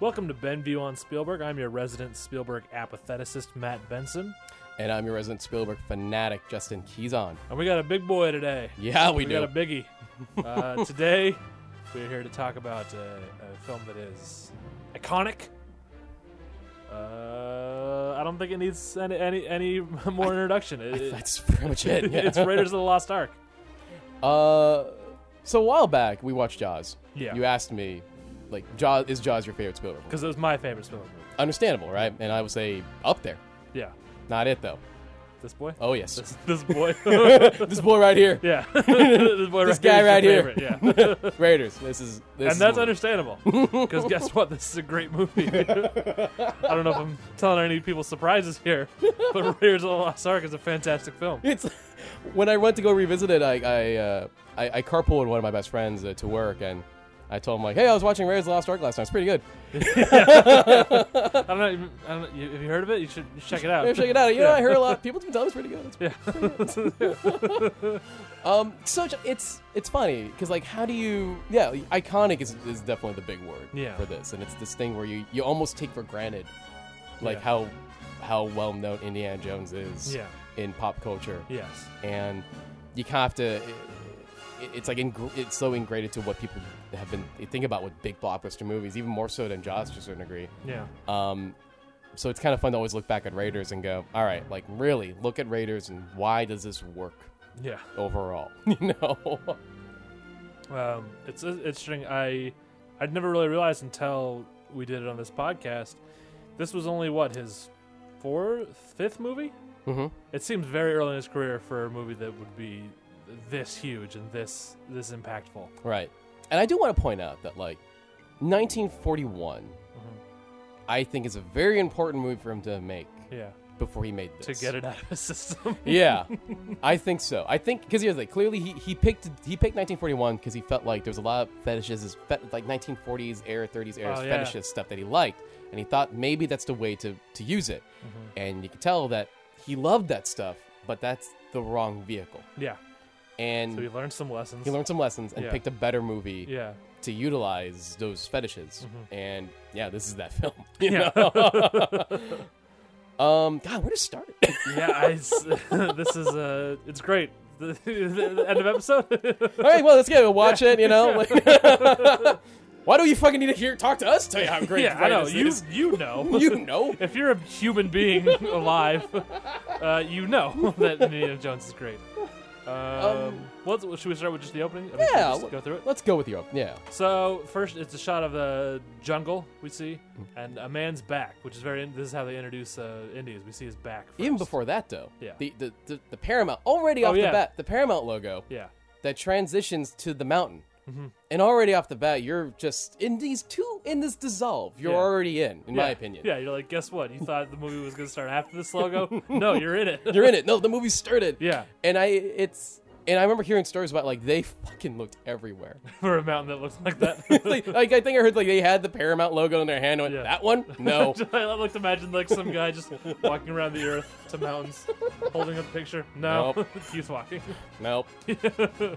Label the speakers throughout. Speaker 1: Welcome to Benview on Spielberg. I'm your resident Spielberg apatheticist, Matt Benson.
Speaker 2: And I'm your resident Spielberg fanatic, Justin Keyson.
Speaker 1: And we got a big boy today.
Speaker 2: Yeah, we,
Speaker 1: We
Speaker 2: do.
Speaker 1: got a biggie. Uh, today, we're here to talk about a, a film that is iconic. Uh, I don't think it needs any any, any more introduction. It- it-
Speaker 2: That's pretty much it. yeah.
Speaker 1: it's Raiders of the Lost Ark.
Speaker 2: Uh, so a while back, we watched Jaws.
Speaker 1: Yeah.
Speaker 2: You asked me, like, Jaws is Jaws your favorite Spielberg? movie?
Speaker 1: Because it was my favorite Spielberg movie.
Speaker 2: Understandable, right? And I would say up there.
Speaker 1: Yeah.
Speaker 2: Not it though.
Speaker 1: This boy?
Speaker 2: Oh yes,
Speaker 1: This, this boy?
Speaker 2: this boy right here,
Speaker 1: yeah. this boy right
Speaker 2: This
Speaker 1: here is
Speaker 2: guy
Speaker 1: your
Speaker 2: right here.
Speaker 1: favorite, Yeah.
Speaker 2: Raiders. This is this.
Speaker 1: and that's
Speaker 2: is,
Speaker 1: understandable because guess what this is a great movie i don't know if i'm telling any people surprises here but raiders of the lost ark is a fantastic film
Speaker 2: It's when I went to go revisit it. I I uh, I, I carpooled with one of my best friends uh, to work, and I told him like, "Hey, I was watching Raiders of the Lost Ark last night. It's pretty good.
Speaker 1: i don't know, I don't know you, have you heard of it you should you should check it out
Speaker 2: Yeah, check it out. You know, I heard a lot. People have been telling me it's pretty good. It's um, so j- it's it's funny because like, how do you? Yeah, iconic is, is definitely the big word
Speaker 1: Yeah.
Speaker 2: for this, and it's this thing where you you almost take for granted, like
Speaker 1: Yeah.
Speaker 2: how how well known Indiana Jones is
Speaker 1: Yeah.
Speaker 2: in pop culture,
Speaker 1: yes
Speaker 2: and you kind of have to. It, it's like ingr it's so ingrained to what people have been they think about with big blockbuster movies, even more so than Jaws to a certain degree.
Speaker 1: yeah
Speaker 2: Um, so it's kind of fun to always look back at Raiders and go, all right, like really look at Raiders and why does this work
Speaker 1: yeah
Speaker 2: overall? you know?
Speaker 1: um, it's it's interesting i i'd never really realized until we did it on this podcast this was only what his fourth fifth movie
Speaker 2: hmm
Speaker 1: it seems very early in his career for a movie that would be this huge and this this impactful
Speaker 2: Right. And I do want to point out that like 1941,
Speaker 1: Mm-hmm.
Speaker 2: I think is a very important move for him to make
Speaker 1: yeah
Speaker 2: before he made
Speaker 1: to
Speaker 2: this.
Speaker 1: get it out of his system.
Speaker 2: yeah, I think so. I think because here's like clearly he, he picked he picked 1941 because he felt like there was a lot of fetishes, fe- like 1940s era, 30s era
Speaker 1: Oh, yeah.
Speaker 2: fetishes stuff that he liked, and he thought maybe that's the way to to use it. And you can tell that he loved that stuff, but that's the wrong vehicle.
Speaker 1: yeah.
Speaker 2: And
Speaker 1: So he learned some lessons.
Speaker 2: he learned some lessons and
Speaker 1: Yeah.
Speaker 2: picked a better movie
Speaker 1: Yeah. Mm-hmm.
Speaker 2: to utilize those fetishes. And yeah, this is that film. You
Speaker 1: Yeah.
Speaker 2: know? um, God, where to start?
Speaker 1: yeah. I s this is uh, it's great. The, the end of episode.
Speaker 2: All right, well, let's get it. Watch it, you know. like- Why do you fucking need to hear talk to us? Tell you how great
Speaker 1: yeah,
Speaker 2: the
Speaker 1: I know.
Speaker 2: greatest
Speaker 1: You
Speaker 2: is.
Speaker 1: you know.
Speaker 2: you know.
Speaker 1: if you're a human being alive, uh, you know that Indiana Jones is great. Um, let's, should we start with just the opening? I mean, should we
Speaker 2: Yeah,
Speaker 1: just go through it.
Speaker 2: Let's go with you. Yeah.
Speaker 1: So first, it's a shot of the jungle we see,
Speaker 2: Mm.
Speaker 1: and a man's back, which is very. This is how they introduce uh, Indians. We see his back. First.
Speaker 2: Even before that, though.
Speaker 1: Yeah.
Speaker 2: The the, the, the Paramount already
Speaker 1: Oh,
Speaker 2: off
Speaker 1: yeah.
Speaker 2: the bat. The Paramount logo
Speaker 1: Yeah.
Speaker 2: that transitions to the mountain,
Speaker 1: Mm-hmm.
Speaker 2: and already off the bat, you're just in these two in this dissolve. You're
Speaker 1: Yeah.
Speaker 2: already in, in my
Speaker 1: Yeah.
Speaker 2: opinion.
Speaker 1: Yeah, you're like, guess what? You thought the movie was gonna start after this logo? no, you're in it.
Speaker 2: You're in it. No, the movie started.
Speaker 1: Yeah,
Speaker 2: And I it's and I remember hearing stories about like they fucking looked everywhere.
Speaker 1: for a mountain that looks like that.
Speaker 2: like, like I think I heard like they had the Paramount logo in their hand. and Went,
Speaker 1: Yeah.
Speaker 2: That one? No.
Speaker 1: I like to imagine like some guy just walking around the earth to mountains, holding up a picture. No,
Speaker 2: Nope.
Speaker 1: he's walking.
Speaker 2: nope.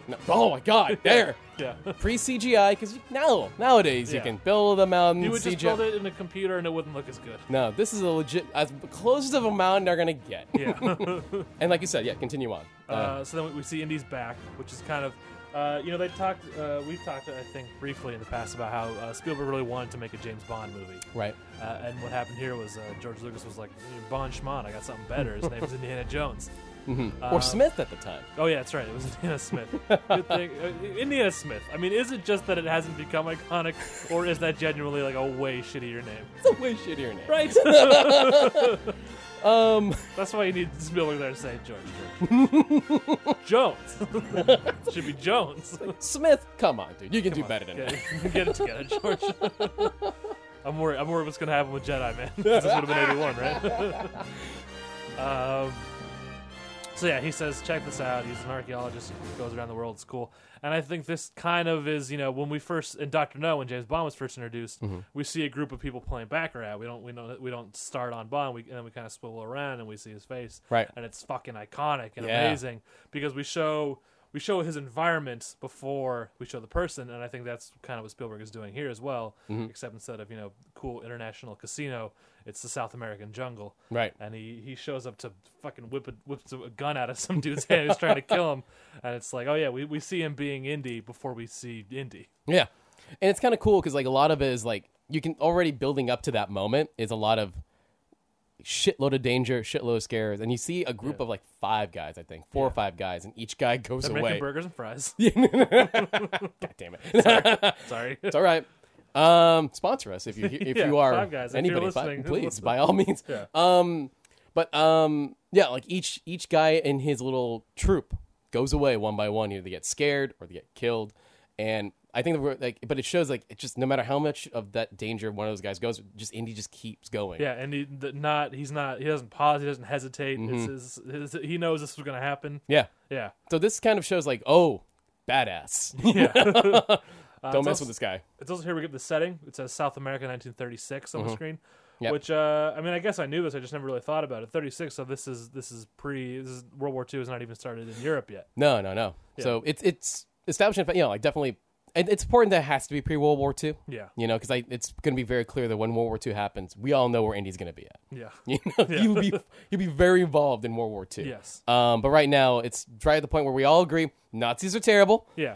Speaker 2: No. Oh my God! There,
Speaker 1: Yeah,
Speaker 2: pre CGI because now nowadays
Speaker 1: Yeah.
Speaker 2: you can build a mountain.
Speaker 1: you would just
Speaker 2: CGI.
Speaker 1: build it in a computer and it wouldn't look as good.
Speaker 2: No, this is a legit as close of a mountain they're gonna get. Uh.
Speaker 1: Yeah.
Speaker 2: And like you said, yeah, continue on. Uh,
Speaker 1: uh, so then we- we see Indy's back, which is kind of. Uh, you know, they talked. Uh, we've talked, I think, briefly in the past about how uh, Spielberg really wanted to make a James Bond movie.
Speaker 2: right.
Speaker 1: Uh, and what happened here was uh, George Lucas was like, Bon Schmon, I got something better. His name's Indiana Jones.
Speaker 2: or Smith at the time.
Speaker 1: Oh, yeah, that's right. It was Indiana Smith. Good thing. uh, Indiana Smith. I mean, is it just that it hasn't become iconic, or is that genuinely like a way shittier name?
Speaker 2: It's a way shittier name.
Speaker 1: Right?
Speaker 2: Um.
Speaker 1: That's why you need Spielberg there to say George. George. Jones. Should be Jones.
Speaker 2: Smith, come on, dude. You can do better than that.
Speaker 1: Get, get it together, George. I'm worried. I'm worried what's gonna happen with Jedi, man. this would have been '81, right? um, so yeah, he says, check this out. He's an archaeologist. He goes around the world. It's cool. And I think this kind of is, you know, when we first in Doctor No, when James Bond was first introduced, we see a group of people playing Baccarat. We don't, we don't, we don't start on Bond. We and then we kind of swivel around and we see his face,
Speaker 2: Right.
Speaker 1: And it's fucking iconic and
Speaker 2: Yeah.
Speaker 1: amazing because we show. we show his environment before we show the person, and I think that's kind of what Spielberg is doing here as well. Except instead of you know cool international casino, it's the South American jungle.
Speaker 2: Right.
Speaker 1: And he, he shows up to fucking whip a, whips a gun out of some dude's hand who's trying to kill him, and it's like, oh yeah, we, we see him being indie before we see indie.
Speaker 2: Yeah, and it's kind of cool because like a lot of it is like you can already building up to that moment is a lot of shitload of danger, shitload of scares, and you see a group of like five guys, I think, four or five guys, and each guy goes
Speaker 1: They're
Speaker 2: away.
Speaker 1: making burgers and fries.
Speaker 2: God damn it! it's
Speaker 1: Sorry.
Speaker 2: all right. Um, sponsor us if you if
Speaker 1: Yeah,
Speaker 2: you are
Speaker 1: Five Guys, if you're
Speaker 2: anybody, Five-
Speaker 1: listening.
Speaker 2: please by all means.
Speaker 1: Yeah.
Speaker 2: Um, but um, yeah, like each each guy in his little troop goes away one by one. Either they get scared or they get killed, and I think that we're, like, but it shows like it just no matter how much of that danger one of those guys goes, just Indy just keeps going.
Speaker 1: Yeah, and he the, not he's not he doesn't pause, he doesn't hesitate. It's his, his, he knows this was gonna happen.
Speaker 2: yeah.
Speaker 1: Yeah,
Speaker 2: So this kind of shows like, oh, badass.
Speaker 1: yeah.
Speaker 2: Don't mess
Speaker 1: also-
Speaker 2: with this guy.
Speaker 1: it's also here we get the setting. It says South America, 1936 on the screen.
Speaker 2: Mm-hmm. Yep.
Speaker 1: Which uh, I mean, I guess I knew this. I just never really thought about it. 36. So this is this is pre. This is World War II has not even started in Europe yet.
Speaker 2: No, no, no. So it's it's establishing, you know, like definitely, and it's important that it has to be pre World War II.
Speaker 1: Yeah.
Speaker 2: You know, because it's going to be very clear that when World War II happens, we all know where Indy's going to be at.
Speaker 1: Yeah.
Speaker 2: You know, you'll be you'll be very involved in World War II.
Speaker 1: Yes.
Speaker 2: Um, but right now, it's right at the point where we all agree Nazis are terrible.
Speaker 1: Yeah.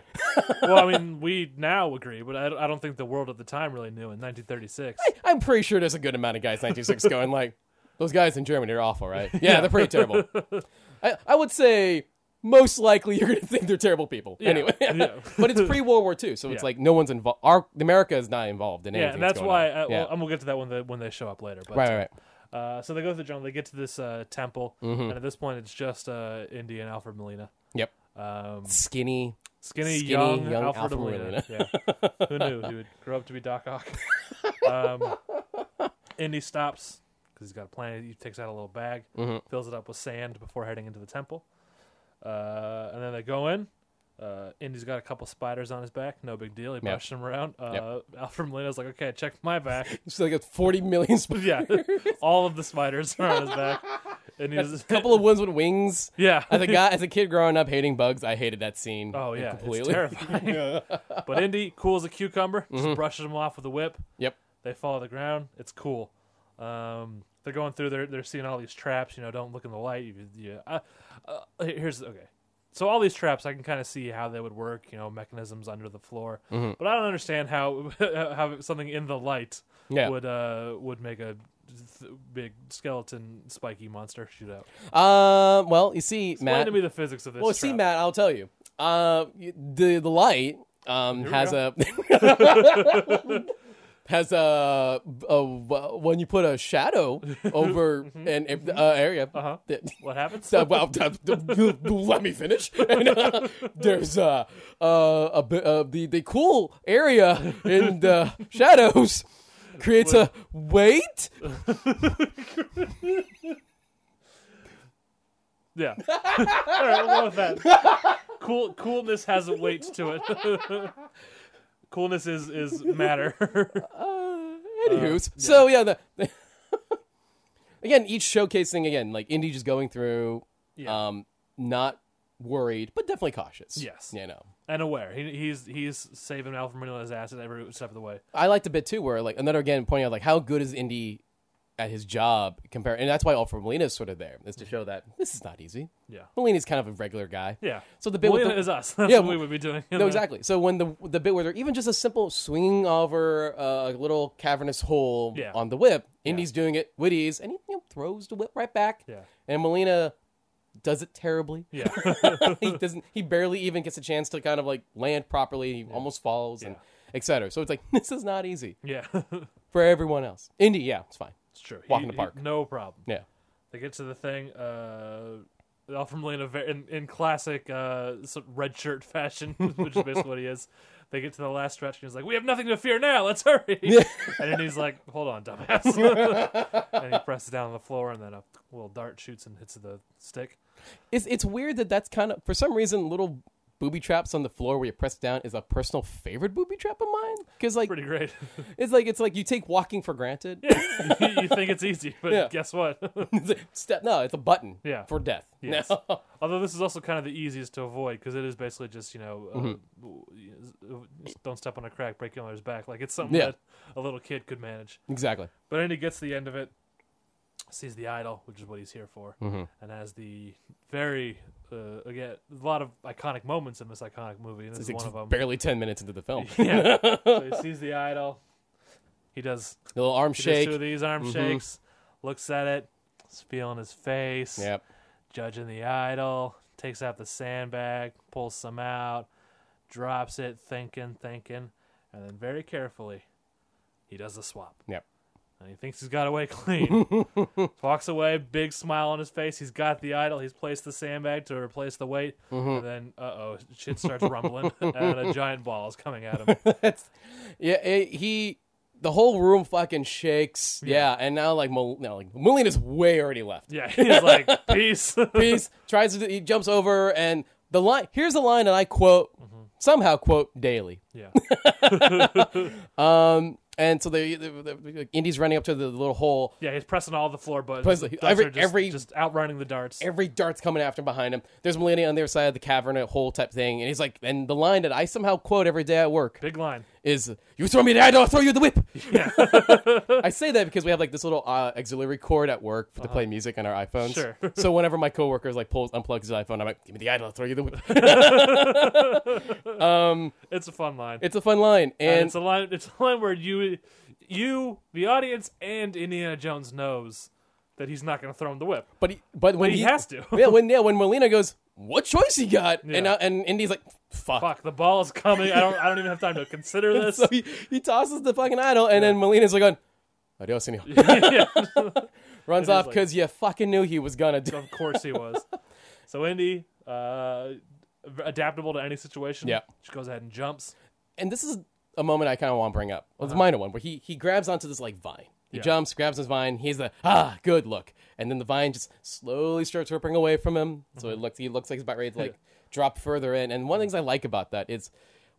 Speaker 1: well, I mean, we now agree, but I, don't- I don't think the world at the time really knew in 1936.
Speaker 2: I'm pretty sure there's a good amount of guys 96 going like those guys in Germany are awful, right? Yeah, they're pretty terrible. I, I would say most likely you're going to think they're terrible people. Anyway,
Speaker 1: Yeah.
Speaker 2: but it's pre World War II, so it's
Speaker 1: Yeah.
Speaker 2: like no one's involved. Our America is not involved in anything.
Speaker 1: yeah, and that's
Speaker 2: going
Speaker 1: why.
Speaker 2: on.
Speaker 1: Uh,
Speaker 2: yeah.
Speaker 1: well, I'm gonna get to that when the when they show up later. But
Speaker 2: right, right, right. Mm-hmm.
Speaker 1: Uh, so they go through the jungle. They get to this uh, temple, and at this point, it's just uh, Indy and Alfred Molina.
Speaker 2: Yep.
Speaker 1: Um,
Speaker 2: Skinny.
Speaker 1: skinny,
Speaker 2: Skinny,
Speaker 1: young,
Speaker 2: young
Speaker 1: Alfred,
Speaker 2: Alfred
Speaker 1: Molina. Yeah. Who knew he would grow up to be Doc Ock? um, Indy stops because he's got a plan. He takes out a little bag,
Speaker 2: Mm-hmm.
Speaker 1: fills it up with sand before heading into the temple. Uh, and then they go in. Uh, Indy's got a couple spiders on his back. No big deal. He brushed them around. Uh, Alfred Molina's like, okay, check my back.
Speaker 2: It's like a 40 million. Sp-
Speaker 1: yeah, all of the spiders are on his back. And he's
Speaker 2: a couple of ones with wings.
Speaker 1: yeah.
Speaker 2: As a guy, as a kid growing up hating bugs, I hated that scene.
Speaker 1: Oh yeah,
Speaker 2: completely. Mm-hmm.
Speaker 1: it's terrifying. But Indy, cool as a cucumber, just brushes them off with a whip.
Speaker 2: Yep.
Speaker 1: They fall to the ground. It's cool. Um, they're going through. They're they're seeing all these traps. You know, don't look in the light. You, you, uh, uh, here's okay. So all these traps, I can kind of see how they would work. You know, mechanisms under the floor.
Speaker 2: Mm-hmm.
Speaker 1: But I don't understand how how something in the light
Speaker 2: Yeah.
Speaker 1: would uh would make a th- big skeleton spiky monster shoot out.
Speaker 2: Um. well, you see,
Speaker 1: Explain
Speaker 2: Matt.
Speaker 1: to me the physics of this.
Speaker 2: Well,
Speaker 1: trap.
Speaker 2: see, Matt, I'll tell you. Uh, y- the the light um
Speaker 1: we
Speaker 2: has a has a, a when you put a shadow over an if, uh, area.
Speaker 1: Mm-hmm. Uh-huh.
Speaker 2: that-
Speaker 1: What happens?
Speaker 2: so, well, d- d- d- d- let me finish. And, uh, there's uh, uh, a bit uh, the the cool area in the shadows creates a wait.
Speaker 1: Yeah. All right, we'll go with that. Cool, coolness has a weight to it. coolness is is matter.
Speaker 2: Uh, Anywho's. So yeah, the, again, each showcasing again, like Indy just going through,
Speaker 1: Yeah.
Speaker 2: um, not worried, but definitely cautious.
Speaker 1: Yes.
Speaker 2: you know.
Speaker 1: and aware. He, he's he's saving Alfred Manila's ass at every step of the way.
Speaker 2: I liked a bit too, where like another again pointing out like how good is Indy at his job compared, and that's why Alfred Molina is sort of there is to show that this is not easy.
Speaker 1: Yeah.
Speaker 2: Molina's kind of a regular guy.
Speaker 1: Yeah.
Speaker 2: So the bit with
Speaker 1: Molina
Speaker 2: the-
Speaker 1: is us. That's
Speaker 2: Yeah,
Speaker 1: what we
Speaker 2: well-
Speaker 1: would be doing.
Speaker 2: No, exactly. So when the the bit where they're even just a simple swing over a little cavernous hole
Speaker 1: Yeah.
Speaker 2: on the whip, Indy's doing it with ease, and he you know, throws the whip right back.
Speaker 1: Yeah.
Speaker 2: And Molina does it terribly.
Speaker 1: Yeah.
Speaker 2: he doesn't. He barely even gets a chance to kind of like land properly. He almost falls and etc. So it's like this is not easy
Speaker 1: Yeah.
Speaker 2: for everyone else. Indy, yeah, it's fine.
Speaker 1: it's true. He-
Speaker 2: Walk in the
Speaker 1: he-
Speaker 2: park.
Speaker 1: no problem.
Speaker 2: Yeah.
Speaker 1: They get to the thing. Uh, Alfred Molina, ve- in, in classic uh, sort of red shirt fashion, which is basically what he is. They get to the last stretch, and he's like, "We have nothing to fear now. Let's hurry." and then he's like, "Hold on, dumbass," and he presses down on the floor, and then a little dart shoots and hits the stick.
Speaker 2: It's it's weird that that's kind of for some reason little booby traps on the floor where you press down is a personal favorite booby trap of mine. Because like
Speaker 1: Pretty great.
Speaker 2: it's like it's like you take walking for granted.
Speaker 1: you think it's easy, but
Speaker 2: Yeah.
Speaker 1: guess what?
Speaker 2: It's like, step no, it's a button.
Speaker 1: Yeah.
Speaker 2: for death.
Speaker 1: Yes.
Speaker 2: No.
Speaker 1: Although this is also kind of the easiest to avoid because it is basically just you know,
Speaker 2: Mm-hmm.
Speaker 1: uh, w- s- don't step on a crack, break your mother's back. Like it's something
Speaker 2: Yeah.
Speaker 1: that a little kid could manage.
Speaker 2: exactly.
Speaker 1: But then he gets to the end of it, sees the idol, which is what he's here for,
Speaker 2: Mm-hmm.
Speaker 1: and has the very uh, again a lot of iconic moments in this iconic movie. And this
Speaker 2: It's
Speaker 1: is one of them.
Speaker 2: barely ten minutes into the film.
Speaker 1: yeah. so he sees the idol. He does
Speaker 2: The little arm
Speaker 1: he does
Speaker 2: shake.
Speaker 1: two of these arm shakes. Looks at it, is feeling his face
Speaker 2: Yep.
Speaker 1: judging the idol, takes out the sandbag, pulls some out, drops it, thinking, thinking, and then very carefully, he does the swap.
Speaker 2: Yep.
Speaker 1: And he thinks he's got away clean. Walks away, big smile on his face. He's got the idol. He's placed the sandbag to replace the weight.
Speaker 2: Mm-hmm.
Speaker 1: And then, uh oh, shit starts rumbling, and a giant ball is coming at him.
Speaker 2: That's yeah. It, he the whole room fucking shakes. Yeah, and now like Mol- no, like Molina's way already left.
Speaker 1: Yeah, he's like, peace.
Speaker 2: He's tries to he jumps over and the line here's a line that I quote
Speaker 1: Mm-hmm.
Speaker 2: somehow quote daily.
Speaker 1: yeah.
Speaker 2: And so the, the, the, the Indy's running up to the little hole.
Speaker 1: Yeah, he's pressing all the floor buttons.
Speaker 2: Plus,
Speaker 1: The darts
Speaker 2: every-
Speaker 1: are just,
Speaker 2: every-
Speaker 1: just outrunning the darts.
Speaker 2: Every dart's coming after behind him. There's Melania on the other side of the cavern, a hole type thing, and he's like, and the line that I somehow quote every day at work
Speaker 1: Big line.
Speaker 2: is you throw me the idol, I'll throw you the whip. I say that because we have like this little uh, auxiliary cord at work for, to play music on our iPhones.
Speaker 1: Uh-huh. Sure.
Speaker 2: so whenever my coworker like pulls unplugs his iPhone, I'm like, give me the idol, I'll throw you the whip.
Speaker 1: It's a fun line.
Speaker 2: it's a fun line,
Speaker 1: And
Speaker 2: and
Speaker 1: it's a line. It's a line where you, you, the audience, and Indiana Jones knows that he's not going to throw him the whip.
Speaker 2: but he, but when
Speaker 1: He, has to.
Speaker 2: yeah, when yeah, when Molina goes, what choice he got, and
Speaker 1: Yeah.
Speaker 2: uh, and Indy's like, fuck.
Speaker 1: Fuck, the ball is coming. I don't. I don't even have time to consider this.
Speaker 2: So he, he tosses the fucking idol, and then Molina's like, going, adios, senor.
Speaker 1: Yeah,
Speaker 2: Runs
Speaker 1: It is
Speaker 2: off
Speaker 1: like-
Speaker 2: because you fucking knew he was gonna do.
Speaker 1: of course he was. So Indy, uh, adaptable to any situation.
Speaker 2: Yeah.
Speaker 1: She goes ahead and jumps.
Speaker 2: and this is a moment I kind of want to bring up. Well, it's a minor one, where he he grabs onto this like vine. He
Speaker 1: Uh-huh. Yeah.
Speaker 2: jumps, grabs his vine. He's the ah good look, and then the vine just slowly starts ripping away from him. So
Speaker 1: Uh-huh.
Speaker 2: it looks he looks like he's about ready to like drop further in. And one of the things I like about that is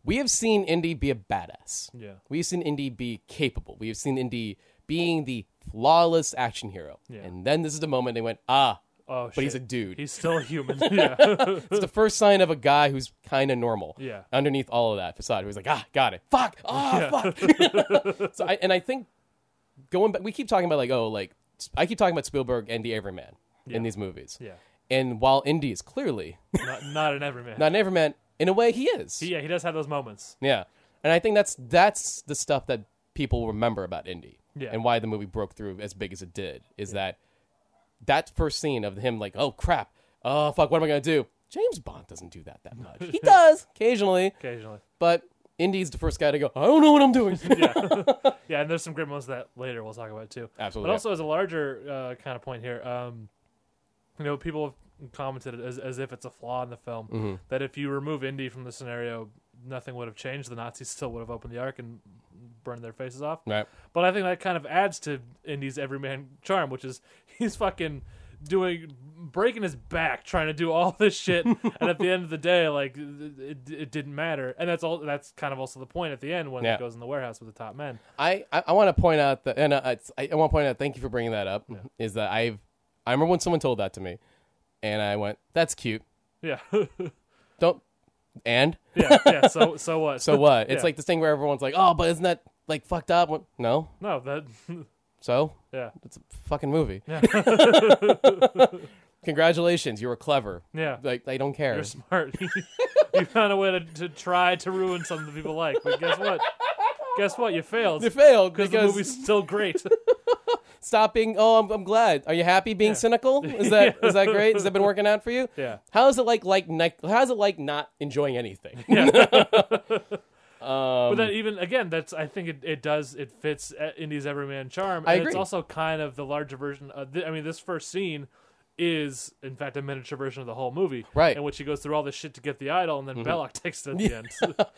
Speaker 2: we have seen Indy be a badass.
Speaker 1: Yeah.
Speaker 2: we've seen Indy be capable. We have seen Indy being the flawless action hero.
Speaker 1: Yeah.
Speaker 2: And then this is the moment they went ah,
Speaker 1: Oh,
Speaker 2: but he's a dude.
Speaker 1: he's still a human. yeah.
Speaker 2: It's the first sign of a guy who's kind of normal.
Speaker 1: Yeah.
Speaker 2: Underneath all of that facade, he's like, ah, got it. Fuck. Ah, fuck. so I, and I think going back, we keep talking about like, oh, like I keep talking about Spielberg and the Everyman in these movies.
Speaker 1: Yeah.
Speaker 2: And while Indy is clearly
Speaker 1: Not, not an everyman.
Speaker 2: not an Everyman, in a way he is.
Speaker 1: yeah, he does have those moments.
Speaker 2: yeah. And I think that's that's the stuff that people remember about Indy.
Speaker 1: Yeah.
Speaker 2: And why the movie broke through as big as it did is that that first scene of him like, oh crap, oh fuck, what am I gonna do? James Bond doesn't do that that much. he does occasionally,
Speaker 1: Occasionally.
Speaker 2: but Indy's the first guy to go. I don't know what I'm doing.
Speaker 1: Yeah, and there's some great moments that later we'll talk about too.
Speaker 2: Absolutely.
Speaker 1: But also, as a larger uh, kind of point here, um, you know, people have commented as, as if it's a flaw in the film that if you remove Indy from the scenario, nothing would have changed. The Nazis still would have opened the Ark and burned their faces off.
Speaker 2: right.
Speaker 1: But I think that kind of adds to Indy's everyman charm, which is he's fucking doing breaking his back trying to do all this shit and at the end of the day like it, it didn't matter and that's all that's kind of also the point at the end when
Speaker 2: Yeah.
Speaker 1: it goes in the warehouse with the top men
Speaker 2: I I, I want to point out that, and uh, it's- I, I want to point out. Thank you for bringing that up. Is that I've I remember when someone told that to me, and I went, "That's cute."
Speaker 1: yeah
Speaker 2: Don't and
Speaker 1: yeah, yeah. So, so what?
Speaker 2: so what? It's
Speaker 1: Yeah.
Speaker 2: like this thing where everyone's like, "Oh, but isn't that like fucked up?" What- No.
Speaker 1: no, that,
Speaker 2: So
Speaker 1: yeah,
Speaker 2: it's a fucking movie. Congratulations, you were clever.
Speaker 1: yeah.
Speaker 2: Like I don't care.
Speaker 1: You're smart. you found a way to, to try to ruin something people like, but guess what? Guess what? You failed
Speaker 2: You failed
Speaker 1: because the
Speaker 2: because
Speaker 1: movie's still great.
Speaker 2: stop being. Oh, I'm, I'm glad. Are you happy being cynical? Is that is that great? Has that been working out for you?
Speaker 1: Yeah.
Speaker 2: How is it like like ne- How is it like not enjoying anything?
Speaker 1: but
Speaker 2: Um,
Speaker 1: then even again, that's I think it, it does it fits uh, Indy's everyman charm. And
Speaker 2: I
Speaker 1: It's
Speaker 2: agree.
Speaker 1: also kind of the larger version. Of thi- I mean, this first scene is in fact a miniature version of the whole movie,
Speaker 2: Right. Mm-hmm.
Speaker 1: In which he goes through all this shit to get the idol, and then Belloc takes it at the end.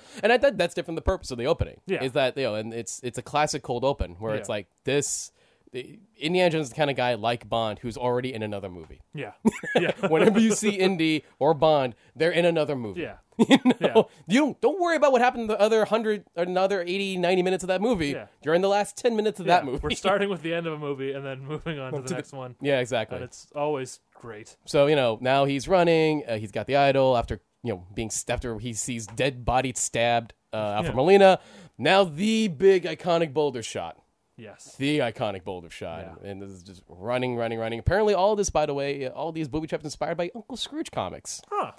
Speaker 2: and I thought that's different. The purpose of the opening
Speaker 1: Yeah.
Speaker 2: is that you know, and it's it's a classic cold open where it's
Speaker 1: Yeah.
Speaker 2: like this. the- Indiana Jones is the kind of guy like Bond who's already in another movie.
Speaker 1: Yeah. Yeah.
Speaker 2: Whenever you see Indy or Bond, they're in another movie.
Speaker 1: yeah.
Speaker 2: You, know?
Speaker 1: Yeah.
Speaker 2: you don't, don't worry about what happened in the other 100 or another 80 90 minutes of that movie.
Speaker 1: Yeah.
Speaker 2: You're in the last 10 minutes of that
Speaker 1: Yeah.
Speaker 2: movie.
Speaker 1: We're starting with the end of a movie and then moving on to the next one.
Speaker 2: yeah,
Speaker 1: And
Speaker 2: exactly.
Speaker 1: it's always great.
Speaker 2: So, you know, now he's running, uh, he's got the idol after, you know, being after he sees dead bodied stabbed uh, Alfred
Speaker 1: Yeah.
Speaker 2: Molina. Now the big iconic boulder shot.
Speaker 1: Yes.
Speaker 2: the iconic boulder shot, and this is just running, running, running. Apparently, all this, by the way, uh, all these booby traps inspired by Uncle Scrooge comics.
Speaker 1: Huh.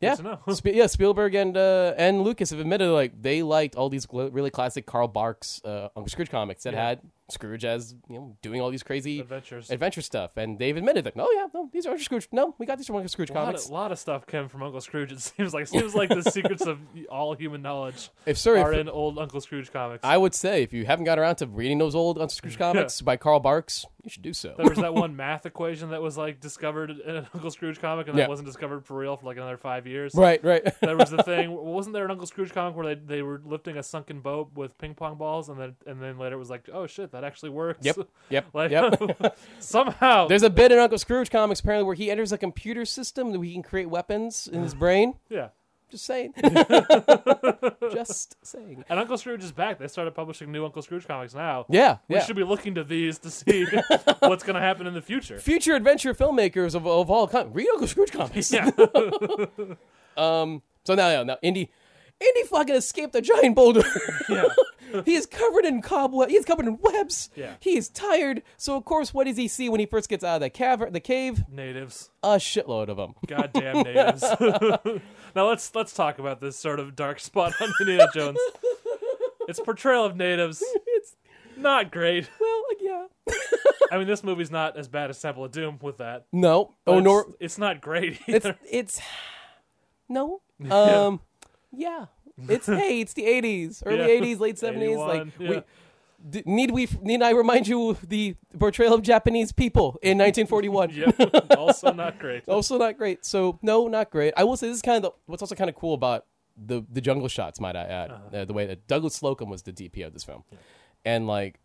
Speaker 2: Yeah,
Speaker 1: to know.
Speaker 2: Sp- yeah. Spielberg and uh, and Lucas have admitted like they liked all these gl- really classic Carl Barks uh, Uncle Scrooge comics that
Speaker 1: Yeah.
Speaker 2: had Scrooge as you know doing all these crazy
Speaker 1: Adventures.
Speaker 2: adventure stuff, and they've admitted that. Oh yeah, no, these are Uncle Scrooge. No, we got these from Uncle Scrooge
Speaker 1: A lot,
Speaker 2: comics.
Speaker 1: of, lot of stuff came from Uncle Scrooge. It seems like seems like the secrets of all human knowledge
Speaker 2: If sorry,
Speaker 1: are
Speaker 2: if-
Speaker 1: in old Uncle Scrooge comics.
Speaker 2: I would say if you haven't got around to reading those old Uncle Scrooge comics by Carl Barks, you should do so.
Speaker 1: there was that one math equation that was like discovered in an Uncle Scrooge comic, and
Speaker 2: Yeah.
Speaker 1: that wasn't discovered for real for like another five years.
Speaker 2: right, right.
Speaker 1: There was the thing. Wasn't there an Uncle Scrooge comic where they, they were lifting a sunken boat with ping pong balls, and then and then later it was like, oh shit, that actually works.
Speaker 2: Yep, yep,
Speaker 1: like
Speaker 2: yep.
Speaker 1: somehow
Speaker 2: There's a bit in Uncle Scrooge comics apparently where he enters a computer system that we can create weapons in his brain.
Speaker 1: yeah.
Speaker 2: Just saying. Just saying.
Speaker 1: And Uncle Scrooge is back. They started publishing new Uncle Scrooge comics now.
Speaker 2: Yeah,
Speaker 1: We
Speaker 2: yeah.
Speaker 1: should be looking to these to see what's going to happen in the future.
Speaker 2: Future adventure filmmakers of, of all kinds. Read Uncle Scrooge comics.
Speaker 1: Yeah.
Speaker 2: Um, so now, now, now, Indy, Indy fucking escaped a giant boulder.
Speaker 1: Yeah.
Speaker 2: he is covered in cobweb. He is covered in webs.
Speaker 1: Yeah.
Speaker 2: He is tired. So of course, what does he see when he first gets out of the cavern, the cave?
Speaker 1: natives.
Speaker 2: A shitload of them.
Speaker 1: Goddamn natives. now let's let's talk about this sort of dark spot on Indiana Jones. Its portrayal of natives
Speaker 2: It's
Speaker 1: not great.
Speaker 2: well, like, yeah.
Speaker 1: I mean, this movie's not as bad as Temple of Doom with that.
Speaker 2: No. Oh,
Speaker 1: It's-
Speaker 2: nor
Speaker 1: it's not great
Speaker 2: it's
Speaker 1: either.
Speaker 2: it's no um yeah, it's hey it's the 80s early
Speaker 1: Yeah.
Speaker 2: 80s late 70s like
Speaker 1: 81, yeah.
Speaker 2: we d- need we need i remind you of the portrayal of japanese people in 1941
Speaker 1: yep. Also not great.
Speaker 2: also not great so no not great i will say this is kind of the, what's also kind of cool about the the jungle shots might i add
Speaker 1: Uh-huh.
Speaker 2: uh, the way that douglas slocum was the dp of this film and like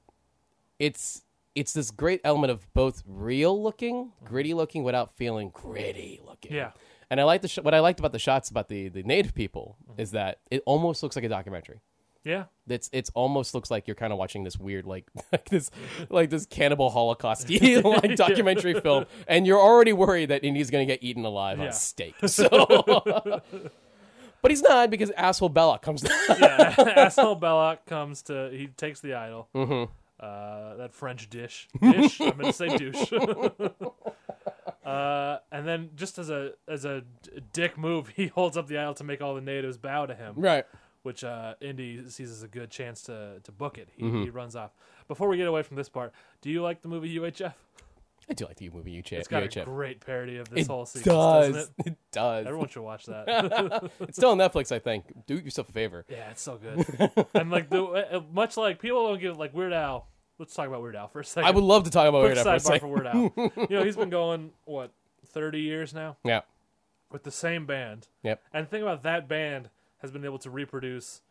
Speaker 2: it's it's this great element of both real looking gritty looking without feeling gritty looking
Speaker 1: Uh-huh. Yeah.
Speaker 2: and I like the sh- what I liked about the shots about the, the native people
Speaker 1: Mm-hmm.
Speaker 2: is that it almost looks like a documentary.
Speaker 1: Yeah.
Speaker 2: It's it's almost looks like you're kind of watching this weird like, like this like this cannibal holocaust like documentary film, and you're already worried that Indy's gonna get eaten alive
Speaker 1: Yeah.
Speaker 2: on steak. So, but he's not because asshole Bella comes down.
Speaker 1: Yeah. Asshole Belloc comes to. He takes the idol.
Speaker 2: Mm-hmm.
Speaker 1: Uh, that French dish. Dish. I'm going to say douche. uh, and then just as a as a d- dick move, he holds up the idol to make all the natives bow to him.
Speaker 2: right.
Speaker 1: which uh, Indy sees as a good chance to, to book it. He,
Speaker 2: Mm-hmm.
Speaker 1: he runs off. Before we get away from this part, do you like the movie UHF?
Speaker 2: I do like the movie you chip.
Speaker 1: It's got
Speaker 2: you
Speaker 1: a
Speaker 2: chip.
Speaker 1: great parody of this
Speaker 2: It
Speaker 1: whole
Speaker 2: does.
Speaker 1: sequence,
Speaker 2: It?
Speaker 1: doesn't it?
Speaker 2: does.
Speaker 1: Everyone should watch that.
Speaker 2: It's still on Netflix, I think. Do yourself a favor.
Speaker 1: yeah, it's so good. And like the uh, much like people don't give like Weird Al. Let's talk about Weird Al for a second.
Speaker 2: I would love to talk about
Speaker 1: Quick
Speaker 2: it for a
Speaker 1: sidebar
Speaker 2: second.
Speaker 1: for Weird Al. you know he's been going what thirty years now
Speaker 2: Yeah.
Speaker 1: with the same band.
Speaker 2: Yep.
Speaker 1: And the thing about that band has been able to reproduce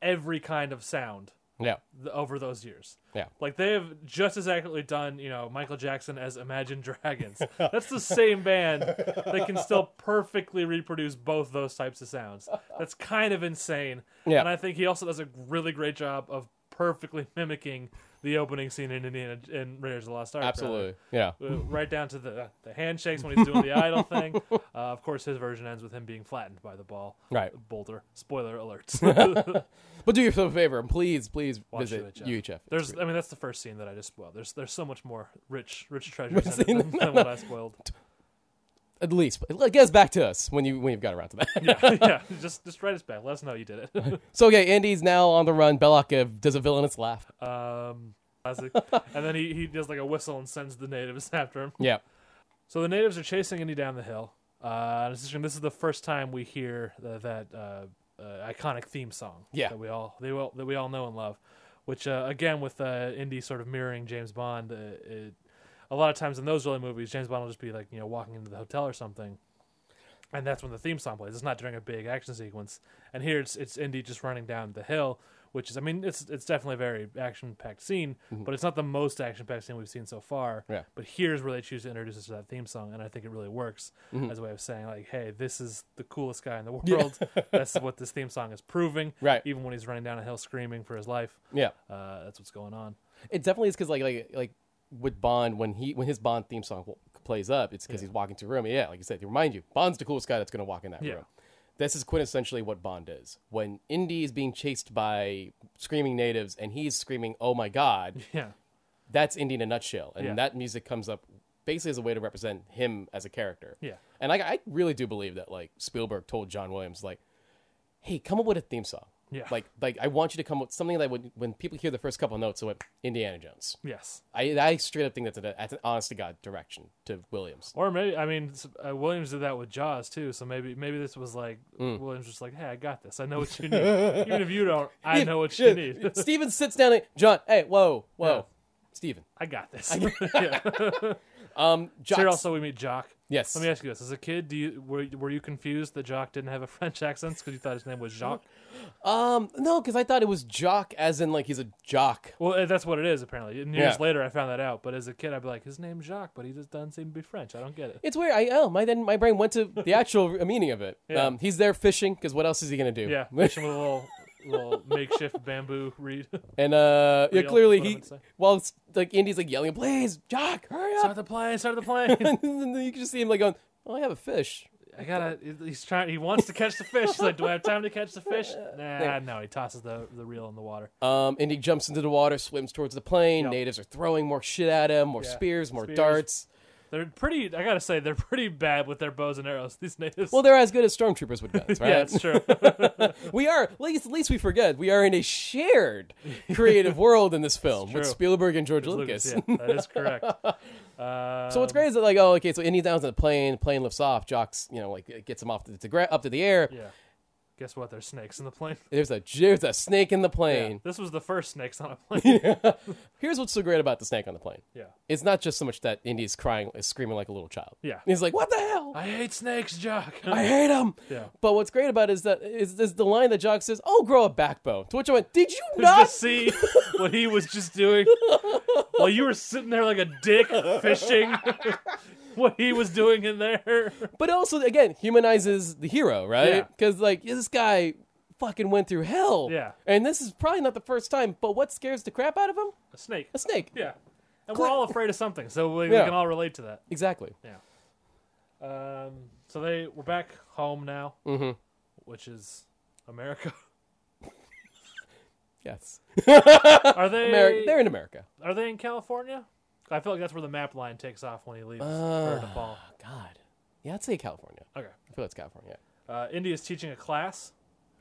Speaker 1: every kind of sound
Speaker 2: Yeah.
Speaker 1: th- over those years.
Speaker 2: Yeah.
Speaker 1: Like they have just as accurately done, you know, Michael Jackson as Imagine Dragons. That's the same band that can still perfectly reproduce both those types of sounds. That's kind of insane.
Speaker 2: Yeah.
Speaker 1: And I think he also does a really great job of perfectly mimicking the opening scene in Indiana in Raiders of the Lost Ark. rather.
Speaker 2: Absolutely. Yeah.
Speaker 1: Uh, Right down to the the handshakes when he's doing the idol thing. Uh, of course, his version ends with him being flattened by the ball.
Speaker 2: Right.
Speaker 1: Boulder. Spoiler alert.
Speaker 2: But do yourself a favor and please, please
Speaker 1: Watch
Speaker 2: visit
Speaker 1: UHF.
Speaker 2: UHF. It's
Speaker 1: There's,
Speaker 2: great.
Speaker 1: I mean, that's the first scene that I just spoiled. There's, there's so much more rich, rich treasures in it than, than what I spoiled.
Speaker 2: at least it gets back to us when you when you've got around to that.
Speaker 1: Yeah, yeah. Just, just write us back. Let us know you did it.
Speaker 2: so okay, Andy's now on the run. Belloc uh, does a villainous laugh.
Speaker 1: Um, classic. and then he, he does like a whistle and sends the natives after him.
Speaker 2: Yeah,
Speaker 1: So the natives are chasing Indy down the hill. Uh, this is this is the first time we hear the, that uh, uh, iconic theme song.
Speaker 2: Yeah.
Speaker 1: that we all they all that we all know and love. Which uh, again, with uh, Indy sort of mirroring James Bond, uh, it, a lot of times in those early movies, James Bond will just be like you know walking into the hotel or something, and that's when the theme song plays. It's not during a big action sequence. And here it's it's Indy just running down the hill, which is I mean it's it's definitely a very action packed scene, but it's not the most action packed scene we've seen so far.
Speaker 2: Mm-hmm. Yeah.
Speaker 1: But here's where they choose to introduce us to that theme song, and I think it really works
Speaker 2: Mm-hmm.
Speaker 1: as a way of saying like, hey, this is the coolest guy in the world. That's what this theme song is proving.
Speaker 2: Right.
Speaker 1: Even when he's running down a hill screaming for his life.
Speaker 2: Yeah.
Speaker 1: Uh, that's what's going on.
Speaker 2: It definitely is because like like like with Bond when he when his Bond theme song w- plays up, it's because he's walking to a room. Yeah, like you said, to remind you, Bond's the coolest guy that's going to walk in that
Speaker 1: Yeah.
Speaker 2: room. This is quintessentially what Bond is. When Indy is being chased by screaming natives and he's screaming, "Oh my god!"
Speaker 1: Yeah.
Speaker 2: That's Indy in a nutshell, and
Speaker 1: Yeah.
Speaker 2: that music comes up basically as a way to represent him as a character.
Speaker 1: Yeah.
Speaker 2: and I, I really do believe that like Spielberg told John Williams like, "Hey, come up with a theme song."
Speaker 1: Yeah.
Speaker 2: like like I want you to come up with something that would when people hear the first couple notes, it went Indiana Jones.
Speaker 1: Yes.
Speaker 2: I, I straight up think that's, a, that's an honest to God direction to Williams.
Speaker 1: Or maybe I mean s- uh, Williams did that with Jaws too, so maybe maybe this was like Williams just like, hey, I got this. I know what you need. Even if you don't, I know what you need.
Speaker 2: Steven sits down and John, hey, whoa, whoa,
Speaker 1: Yeah.
Speaker 2: Steven.
Speaker 1: I got this. yeah.
Speaker 2: Um, Jock.
Speaker 1: Here also we meet Jock.
Speaker 2: yes.
Speaker 1: Let me ask you this: As a kid, do you were were you confused that Jock didn't have a French accent because you thought his name was Jacques?
Speaker 2: um, no, because I thought it was jock, as in like he's a jock.
Speaker 1: Well, eh, that's what it is apparently. And Years
Speaker 2: Yeah.
Speaker 1: later, I found that out. But as a kid, I'd be like, his name's Jacques, but he just doesn't seem to be French. I don't get it.
Speaker 2: It's weird. I oh my then my brain went to the actual meaning of it.
Speaker 1: Yeah.
Speaker 2: Um, he's there fishing because what else is he gonna do?
Speaker 1: Yeah, fishing with a little little makeshift bamboo reed.
Speaker 2: and uh, yeah,
Speaker 1: Real,
Speaker 2: clearly
Speaker 1: what I
Speaker 2: he
Speaker 1: would say.
Speaker 2: while it's, like Indy's like yelling, please, Jock, hurry
Speaker 1: start
Speaker 2: up.
Speaker 1: the plane. Start the plane.
Speaker 2: and then you can just see him like going, oh, I have a fish.
Speaker 1: I gotta. He's trying. He wants to catch the fish. He's like, do I have time to catch the fish? Nah, no. He tosses the the reel in the water.
Speaker 2: Um, Indy jumps into the water, swims towards the plane.
Speaker 1: Yep.
Speaker 2: Natives are throwing more shit at him, more
Speaker 1: Yeah.
Speaker 2: spears, more
Speaker 1: Spears.
Speaker 2: darts.
Speaker 1: They're pretty. I gotta say, they're pretty bad with their bows and arrows. These natives.
Speaker 2: Well, they're as good as stormtroopers with guns, right?
Speaker 1: yeah, it's true.
Speaker 2: we are. At least, at least we forget we are in a shared creative world in this film with
Speaker 1: true.
Speaker 2: Spielberg and George Lucas.
Speaker 1: Lucas. Yeah, that is correct. Uh,
Speaker 2: So what's great is that like, oh, okay, so Indy downs on the plane, plane lifts off, Jocks, you know, like gets him off to, to gra- up to the air.
Speaker 1: Yeah. Guess what? There's snakes in the plane.
Speaker 2: There's a there's a snake in the plane.
Speaker 1: Yeah, this was the first snakes on a plane.
Speaker 2: Here's what's so great about the snake on the plane.
Speaker 1: yeah.
Speaker 2: It's not just so much that Indy's crying, is screaming like a little child.
Speaker 1: Yeah.
Speaker 2: he's like, what the hell?
Speaker 1: I hate snakes, Jock.
Speaker 2: I hate him.
Speaker 1: Yeah.
Speaker 2: But what's great about it is that is, is the line that Jock says, "Oh, grow a backbone." To which I went, "Did you
Speaker 1: Did you
Speaker 2: not?"
Speaker 1: see what he was just doing while you were sitting there like a dick fishing? what he was doing in there?
Speaker 2: But also, again, humanizes the hero,
Speaker 1: Yeah.
Speaker 2: right? Because like this guy fucking went through hell.
Speaker 1: Yeah.
Speaker 2: And this is probably not the first time. But what scares the crap out of him?
Speaker 1: A snake.
Speaker 2: A snake.
Speaker 1: Yeah. And we're all afraid of something, so we, we
Speaker 2: Yeah.
Speaker 1: can all relate to that.
Speaker 2: Exactly.
Speaker 1: Um, so they we're back home now, mm-hmm. which is America.
Speaker 2: Yes.
Speaker 1: Are they?
Speaker 2: Ameri- They're in America.
Speaker 1: Are they in California? I feel like that's where the map line takes off when he leaves
Speaker 2: Uh.
Speaker 1: her to fall.
Speaker 2: God. Yeah, I'd say California.
Speaker 1: Okay.
Speaker 2: I feel it's California.
Speaker 1: Uh, Indy is teaching a class.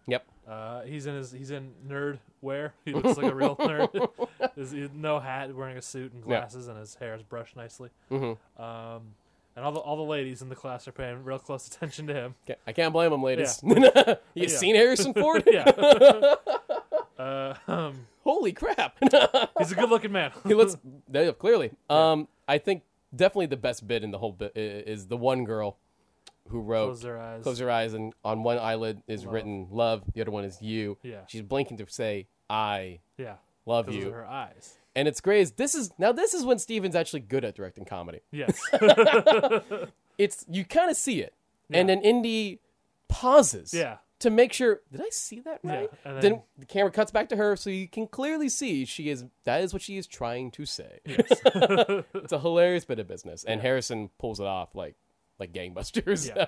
Speaker 2: Yep.
Speaker 1: Uh, he's in his he's in nerd wear. He looks like a real nerd. He's- he- no hat, wearing a suit and glasses, and his hair is brushed nicely.
Speaker 2: Mm-hmm.
Speaker 1: Um, and all the all the ladies in the class are paying real close attention to him.
Speaker 2: Okay. I can't blame them, ladies. you
Speaker 1: Yeah.
Speaker 2: seen Harrison Ford?
Speaker 1: Yeah. uh, um,
Speaker 2: Holy crap.
Speaker 1: he's a good looking man.
Speaker 2: he looks yeah, clearly. Um, I think definitely the best bit in the whole bit i- is the one girl who wrote
Speaker 1: Close their eyes.
Speaker 2: "Close your eyes" and on one eyelid is written "love," the other one is "you."
Speaker 1: Yeah.
Speaker 2: she's blinking to say "I
Speaker 1: yeah.
Speaker 2: love
Speaker 1: Because of
Speaker 2: you,"
Speaker 1: her eyes.
Speaker 2: and it's great. is This is now this is when Steven's actually good at directing comedy.
Speaker 1: Yes.
Speaker 2: It's you kind of see it, and
Speaker 1: Yeah.
Speaker 2: then Indy pauses.
Speaker 1: Yeah.
Speaker 2: To make sure, did I see that right?
Speaker 1: and
Speaker 2: then
Speaker 1: then-
Speaker 2: the camera cuts back to her, so you can clearly see she is that is what she is trying to say. it's a hilarious bit of business, and Harrison pulls it off like like gangbusters.
Speaker 1: Yeah.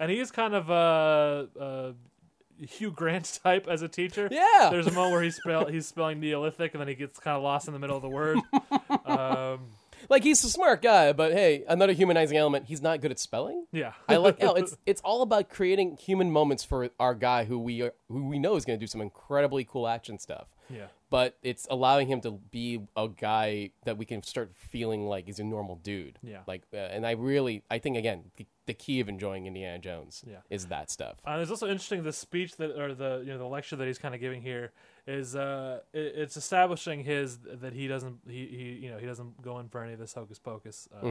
Speaker 1: and he is kind of a uh, uh, Hugh Grant type as a teacher.
Speaker 2: Yeah.
Speaker 1: there's a moment where he's spell he's spelling Neolithic, and then he gets kind of lost in the middle of the word. um,
Speaker 2: like he's a smart guy, but hey, another humanizing element. He's not good at spelling.
Speaker 1: yeah,
Speaker 2: I like how it's it's all about creating human moments for our guy who we are, who we know is going to do some incredibly cool action stuff.
Speaker 1: Yeah.
Speaker 2: But it's allowing him to be a guy that we can start feeling like he's a normal dude.
Speaker 1: Yeah.
Speaker 2: Like, uh, and I really, I think again, the, the key of enjoying Indiana Jones
Speaker 1: Yeah. Uh,
Speaker 2: is that stuff.
Speaker 1: And it's also interesting the speech that or the you know the lecture that he's kind of giving here is uh i it's
Speaker 2: Mm-hmm.
Speaker 1: establishing his that he doesn't he, he you know he doesn't go in for any of this hocus pocus uh,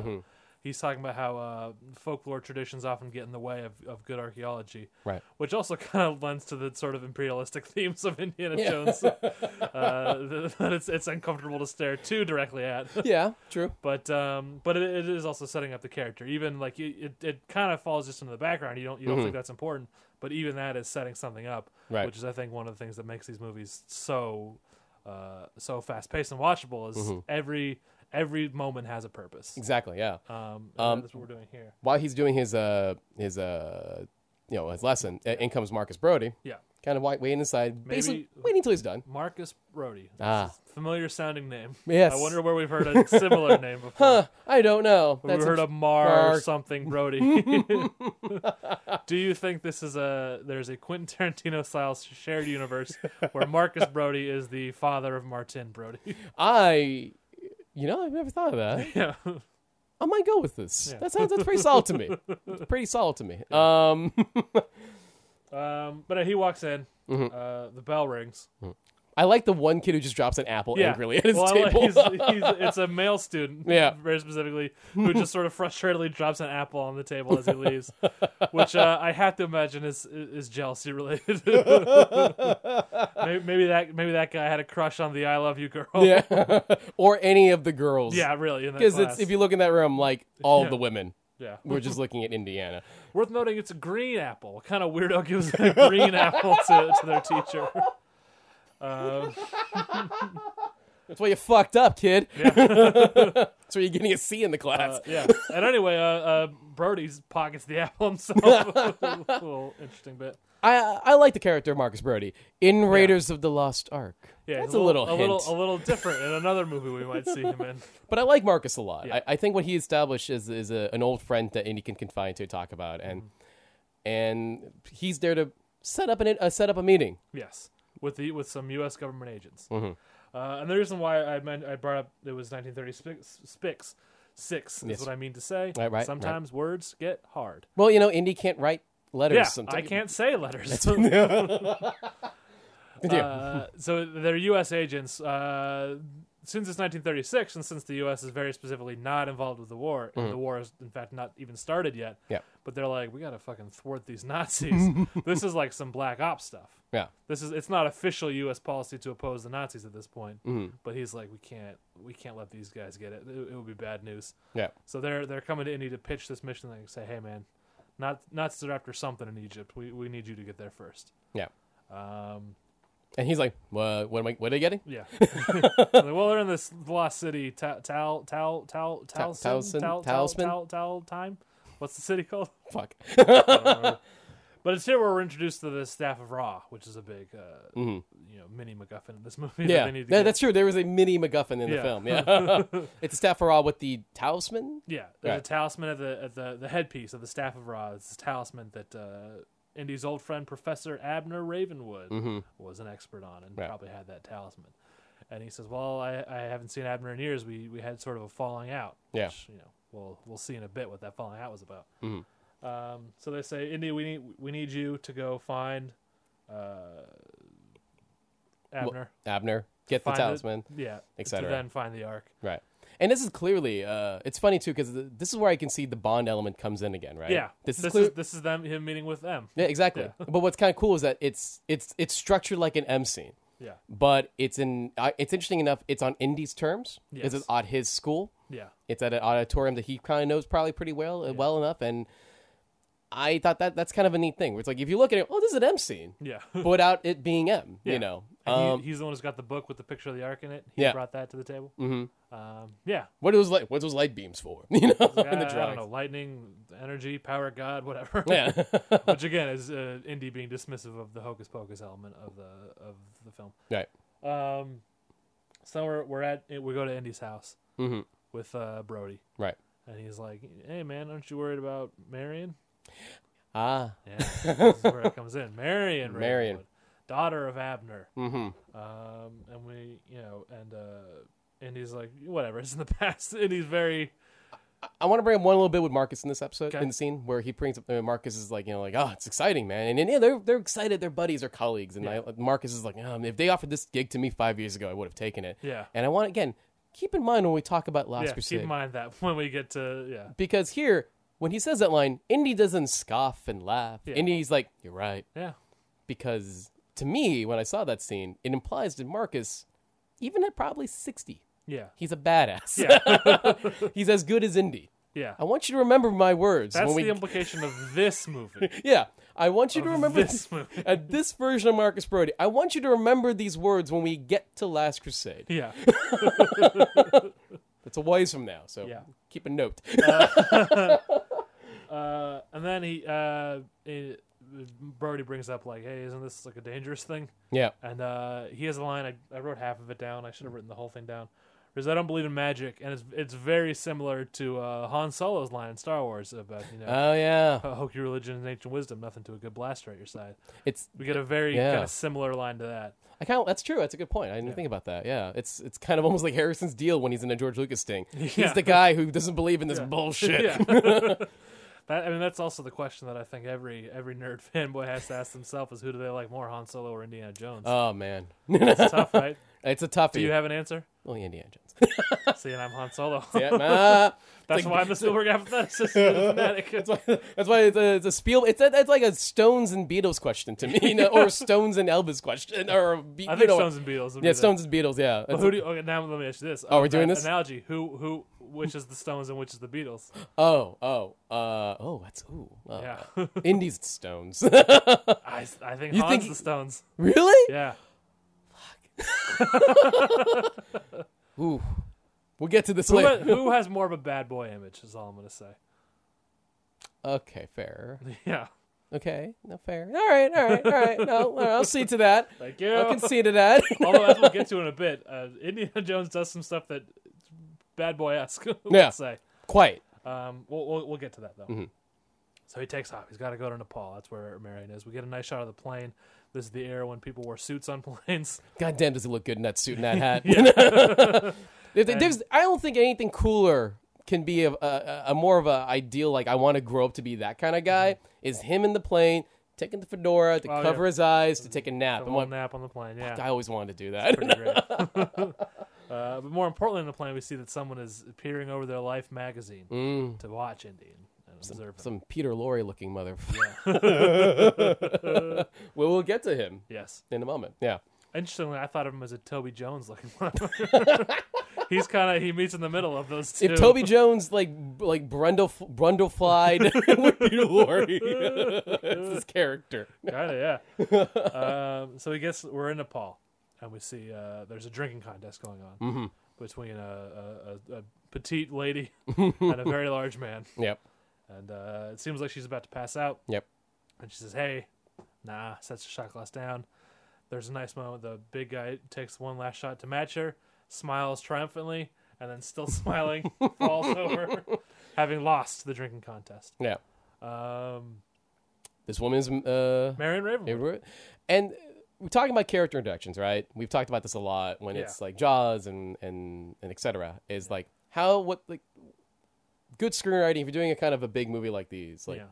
Speaker 1: he's talking about how uh, folklore traditions often get in the way of, of good archaeology,
Speaker 2: Right.
Speaker 1: which also kind of lends to the sort of imperialistic themes of Indiana Jones. uh, th- that it's it's uncomfortable to stare too directly at.
Speaker 2: Yeah, true.
Speaker 1: But um, but it, it is also setting up the character. Even like you, it, it kind of falls just into the background. You don't you don't think that's important, but even that is setting something up,
Speaker 2: Right.
Speaker 1: which is I think one of the things that makes these movies so uh, so fast paced and watchable. Is every every moment has a purpose.
Speaker 2: Exactly. Yeah.
Speaker 1: Um, and that's what we're doing here.
Speaker 2: While he's doing his uh his uh you know his lesson, uh, in comes Marcus Brody,
Speaker 1: Yeah,
Speaker 2: kind of wait, waiting aside, basically
Speaker 1: Maybe-
Speaker 2: waiting until he's done.
Speaker 1: Marcus Brody. This
Speaker 2: Ah.
Speaker 1: is a familiar sounding name.
Speaker 2: Yes.
Speaker 1: I wonder where we've heard a similar name before.
Speaker 2: Huh, I don't know.
Speaker 1: we heard
Speaker 2: a-
Speaker 1: of Mar,
Speaker 2: Mar-
Speaker 1: something Brody. Do you think this is a there's a Quentin Tarantino style shared universe where Marcus Brody is the father of Martin Brody?
Speaker 2: I, you know, I've never thought of that.
Speaker 1: yeah,
Speaker 2: I might go with this.
Speaker 1: Yeah.
Speaker 2: That sounds that's pretty solid to me. It's pretty solid to me. Um,
Speaker 1: um, but uh, he walks in.
Speaker 2: Mm-hmm.
Speaker 1: Uh, the bell rings.
Speaker 2: I like the one kid who just drops an apple
Speaker 1: Yeah,
Speaker 2: angrily at his
Speaker 1: Well, I like-
Speaker 2: table.
Speaker 1: he's- he's- it's a male student,
Speaker 2: Yeah.
Speaker 1: very specifically, who just sort of frustratedly drops an apple on the table as he leaves, which uh, I have to imagine is is jealousy related. maybe, maybe that maybe that guy had a crush on the "I love you" girl.
Speaker 2: yeah, or any of the girls.
Speaker 1: Yeah, really. in that
Speaker 2: because it's
Speaker 1: class.
Speaker 2: if you look in that room, like all
Speaker 1: Yeah.
Speaker 2: the women.
Speaker 1: yeah.
Speaker 2: We're just looking at Indiana.
Speaker 1: Worth noting, it's a green apple. What kind of weirdo gives a green apple to, to their teacher? Um,
Speaker 2: That's why you fucked up, kid.
Speaker 1: Yeah.
Speaker 2: That's why you're getting a C in the
Speaker 1: uh,
Speaker 2: class.
Speaker 1: yeah. And anyway, uh, uh, Brody's pockets the apple himself. Little interesting bit.
Speaker 2: I I like the character of Marcus Brody in Raiders of the Lost Ark.
Speaker 1: Yeah,
Speaker 2: that's
Speaker 1: he's
Speaker 2: little,
Speaker 1: a little,
Speaker 2: hint.
Speaker 1: a little different in another movie we might see him in.
Speaker 2: But I like Marcus a lot.
Speaker 1: Yeah.
Speaker 2: I, I think what he established is is a, an old friend that Indy can confide to talk about,
Speaker 1: Mm-hmm.
Speaker 2: and and he's there to set up an uh, set up a meeting.
Speaker 1: Yes, with the with some U.S. government agents.
Speaker 2: Mm-hmm.
Speaker 1: Uh, and the reason why I meant I brought up it was 1930 Spix, Spix six is
Speaker 2: Yes.
Speaker 1: what I mean to say.
Speaker 2: Right, right, right.
Speaker 1: Sometimes words get hard.
Speaker 2: Well, you know, Indy can't write letters.
Speaker 1: Yeah,
Speaker 2: sometimes.
Speaker 1: I can't say letters.
Speaker 2: Yeah.
Speaker 1: Uh, so they're U.S. agents. Uh, since it's 1936, and since the U.S. is very specifically not involved with the war, and the war is in fact not even started yet.
Speaker 2: Mm-hmm. Yeah.
Speaker 1: But they're like, we gotta fucking thwart these Nazis. this is like some black ops stuff.
Speaker 2: yeah.
Speaker 1: This is it's not official U.S. policy to oppose the Nazis at this point.
Speaker 2: Mm-hmm.
Speaker 1: But he's like, we can't, we can't let these guys get it. It, it would be bad news.
Speaker 2: Yeah.
Speaker 1: So they're they're coming to Indy to pitch this mission. and They say, hey man, not Nazis are after something in Egypt. We we need you to get there first.
Speaker 2: Yeah.
Speaker 1: Um,
Speaker 2: And he's like, well, what am I? What are they getting?
Speaker 1: yeah. well, they're in this lost city, Tal Tal Tal Tal Tal
Speaker 2: Towson?
Speaker 1: Tal
Speaker 2: Talisman?
Speaker 1: Tal Tal Time. What's the city called?
Speaker 2: Fuck.
Speaker 1: But it's here where we're introduced to the staff of Ra, which is a big, uh, you know, mini MacGuffin in this movie. that
Speaker 2: Mm-hmm. Yeah,
Speaker 1: they need to
Speaker 2: That-
Speaker 1: get.
Speaker 2: that's true. There was a mini MacGuffin in
Speaker 1: Yeah.
Speaker 2: the film. Yeah, it's a staff for all with the talisman.
Speaker 1: yeah. There's a
Speaker 2: Right.
Speaker 1: talisman at the at the the headpiece of the staff of Ra. It's this talisman that uh, Indy's old friend Professor Abner Ravenwood was an expert on and
Speaker 2: Mm-hmm. Right.
Speaker 1: probably had that talisman. And he says, "Well, I, I haven't seen Abner in years. We we had sort of a falling out.
Speaker 2: Yeah.
Speaker 1: Which, you know, we'll we'll see in a bit what that falling out was about.
Speaker 2: Mm-hmm.
Speaker 1: Um, so they say, Indy, we need we need you to go find uh, Abner."
Speaker 2: Abner, get the
Speaker 1: find
Speaker 2: talisman.
Speaker 1: yeah,
Speaker 2: et
Speaker 1: to
Speaker 2: cetera.
Speaker 1: then find the arc.
Speaker 2: Right. And this is clearly, uh, it's funny too, because this is where I can see the Bond element comes in again, right?
Speaker 1: Yeah,
Speaker 2: This is
Speaker 1: this
Speaker 2: clear.
Speaker 1: is this is them him meeting with them.
Speaker 2: yeah, exactly. But what's kind of cool is that it's it's it's structured like an M scene,
Speaker 1: Yeah,
Speaker 2: but it's in I it's interesting enough. It's on Indy's terms.
Speaker 1: Yes.
Speaker 2: It's at- at his school.
Speaker 1: yeah,
Speaker 2: It's at an auditorium that he kind of knows probably pretty well well enough. And I thought that that's kind of a neat thing. Where it's like if you look at it, oh, this is an M scene,
Speaker 1: yeah.
Speaker 2: but without it being M.
Speaker 1: Yeah.
Speaker 2: You know.
Speaker 1: And
Speaker 2: Um,
Speaker 1: he, he's the one who's got the book with the picture of the ark in it. He
Speaker 2: Yeah.
Speaker 1: brought that to the table. Mm-hmm. Um, yeah,
Speaker 2: what are those light? What's those light beams for? You know,
Speaker 1: I,
Speaker 2: in the
Speaker 1: I don't know,
Speaker 2: drawings.
Speaker 1: lightning, energy, power, god, whatever.
Speaker 2: Yeah.
Speaker 1: which again is uh, Indy being dismissive of the hocus pocus element of the of the film.
Speaker 2: right.
Speaker 1: Um, so we're we're at we go to Indy's house
Speaker 2: Mhm.
Speaker 1: with uh, Brody,
Speaker 2: Right.
Speaker 1: and he's like, "Hey man, aren't you worried about Marion?"
Speaker 2: Ah.
Speaker 1: Yeah, this is where it comes in. Marion,
Speaker 2: Marion.
Speaker 1: Ravenwood, daughter of Abner.
Speaker 2: Mm-hmm.
Speaker 1: Um, and we, you know, and uh, Indy's like, whatever, it's in the past. Indy's very,
Speaker 2: I want to bring up one little bit with Marcus in this episode,
Speaker 1: Okay.
Speaker 2: in the scene where he brings up uh, Marcus is like, you know, like, oh, it's exciting, man, and, and yeah, they're they're excited, they're buddies, they're "Oh, colleagues, and I, Marcus is like, um, if they offered this gig to me five years ago, I would have taken it.
Speaker 1: Yeah.
Speaker 2: and I want again, keep in mind when we talk about Last
Speaker 1: yeah,
Speaker 2: Crusade.
Speaker 1: keep in mind that when we get to yeah,
Speaker 2: Because here, when he says that line, Indy doesn't scoff and laugh.
Speaker 1: Yeah.
Speaker 2: Indy's like, You're right.
Speaker 1: yeah,
Speaker 2: Because to me, when I saw that scene, it implies that Marcus, even at probably 60,
Speaker 1: yeah,
Speaker 2: he's a badass.
Speaker 1: yeah,
Speaker 2: he's as good as Indy.
Speaker 1: yeah.
Speaker 2: I want you to remember my words.
Speaker 1: That's
Speaker 2: Oh, when we,
Speaker 1: the implication of this movie.
Speaker 2: yeah, I want you to
Speaker 1: Of
Speaker 2: remember
Speaker 1: this movie.
Speaker 2: at this version of Marcus Brody. I want you to remember these words when we get to Last Crusade.
Speaker 1: Yeah,
Speaker 2: That's a ways from now, so
Speaker 1: Yeah.
Speaker 2: keep a note.
Speaker 1: uh, and then he, uh, he Brody brings up like, "Hey, isn't this like a dangerous thing?"
Speaker 2: yeah,
Speaker 1: And uh, he has a line. I, I wrote half of it down. I should have written the whole thing down. Because I don't believe in magic, and it's it's very similar to uh, Han Solo's line in Star Wars about you know
Speaker 2: oh yeah,
Speaker 1: uh, hokey religion and ancient wisdom, nothing to a good blaster at your side.
Speaker 2: it's
Speaker 1: We get a very
Speaker 2: Yeah.
Speaker 1: kind of similar line to that.
Speaker 2: I kind of that's true. That's a good point. I didn't think about that. Yeah, it's it's kind of almost like Harrison's deal when he's in a George Lucas thing. He's
Speaker 1: Yeah.
Speaker 2: the guy who doesn't believe in this
Speaker 1: Yeah.
Speaker 2: bullshit.
Speaker 1: Yeah. that I mean, that's also the question that I think every every nerd fanboy has to ask themselves: is who do they like more, Han Solo or Indiana Jones?
Speaker 2: Oh man,
Speaker 1: it's tough, right?
Speaker 2: it's a toughie.
Speaker 1: Do you have an answer?
Speaker 2: Only Indiana Jones.
Speaker 1: See, and I'm Han Solo.
Speaker 2: yeah, nah.
Speaker 1: that's
Speaker 2: like-
Speaker 1: why I'm the Spielberg apatheticist fanatic.
Speaker 2: That's why it's a, it's a Spiel. It's, a, it's like a Stones and Beatles question to me, you know, or a Stones and Elvis question, or a Be-
Speaker 1: I
Speaker 2: you
Speaker 1: think
Speaker 2: know,
Speaker 1: Stones and Beatles. would be
Speaker 2: yeah,
Speaker 1: the-
Speaker 2: Stones and Beatles. Yeah,
Speaker 1: But Who do you, okay, now let me ask you this. Oh,
Speaker 2: we're doing this?
Speaker 1: analogy. Who who which is the Stones and which is the Beatles?
Speaker 2: oh, oh, uh, oh, that's ooh, uh,
Speaker 1: Yeah,
Speaker 2: Indies and Stones.
Speaker 1: I, I think
Speaker 2: You
Speaker 1: Han's
Speaker 2: think-
Speaker 1: the Stones.
Speaker 2: really?
Speaker 1: Yeah,
Speaker 2: Ooh, we'll get to this
Speaker 1: who,
Speaker 2: later.
Speaker 1: ha- who has more of a bad boy image? Is all I'm gonna say.
Speaker 2: Okay, fair.
Speaker 1: Yeah,
Speaker 2: Okay, no fair. All right, all right, all right. No, all right, I'll see to that.
Speaker 1: thank you.
Speaker 2: I'll concede to that.
Speaker 1: Although, as we'll get to in a bit, uh, Indiana Jones does some stuff that bad boy esque.
Speaker 2: Yeah. Mm-hmm.
Speaker 1: Say.
Speaker 2: Quite.
Speaker 1: Um, we'll, we'll we'll get to that though. So he takes off. He's got to go to Nepal. That's where Marion is. We get a nice shot of the plane. This is the era when people wore suits on planes.
Speaker 2: Goddamn, does he look good in that suit and that hat? If there- there's, I don't think anything cooler can be a, a- a, a more of a ideal. Like I want to grow up to be that kind of guy. Is him in the plane taking the fedora to
Speaker 1: Oh,
Speaker 2: cover
Speaker 1: yeah.
Speaker 2: his eyes to take a nap?
Speaker 1: A
Speaker 2: I'm
Speaker 1: little
Speaker 2: like,
Speaker 1: nap on the plane. Yeah.
Speaker 2: I always wanted to do that.
Speaker 1: pretty great. uh, but more importantly, in the plan, we see that someone is peering over their Life magazine to watch Indy and, and observe him.
Speaker 2: Mm. Some Peter Lorre looking mother. well, we'll get to him
Speaker 1: Yes.
Speaker 2: in a moment. Yeah.
Speaker 1: Interestingly, I thought of him as a Toby Jones looking motherfucker. He's kind of he meets in the middle of those two.
Speaker 2: If Toby Jones like like Brundle Brundlefied with Peter Lorre, it's his character.
Speaker 1: kind of yeah. um, so he gets we're in Nepal, and we see uh, there's a drinking contest going on
Speaker 2: Mm-hmm.
Speaker 1: between a, a, a, a petite lady and a very large man,
Speaker 2: Yep.
Speaker 1: and uh, it seems like she's about to pass out.
Speaker 2: Yep.
Speaker 1: And she says, "Hey, nah." Sets the shot glass down. There's a nice moment. The big guy takes one last shot to match her, smiles triumphantly, and then still smiling, falls over, having lost the drinking contest.
Speaker 2: Yeah.
Speaker 1: Um,
Speaker 2: This woman is uh,
Speaker 1: Marion Ravenwood.
Speaker 2: Everywhere. And we're talking about character introductions, right? We've talked about this a lot when
Speaker 1: Yeah.
Speaker 2: it's like Jaws and and and etc. Is like how what like good screenwriting. If you're doing a kind of a big movie like these, like
Speaker 1: Yeah.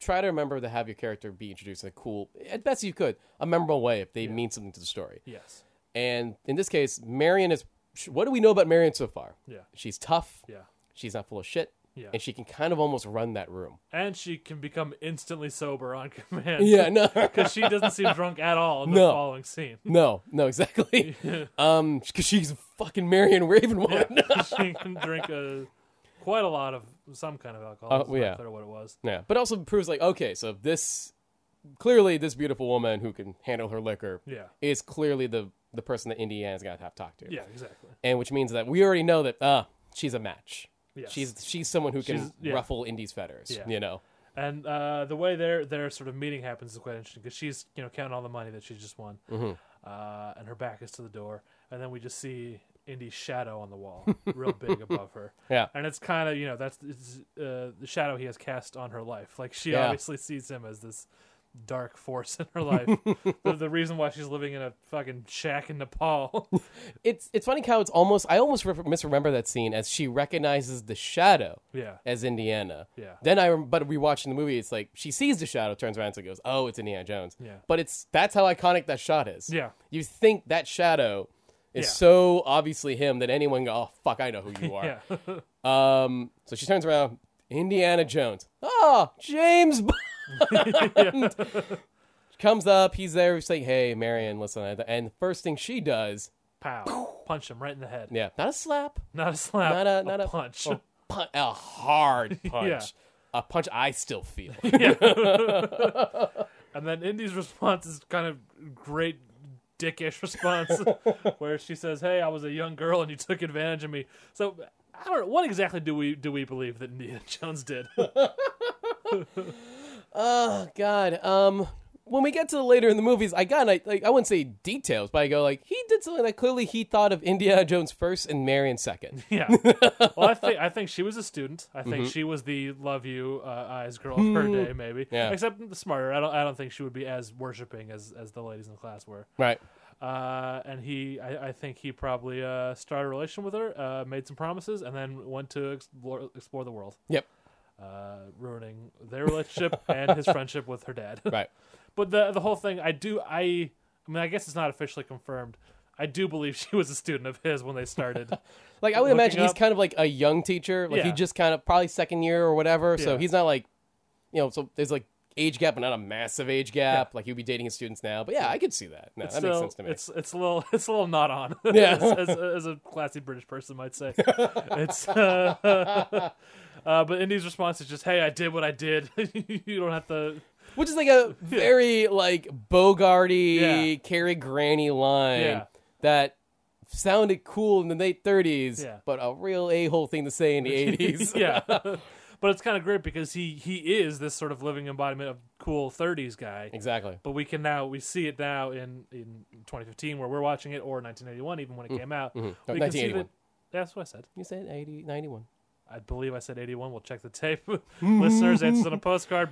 Speaker 2: try to remember to have your character be introduced in a cool, at best you could, a memorable way if they mean something to the story.
Speaker 1: Yes.
Speaker 2: And in this case, Marion is. What do we know about Marion so far?
Speaker 1: Yeah.
Speaker 2: She's tough.
Speaker 1: Yeah.
Speaker 2: She's not full of shit.
Speaker 1: Yeah.
Speaker 2: And she can kind of almost run that room.
Speaker 1: And she can become instantly sober on command.
Speaker 2: Yeah, no.
Speaker 1: Because she doesn't seem drunk at all in the
Speaker 2: No.
Speaker 1: following scene.
Speaker 2: No, no, exactly. um, because she's fucking Marion Ravenwood.
Speaker 1: she can drink a, quite a lot of some kind of alcohol.
Speaker 2: Oh,
Speaker 1: It's not
Speaker 2: yeah.
Speaker 1: clear what it was.
Speaker 2: Yeah, but also proves like okay, so this clearly this beautiful woman who can handle her liquor
Speaker 1: Yeah.
Speaker 2: is clearly the the person that Indiana's gonna have to talk to,
Speaker 1: Yeah, exactly.
Speaker 2: and which means that we already know that uh she's a match.
Speaker 1: Yes.
Speaker 2: She's she's someone who can
Speaker 1: She's- yeah.
Speaker 2: ruffle Indy's feathers.
Speaker 1: Yeah.
Speaker 2: You know,
Speaker 1: And uh, the way their their sort of meeting happens is quite interesting because she's you know counting all the money that she just won,
Speaker 2: Mm-hmm.
Speaker 1: uh, and her back is to the door, and then we just see Indy's shadow on the wall, real big above her.
Speaker 2: Yeah.
Speaker 1: and it's kind of you know that's it's, uh, the shadow he has cast on her life. Like she
Speaker 2: Yeah.
Speaker 1: obviously sees him as this dark force in her life. the, the reason why she's living in a fucking shack in Nepal.
Speaker 2: it's it's funny how it's almost I almost re- misremember that scene as she recognizes the shadow
Speaker 1: yeah,
Speaker 2: as Indiana.
Speaker 1: Yeah.
Speaker 2: Then I rem- but rewatching the movie, it's like she sees the shadow, turns around and goes, "Oh, it's Indiana Jones."
Speaker 1: Yeah.
Speaker 2: But it's that's how iconic that shot is.
Speaker 1: Yeah.
Speaker 2: You think that shadow is
Speaker 1: Yeah.
Speaker 2: so obviously him that anyone go, oh fuck, I know who you are.
Speaker 1: Yeah.
Speaker 2: Um, so she turns around. Indiana Jones. Oh, James Bond. She comes up. He's there. He's like, "Hey, Marion, listen." I- And the first thing she does,
Speaker 1: Pow. Punch him right in the head.
Speaker 2: yeah, not a slap,
Speaker 1: Not a slap.
Speaker 2: Not a- not a-
Speaker 1: punch.
Speaker 2: a, pun- a hard punch, a punch I still feel.
Speaker 1: And then Indy's response is kind of great dickish response where she says, "Hey, I was a young girl and you took advantage of me." So, I don't know what exactly do we do we believe that Indiana Jones did?
Speaker 2: Oh God. Um, when we get to the later in the movies, I got like, like I wouldn't say details, but I go like he did something that clearly he thought of Indiana Jones first and Marion second.
Speaker 1: yeah. Well, I think I think she was a student. I think she was the love you uh, eyes girl of her day maybe.
Speaker 2: Yeah.
Speaker 1: Except smarter. I don't I don't think she would be as worshiping as as the ladies in the class were.
Speaker 2: Right.
Speaker 1: uh, and he I, I think he probably uh, started a relation with her uh, made some promises and then went to explore, explore the world
Speaker 2: Yep.
Speaker 1: uh, ruining their relationship and his friendship with her dad
Speaker 2: Right.
Speaker 1: but the the whole thing I do I I mean I guess it's not officially confirmed I do believe she was a student of his when they started
Speaker 2: Like I would
Speaker 1: Looking
Speaker 2: imagine he's
Speaker 1: up-
Speaker 2: kind of like a young teacher. Like he
Speaker 1: Yeah.
Speaker 2: just kind of probably second year or whatever. So
Speaker 1: Yeah.
Speaker 2: he's not like, you know, so there's like age gap, but not a massive age gap. Like he'd be dating his students now. But yeah, I could see that. No, that makes
Speaker 1: Still,
Speaker 2: sense to me.
Speaker 1: It's it's a little it's a little not on.
Speaker 2: Yeah.
Speaker 1: as, as, as a classy British person might say, it's. Uh, uh, but Indy's response is just, "Hey, I did what I did. you don't have to."
Speaker 2: Which is like a very like Bogarty,
Speaker 1: Yeah.
Speaker 2: Cary Granny line
Speaker 1: Yeah.
Speaker 2: that sounded cool in the late 30s,
Speaker 1: Yeah.
Speaker 2: but a real a hole thing to say in the 80s.
Speaker 1: yeah, but it's kind of great because he he is this sort of living embodiment of cool '30s guy.
Speaker 2: Exactly.
Speaker 1: But we can now we see it now in in 2015 where we're watching it, or 1981 even when it came out.
Speaker 2: No,
Speaker 1: We can see
Speaker 2: 1981.
Speaker 1: that. That's what I said.
Speaker 2: You said 80, 91.
Speaker 1: I believe I said 81. We'll check the tape. Listeners, answers on a postcard,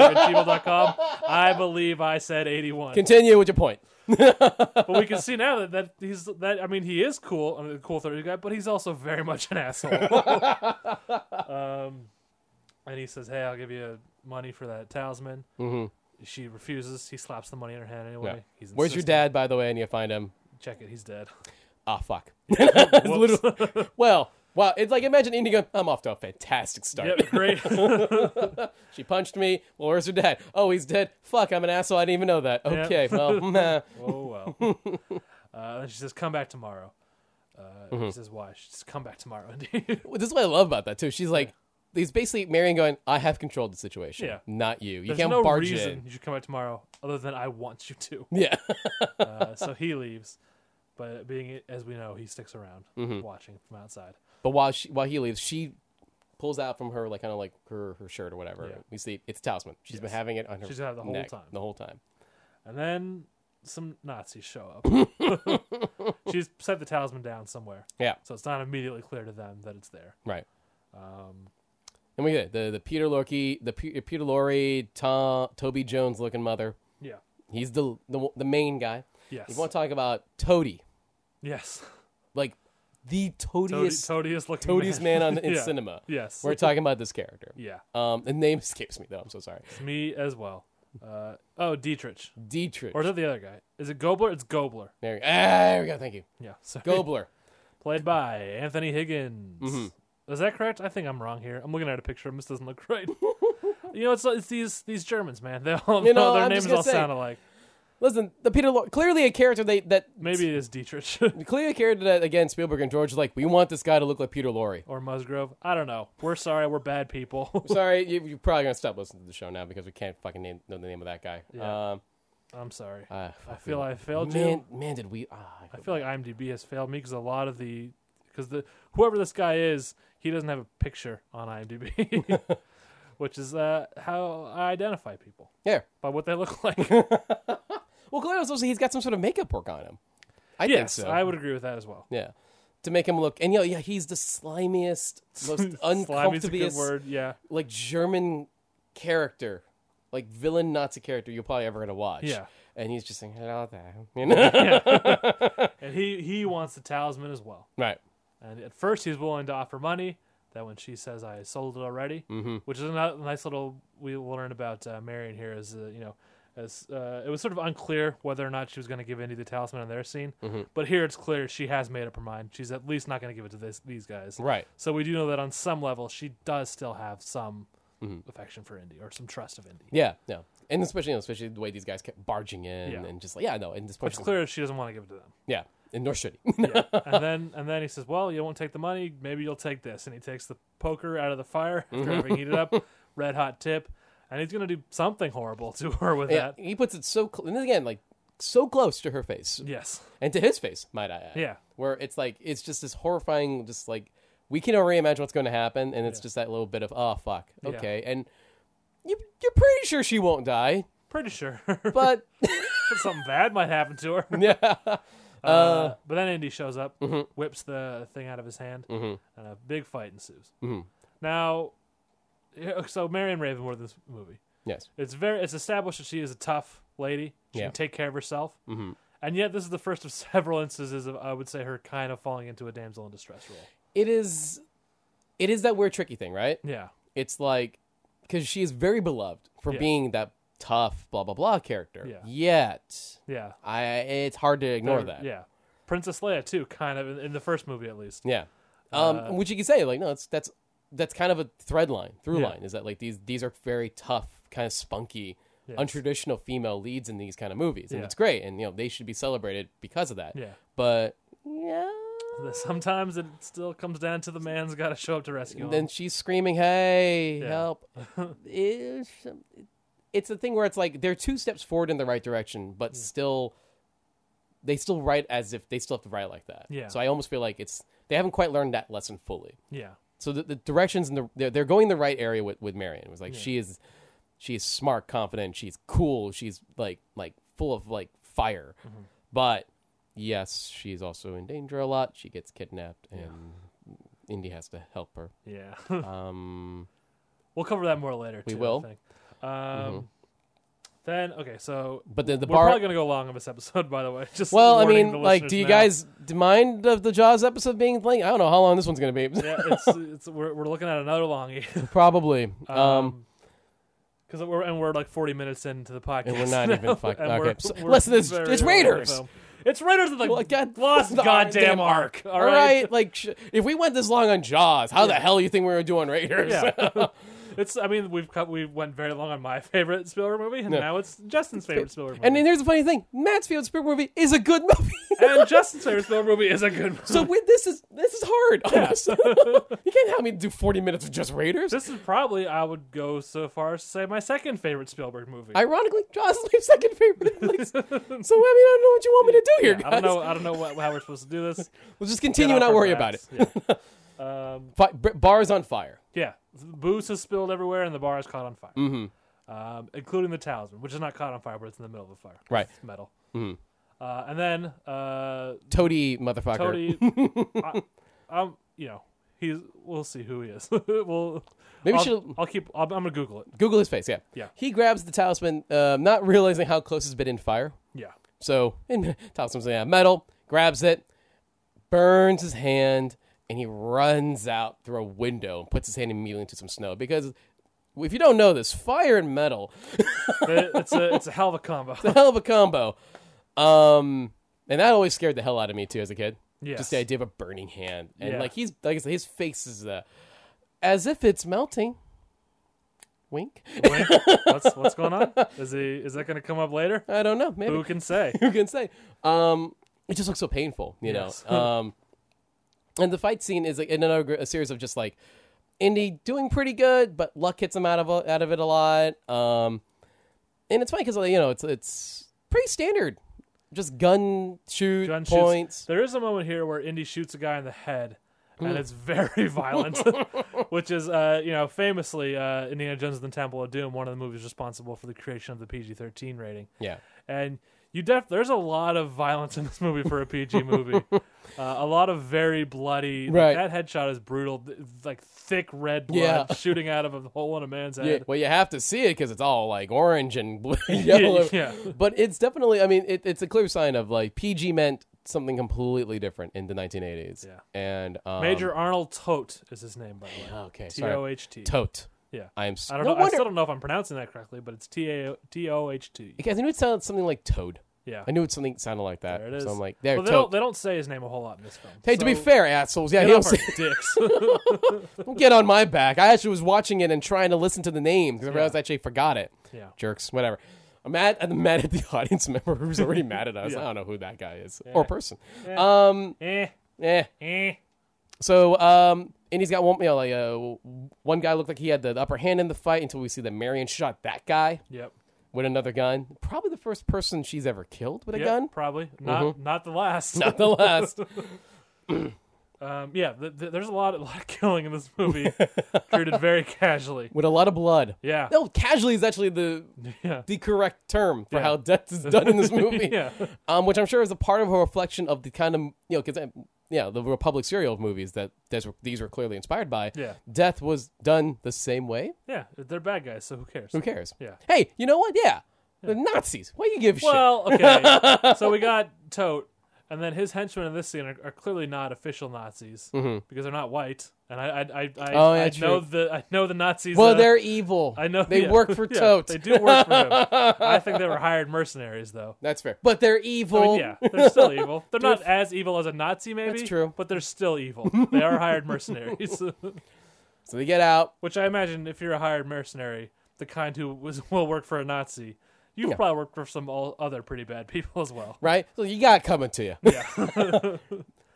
Speaker 1: benviewandspielberg@gmail.com. I believe I said 81.
Speaker 2: Continue with your point.
Speaker 1: but we can see now that, that he's that. I mean, he is cool, I mean, a cool 30 guy, but he's also very much an asshole. um, and he says, "Hey, I'll give you money for that talisman."
Speaker 2: Mm-hmm.
Speaker 1: She refuses. He slaps the money in her hand anyway.
Speaker 2: Yeah.
Speaker 1: He's
Speaker 2: Where's your
Speaker 1: insistent.
Speaker 2: dad, by the way? And you find him.
Speaker 1: Check it. He's dead.
Speaker 2: Ah, fuck.
Speaker 1: Whoops.
Speaker 2: well, wow. It's like imagine Indy going, I'm off to a fantastic start.
Speaker 1: yep, great. Oh,
Speaker 2: She punched me. Well, where's her dad? Oh, he's dead. Fuck, I'm an asshole. I didn't even know that.
Speaker 1: Yeah.
Speaker 2: Okay, well, nah.
Speaker 1: Oh well. uh, and she says, "Come back tomorrow." Uh,
Speaker 2: Mm-hmm.
Speaker 1: He says, "Why?" She says, "Come back tomorrow."
Speaker 2: Well, this is what I love about that too. She's like, he's basically Marion going, I have controlled the situation,
Speaker 1: Yeah.
Speaker 2: not you. You
Speaker 1: There's
Speaker 2: can't
Speaker 1: no
Speaker 2: barge
Speaker 1: reason
Speaker 2: in.
Speaker 1: you should come back tomorrow, other than I want you to.
Speaker 2: Yeah,
Speaker 1: Uh, so he leaves, but being as we know, he sticks around,
Speaker 2: Mm-hmm.
Speaker 1: watching from outside.
Speaker 2: but while she while he leaves, she pulls out from her like kind of like her, her shirt or whatever.
Speaker 1: Yeah.
Speaker 2: We see it's a talisman. She's been
Speaker 1: Yes.
Speaker 2: having it on her.
Speaker 1: She's had it the whole
Speaker 2: neck
Speaker 1: time.
Speaker 2: The whole time.
Speaker 1: And then some Nazis show up. She's set the talisman down somewhere,
Speaker 2: Yeah,
Speaker 1: so it's not immediately clear to them that it's there.
Speaker 2: right.
Speaker 1: Um,
Speaker 2: And we get it. the the Peter Lorke, the P- Peter Lorre, Tom, Toby Jones looking mother.
Speaker 1: yeah.
Speaker 2: He's the the, the main guy.
Speaker 1: Yes.
Speaker 2: You want to talk about Toady,
Speaker 1: yes.
Speaker 2: like the
Speaker 1: Toady,
Speaker 2: toadiest
Speaker 1: toadiest looking.
Speaker 2: toadiest man on in
Speaker 1: Yeah.
Speaker 2: cinema.
Speaker 1: Yes.
Speaker 2: We're talking about this character.
Speaker 1: yeah.
Speaker 2: Um, the name escapes me though. I'm so sorry.
Speaker 1: It's me as well. Uh, oh, Dietrich.
Speaker 2: Dietrich.
Speaker 1: Or is that the other guy? Is it Gobler? It's Gobler.
Speaker 2: there, we, ah, there we go. Thank you.
Speaker 1: Yeah. Sorry.
Speaker 2: Gobler.
Speaker 1: Played by Anthony Higgins.
Speaker 2: Mm-hmm.
Speaker 1: Is that correct? I think I'm wrong here. I'm looking at a picture. This doesn't look right. you know, it's, it's these these Germans, man. They all
Speaker 2: You know,
Speaker 1: their
Speaker 2: I'm
Speaker 1: names
Speaker 2: just gonna
Speaker 1: all
Speaker 2: say-
Speaker 1: sound alike.
Speaker 2: Listen, the Peter Lor- clearly a character they that
Speaker 1: Maybe it is Dietrich
Speaker 2: clearly a character that again Spielberg and George are like we want this guy to look like Peter Lorre.
Speaker 1: or Musgrove. I don't know. We're sorry. We're bad people.
Speaker 2: Sorry, you, you're probably gonna stop listening to the show now because we can't fucking name, know the name of that guy.
Speaker 1: Yeah.
Speaker 2: Um,
Speaker 1: I'm sorry.
Speaker 2: uh,
Speaker 1: I feel I failed you.
Speaker 2: man, man, did we? ah,
Speaker 1: I feel like IMDb has failed me because a lot of the because the whoever this guy is, he doesn't have a picture on IMDb, which is uh, how I identify people
Speaker 2: yeah.
Speaker 1: by what they look like.
Speaker 2: Well, clearly also he's got some sort of makeup work on him. I think
Speaker 1: yes,
Speaker 2: so.
Speaker 1: I would agree with that as well.
Speaker 2: Yeah. To make him look and yeah, yeah, he's the slimiest, most
Speaker 1: Slimey's a good
Speaker 2: uncomfortable
Speaker 1: word. Yeah,
Speaker 2: like German character, like villain Nazi character you're probably ever gonna watch.
Speaker 1: Yeah.
Speaker 2: And he's just saying hello there. You know?
Speaker 1: and he he wants the talisman as well.
Speaker 2: right.
Speaker 1: And at first, he's willing to offer money. That when she says, "I sold it already," which is a ni- nice little we learn about uh, Marion here is uh, you know As uh, it was sort of unclear whether or not she was going to give Indy the talisman in their scene, but here it's clear she has made up her mind. She's at least not going to give it to this, these guys,
Speaker 2: Right.
Speaker 1: So we do know that on some level she does still have some affection for Indy or some trust of Indy.
Speaker 2: Yeah, no, and especially you know, especially the way these guys kept barging in
Speaker 1: Yeah.
Speaker 2: and just like yeah, no, and this
Speaker 1: It's clear she doesn't want to give it to them.
Speaker 2: yeah, and nor should he.
Speaker 1: yeah. And then and then he says, "Well, you won't take the money. Maybe you'll take this." And he takes the poker out of the fire after having heated up, red hot tip, and he's gonna do something horrible to her with
Speaker 2: yeah,
Speaker 1: that.
Speaker 2: he puts it so cl- and again like so close to her face
Speaker 1: Yes.
Speaker 2: and to his face, might I add.
Speaker 1: Yeah.
Speaker 2: where it's like it's just this horrifying, just like we can already imagine what's going to happen, and it's just that little bit of oh fuck, okay, and you you're pretty sure she won't die,
Speaker 1: Pretty sure
Speaker 2: but
Speaker 1: something bad might happen to her.
Speaker 2: yeah,
Speaker 1: Uh, but then Indy shows up, whips the thing out of his hand, and a big fight ensues. Now, yeah, so Marion Ravenwood in this movie.
Speaker 2: yes,
Speaker 1: It's very it's established that she is a tough lady. She
Speaker 2: Yeah.
Speaker 1: can take care of herself. Mm-hmm. And yet, this is the first of several instances of I would say her kind of falling into a damsel in distress role.
Speaker 2: it is, it is that weird tricky thing, right?
Speaker 1: Yeah,
Speaker 2: it's like because she is very beloved for
Speaker 1: Yeah.
Speaker 2: being that tough blah blah blah character.
Speaker 1: Yeah.
Speaker 2: Yet
Speaker 1: yeah,
Speaker 2: I it's hard to ignore that.
Speaker 1: yeah. Princess Leia too, kind of in, in the first movie at least.
Speaker 2: Yeah. Um,
Speaker 1: Uh,
Speaker 2: which you could say like no, it's that's that's kind of a thread line through
Speaker 1: Yeah.
Speaker 2: line is that like these these are very tough kind of spunky.
Speaker 1: Yes.
Speaker 2: Untraditional female leads in these kind of movies, and
Speaker 1: Yeah.
Speaker 2: it's great, and you know they should be celebrated because of that.
Speaker 1: Yeah.
Speaker 2: But yeah,
Speaker 1: Sometimes it still comes down to the man's got to show up to rescue.
Speaker 2: And
Speaker 1: Then
Speaker 2: then she's screaming, "Hey,
Speaker 1: Yeah.
Speaker 2: help!" it's, it's a thing where it's like they're two steps forward in the right direction, but still, they still write as if they still have to write like that.
Speaker 1: Yeah.
Speaker 2: So I almost feel like it's they haven't quite learned that lesson fully.
Speaker 1: yeah,
Speaker 2: So the, the directions and the they're, they're going the right area with with Marion. It was like she is she is smart, confident, she's cool, she's like like full of like fire,
Speaker 1: Mm-hmm.
Speaker 2: but. Yes, she's also in danger a lot. She gets kidnapped, and Indy has to help her.
Speaker 1: yeah.
Speaker 2: Um,
Speaker 1: we'll cover that more later.
Speaker 2: We
Speaker 1: too, I
Speaker 2: will.
Speaker 1: think. Um, Then okay, so
Speaker 2: But the, the
Speaker 1: we're
Speaker 2: bar.
Speaker 1: probably gonna go long on this episode, by the way. Just
Speaker 2: well, I
Speaker 1: warning the
Speaker 2: mean, like,
Speaker 1: listeners
Speaker 2: do you
Speaker 1: now.
Speaker 2: guys do you mind of the Jaws episode being like? I don't know how long this one's gonna be.
Speaker 1: Yeah, it's, it's we're, we're looking at another longie.
Speaker 2: Probably. Um,
Speaker 1: because we're and we're like 40 minutes into the podcast,
Speaker 2: And we're not even fuck-
Speaker 1: and
Speaker 2: okay,
Speaker 1: we're-
Speaker 2: so-
Speaker 1: we're
Speaker 2: listen, it's-
Speaker 1: very
Speaker 2: it's
Speaker 1: early in the
Speaker 2: Raiders.
Speaker 1: film. It's Raiders of the
Speaker 2: Well, God-
Speaker 1: lost
Speaker 2: the
Speaker 1: goddamn
Speaker 2: goddamn
Speaker 1: arc.
Speaker 2: all right, like, sh- if we went this long on Jaws, how the hell you think we were doing Raiders?
Speaker 1: yeah. it's I mean we've cut, we went very long on my favorite Spielberg movie, and now it's Justin's favorite Spielberg movie.
Speaker 2: and then here's the funny thing: Matt's favorite Spielberg movie is a good movie.
Speaker 1: And Justin's favorite Spielberg movie is a good movie.
Speaker 2: so we, this is this is hard. almost. you can't help me do forty minutes of just Raiders.
Speaker 1: this is probably I would go so far as to say my second favorite Spielberg movie.
Speaker 2: Ironically, Jaws is my second favorite. Like, so I mean, I don't know what you want me to do here,
Speaker 1: I
Speaker 2: guys.
Speaker 1: don't know. I don't know what, how we're supposed to do this.
Speaker 2: We'll just continue and not worry about it.
Speaker 1: it. Yeah. Um,
Speaker 2: Fi- b- bars on fire.
Speaker 1: Yeah, the booze is spilled everywhere, and the bar is caught on fire,
Speaker 2: Mm-hmm.
Speaker 1: um, including the talisman, which is not caught on fire, but it's in the middle of a fire. 'cause
Speaker 2: Right. Mm-hmm.
Speaker 1: it's metal. Uh, and then uh,
Speaker 2: Toady motherfucker.
Speaker 1: Cody, I, um, you know, he's. We'll see who he is. we'll.
Speaker 2: Maybe
Speaker 1: I'll,
Speaker 2: she'll-
Speaker 1: I'll keep. I'll, I'm gonna Google it.
Speaker 2: Google his face. Yeah.
Speaker 1: Yeah.
Speaker 2: He grabs the talisman, um, not realizing how close it's been in fire.
Speaker 1: Yeah.
Speaker 2: So, and talisman's made out of metal. Grabs it, burns his hand, and he runs out through a window and puts his hand immediately into some snow because. If you don't know this, fire and metal,
Speaker 1: It- it's a it's a hell of a combo.
Speaker 2: hell of a combo. Um, and that always scared the hell out of me too as a kid.
Speaker 1: Yes.
Speaker 2: Just the idea of a burning hand, and
Speaker 1: Yeah.
Speaker 2: like he's like I said, his face is uh, as if it's melting. Wink.
Speaker 1: Wink. what's what's going on? Is he is that gonna come up later?
Speaker 2: I don't know. Maybe
Speaker 1: Who can say?
Speaker 2: who can say? Um, it just looks so painful, you
Speaker 1: Yes.
Speaker 2: know. Um, and the fight scene is like in another gr- a series of just like Indy doing pretty good, but luck hits him out of out of it a lot. Um, and it's funny because you know it's it's pretty standard, just gun shoot
Speaker 1: Gun shoots-
Speaker 2: points. Mm.
Speaker 1: There is a moment here where Indy shoots a guy in the head, and it's very violent, which is, uh, you know, famously uh, Indiana Jones and the Temple of Doom, one of the movies responsible for the creation of the PG-13 rating.
Speaker 2: Yeah,
Speaker 1: And you def there's a lot of violence in this movie for a PG movie. uh, a lot of very bloody.
Speaker 2: Right.
Speaker 1: Like, that headshot is brutal. th- Like thick red blood
Speaker 2: Yeah.
Speaker 1: shooting out of a hole in a man's
Speaker 2: yeah.
Speaker 1: head.
Speaker 2: Well, you have to see it because it's all like orange and blue, yellow.
Speaker 1: yeah.
Speaker 2: But it's definitely. I mean, it, it's a clear sign of like PG meant something completely different in the 1980s.
Speaker 1: Yeah.
Speaker 2: And um,
Speaker 1: Major Arnold Tote is his name, by the way.
Speaker 2: Okay.
Speaker 1: T
Speaker 2: Sorry.
Speaker 1: O H T.
Speaker 2: Tote.
Speaker 1: Yeah.
Speaker 2: I am. s-
Speaker 1: I don't
Speaker 2: no
Speaker 1: know. I
Speaker 2: Wonder,
Speaker 1: still don't know if I'm pronouncing that correctly, but it's T A T O H T.
Speaker 2: because I knew it sounded something like Toad.
Speaker 1: Yeah.
Speaker 2: I knew it something sounded like that.
Speaker 1: There it is.
Speaker 2: So I'm like, there,
Speaker 1: Well, they,
Speaker 2: Toad.
Speaker 1: don't, they don't say his name a whole lot in this film.
Speaker 2: Hey, to be
Speaker 1: so
Speaker 2: fair, assholes, yeah,
Speaker 1: get
Speaker 2: he
Speaker 1: off
Speaker 2: don't,
Speaker 1: our
Speaker 2: say-
Speaker 1: dicks.
Speaker 2: don't get on my back. I actually was watching it and trying to listen to the names because I realized I actually forgot it.
Speaker 1: yeah.
Speaker 2: Jerks, whatever. I'm mad, I'm mad at the audience member who's already mad at us. I don't know who that guy is or person. Um,
Speaker 1: Eh.
Speaker 2: eh.
Speaker 1: Eh.
Speaker 2: So, um, and he's got one, you know, like uh, one guy looked like he had the upper hand in the fight until we see that Marion shot that guy
Speaker 1: Yep.
Speaker 2: with another gun. Probably the first person she's ever killed with a
Speaker 1: Yep,
Speaker 2: gun. Mm-hmm.
Speaker 1: Probably not. Not the last.
Speaker 2: Not the last.
Speaker 1: Um, yeah. Th- th- there's a lot, a lot of killing in this movie, treated very casually.
Speaker 2: with a lot of blood.
Speaker 1: Yeah.
Speaker 2: No, casually is actually the
Speaker 1: Yeah.
Speaker 2: the correct term for
Speaker 1: Yeah.
Speaker 2: how death is done in this movie.
Speaker 1: Yeah.
Speaker 2: um, which I'm sure is a part of a reflection of the kind of you know because yeah the Republic serial movies that these were, these were clearly inspired by.
Speaker 1: Yeah.
Speaker 2: death was done the same way.
Speaker 1: Yeah. They're bad guys, so who cares?
Speaker 2: Who cares?
Speaker 1: Yeah.
Speaker 2: Hey, you know what? Yeah, the Nazis. Why you give a shit?
Speaker 1: Well, okay. so we got Tote, and then his henchmen in this scene are, are clearly not official Nazis because they're not white. And I, I, I, I,
Speaker 2: Mm-hmm. Oh, yeah,
Speaker 1: I know
Speaker 2: true.
Speaker 1: the, I know the Nazis.
Speaker 2: Well,
Speaker 1: uh,
Speaker 2: they're evil.
Speaker 1: I know
Speaker 2: they
Speaker 1: yeah.
Speaker 2: work for
Speaker 1: Yeah,
Speaker 2: Tote.
Speaker 1: They do work for him. I think they were hired mercenaries, though.
Speaker 2: That's fair, but they're
Speaker 1: I
Speaker 2: evil.
Speaker 1: mean, yeah, they're still evil. They're not as evil as a Nazi, maybe.
Speaker 2: That's true.
Speaker 1: But they're still evil. They are hired mercenaries,
Speaker 2: So they get out.
Speaker 1: which I imagine if you're a hired mercenary, the kind who was will work for a Nazi, you've
Speaker 2: Yeah.
Speaker 1: probably worked for some all other pretty bad people as well.
Speaker 2: right? So you got it coming to you. Yeah.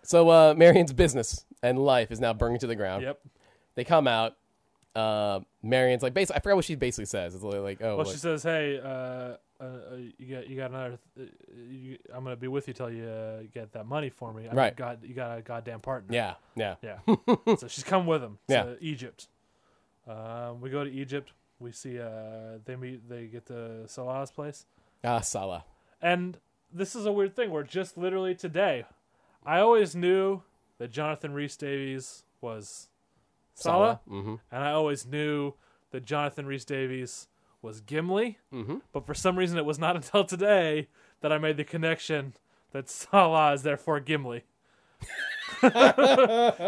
Speaker 2: so uh, Marion's business and life is now burning to the ground.
Speaker 1: Yep.
Speaker 2: They come out. Uh, Marion's like basically, I forgot what she basically says. It's like, oh,
Speaker 1: Well,
Speaker 2: like-
Speaker 1: she says, "Hey, uh, uh, uh, you got you got another. Th- uh, you, I'm gonna be with you till you uh, get that money for me. I
Speaker 2: Right.
Speaker 1: God, you got a goddamn partner.
Speaker 2: yeah, yeah,
Speaker 1: Yeah. so she's come with him to
Speaker 2: Yeah.
Speaker 1: Egypt. Um, we go to Egypt. We see uh, they meet. They get to Salah's place.
Speaker 2: ah, Salah.
Speaker 1: And this is a weird thing where just literally today, I always knew that Jonathan Rhys Davies was Salah,
Speaker 2: Mm-hmm.
Speaker 1: and I always knew that Jonathan Rhys Davies was Gimli. Mm-hmm. But for some reason, it was not until today that I made the connection that Salah is therefore Gimli. 'Cause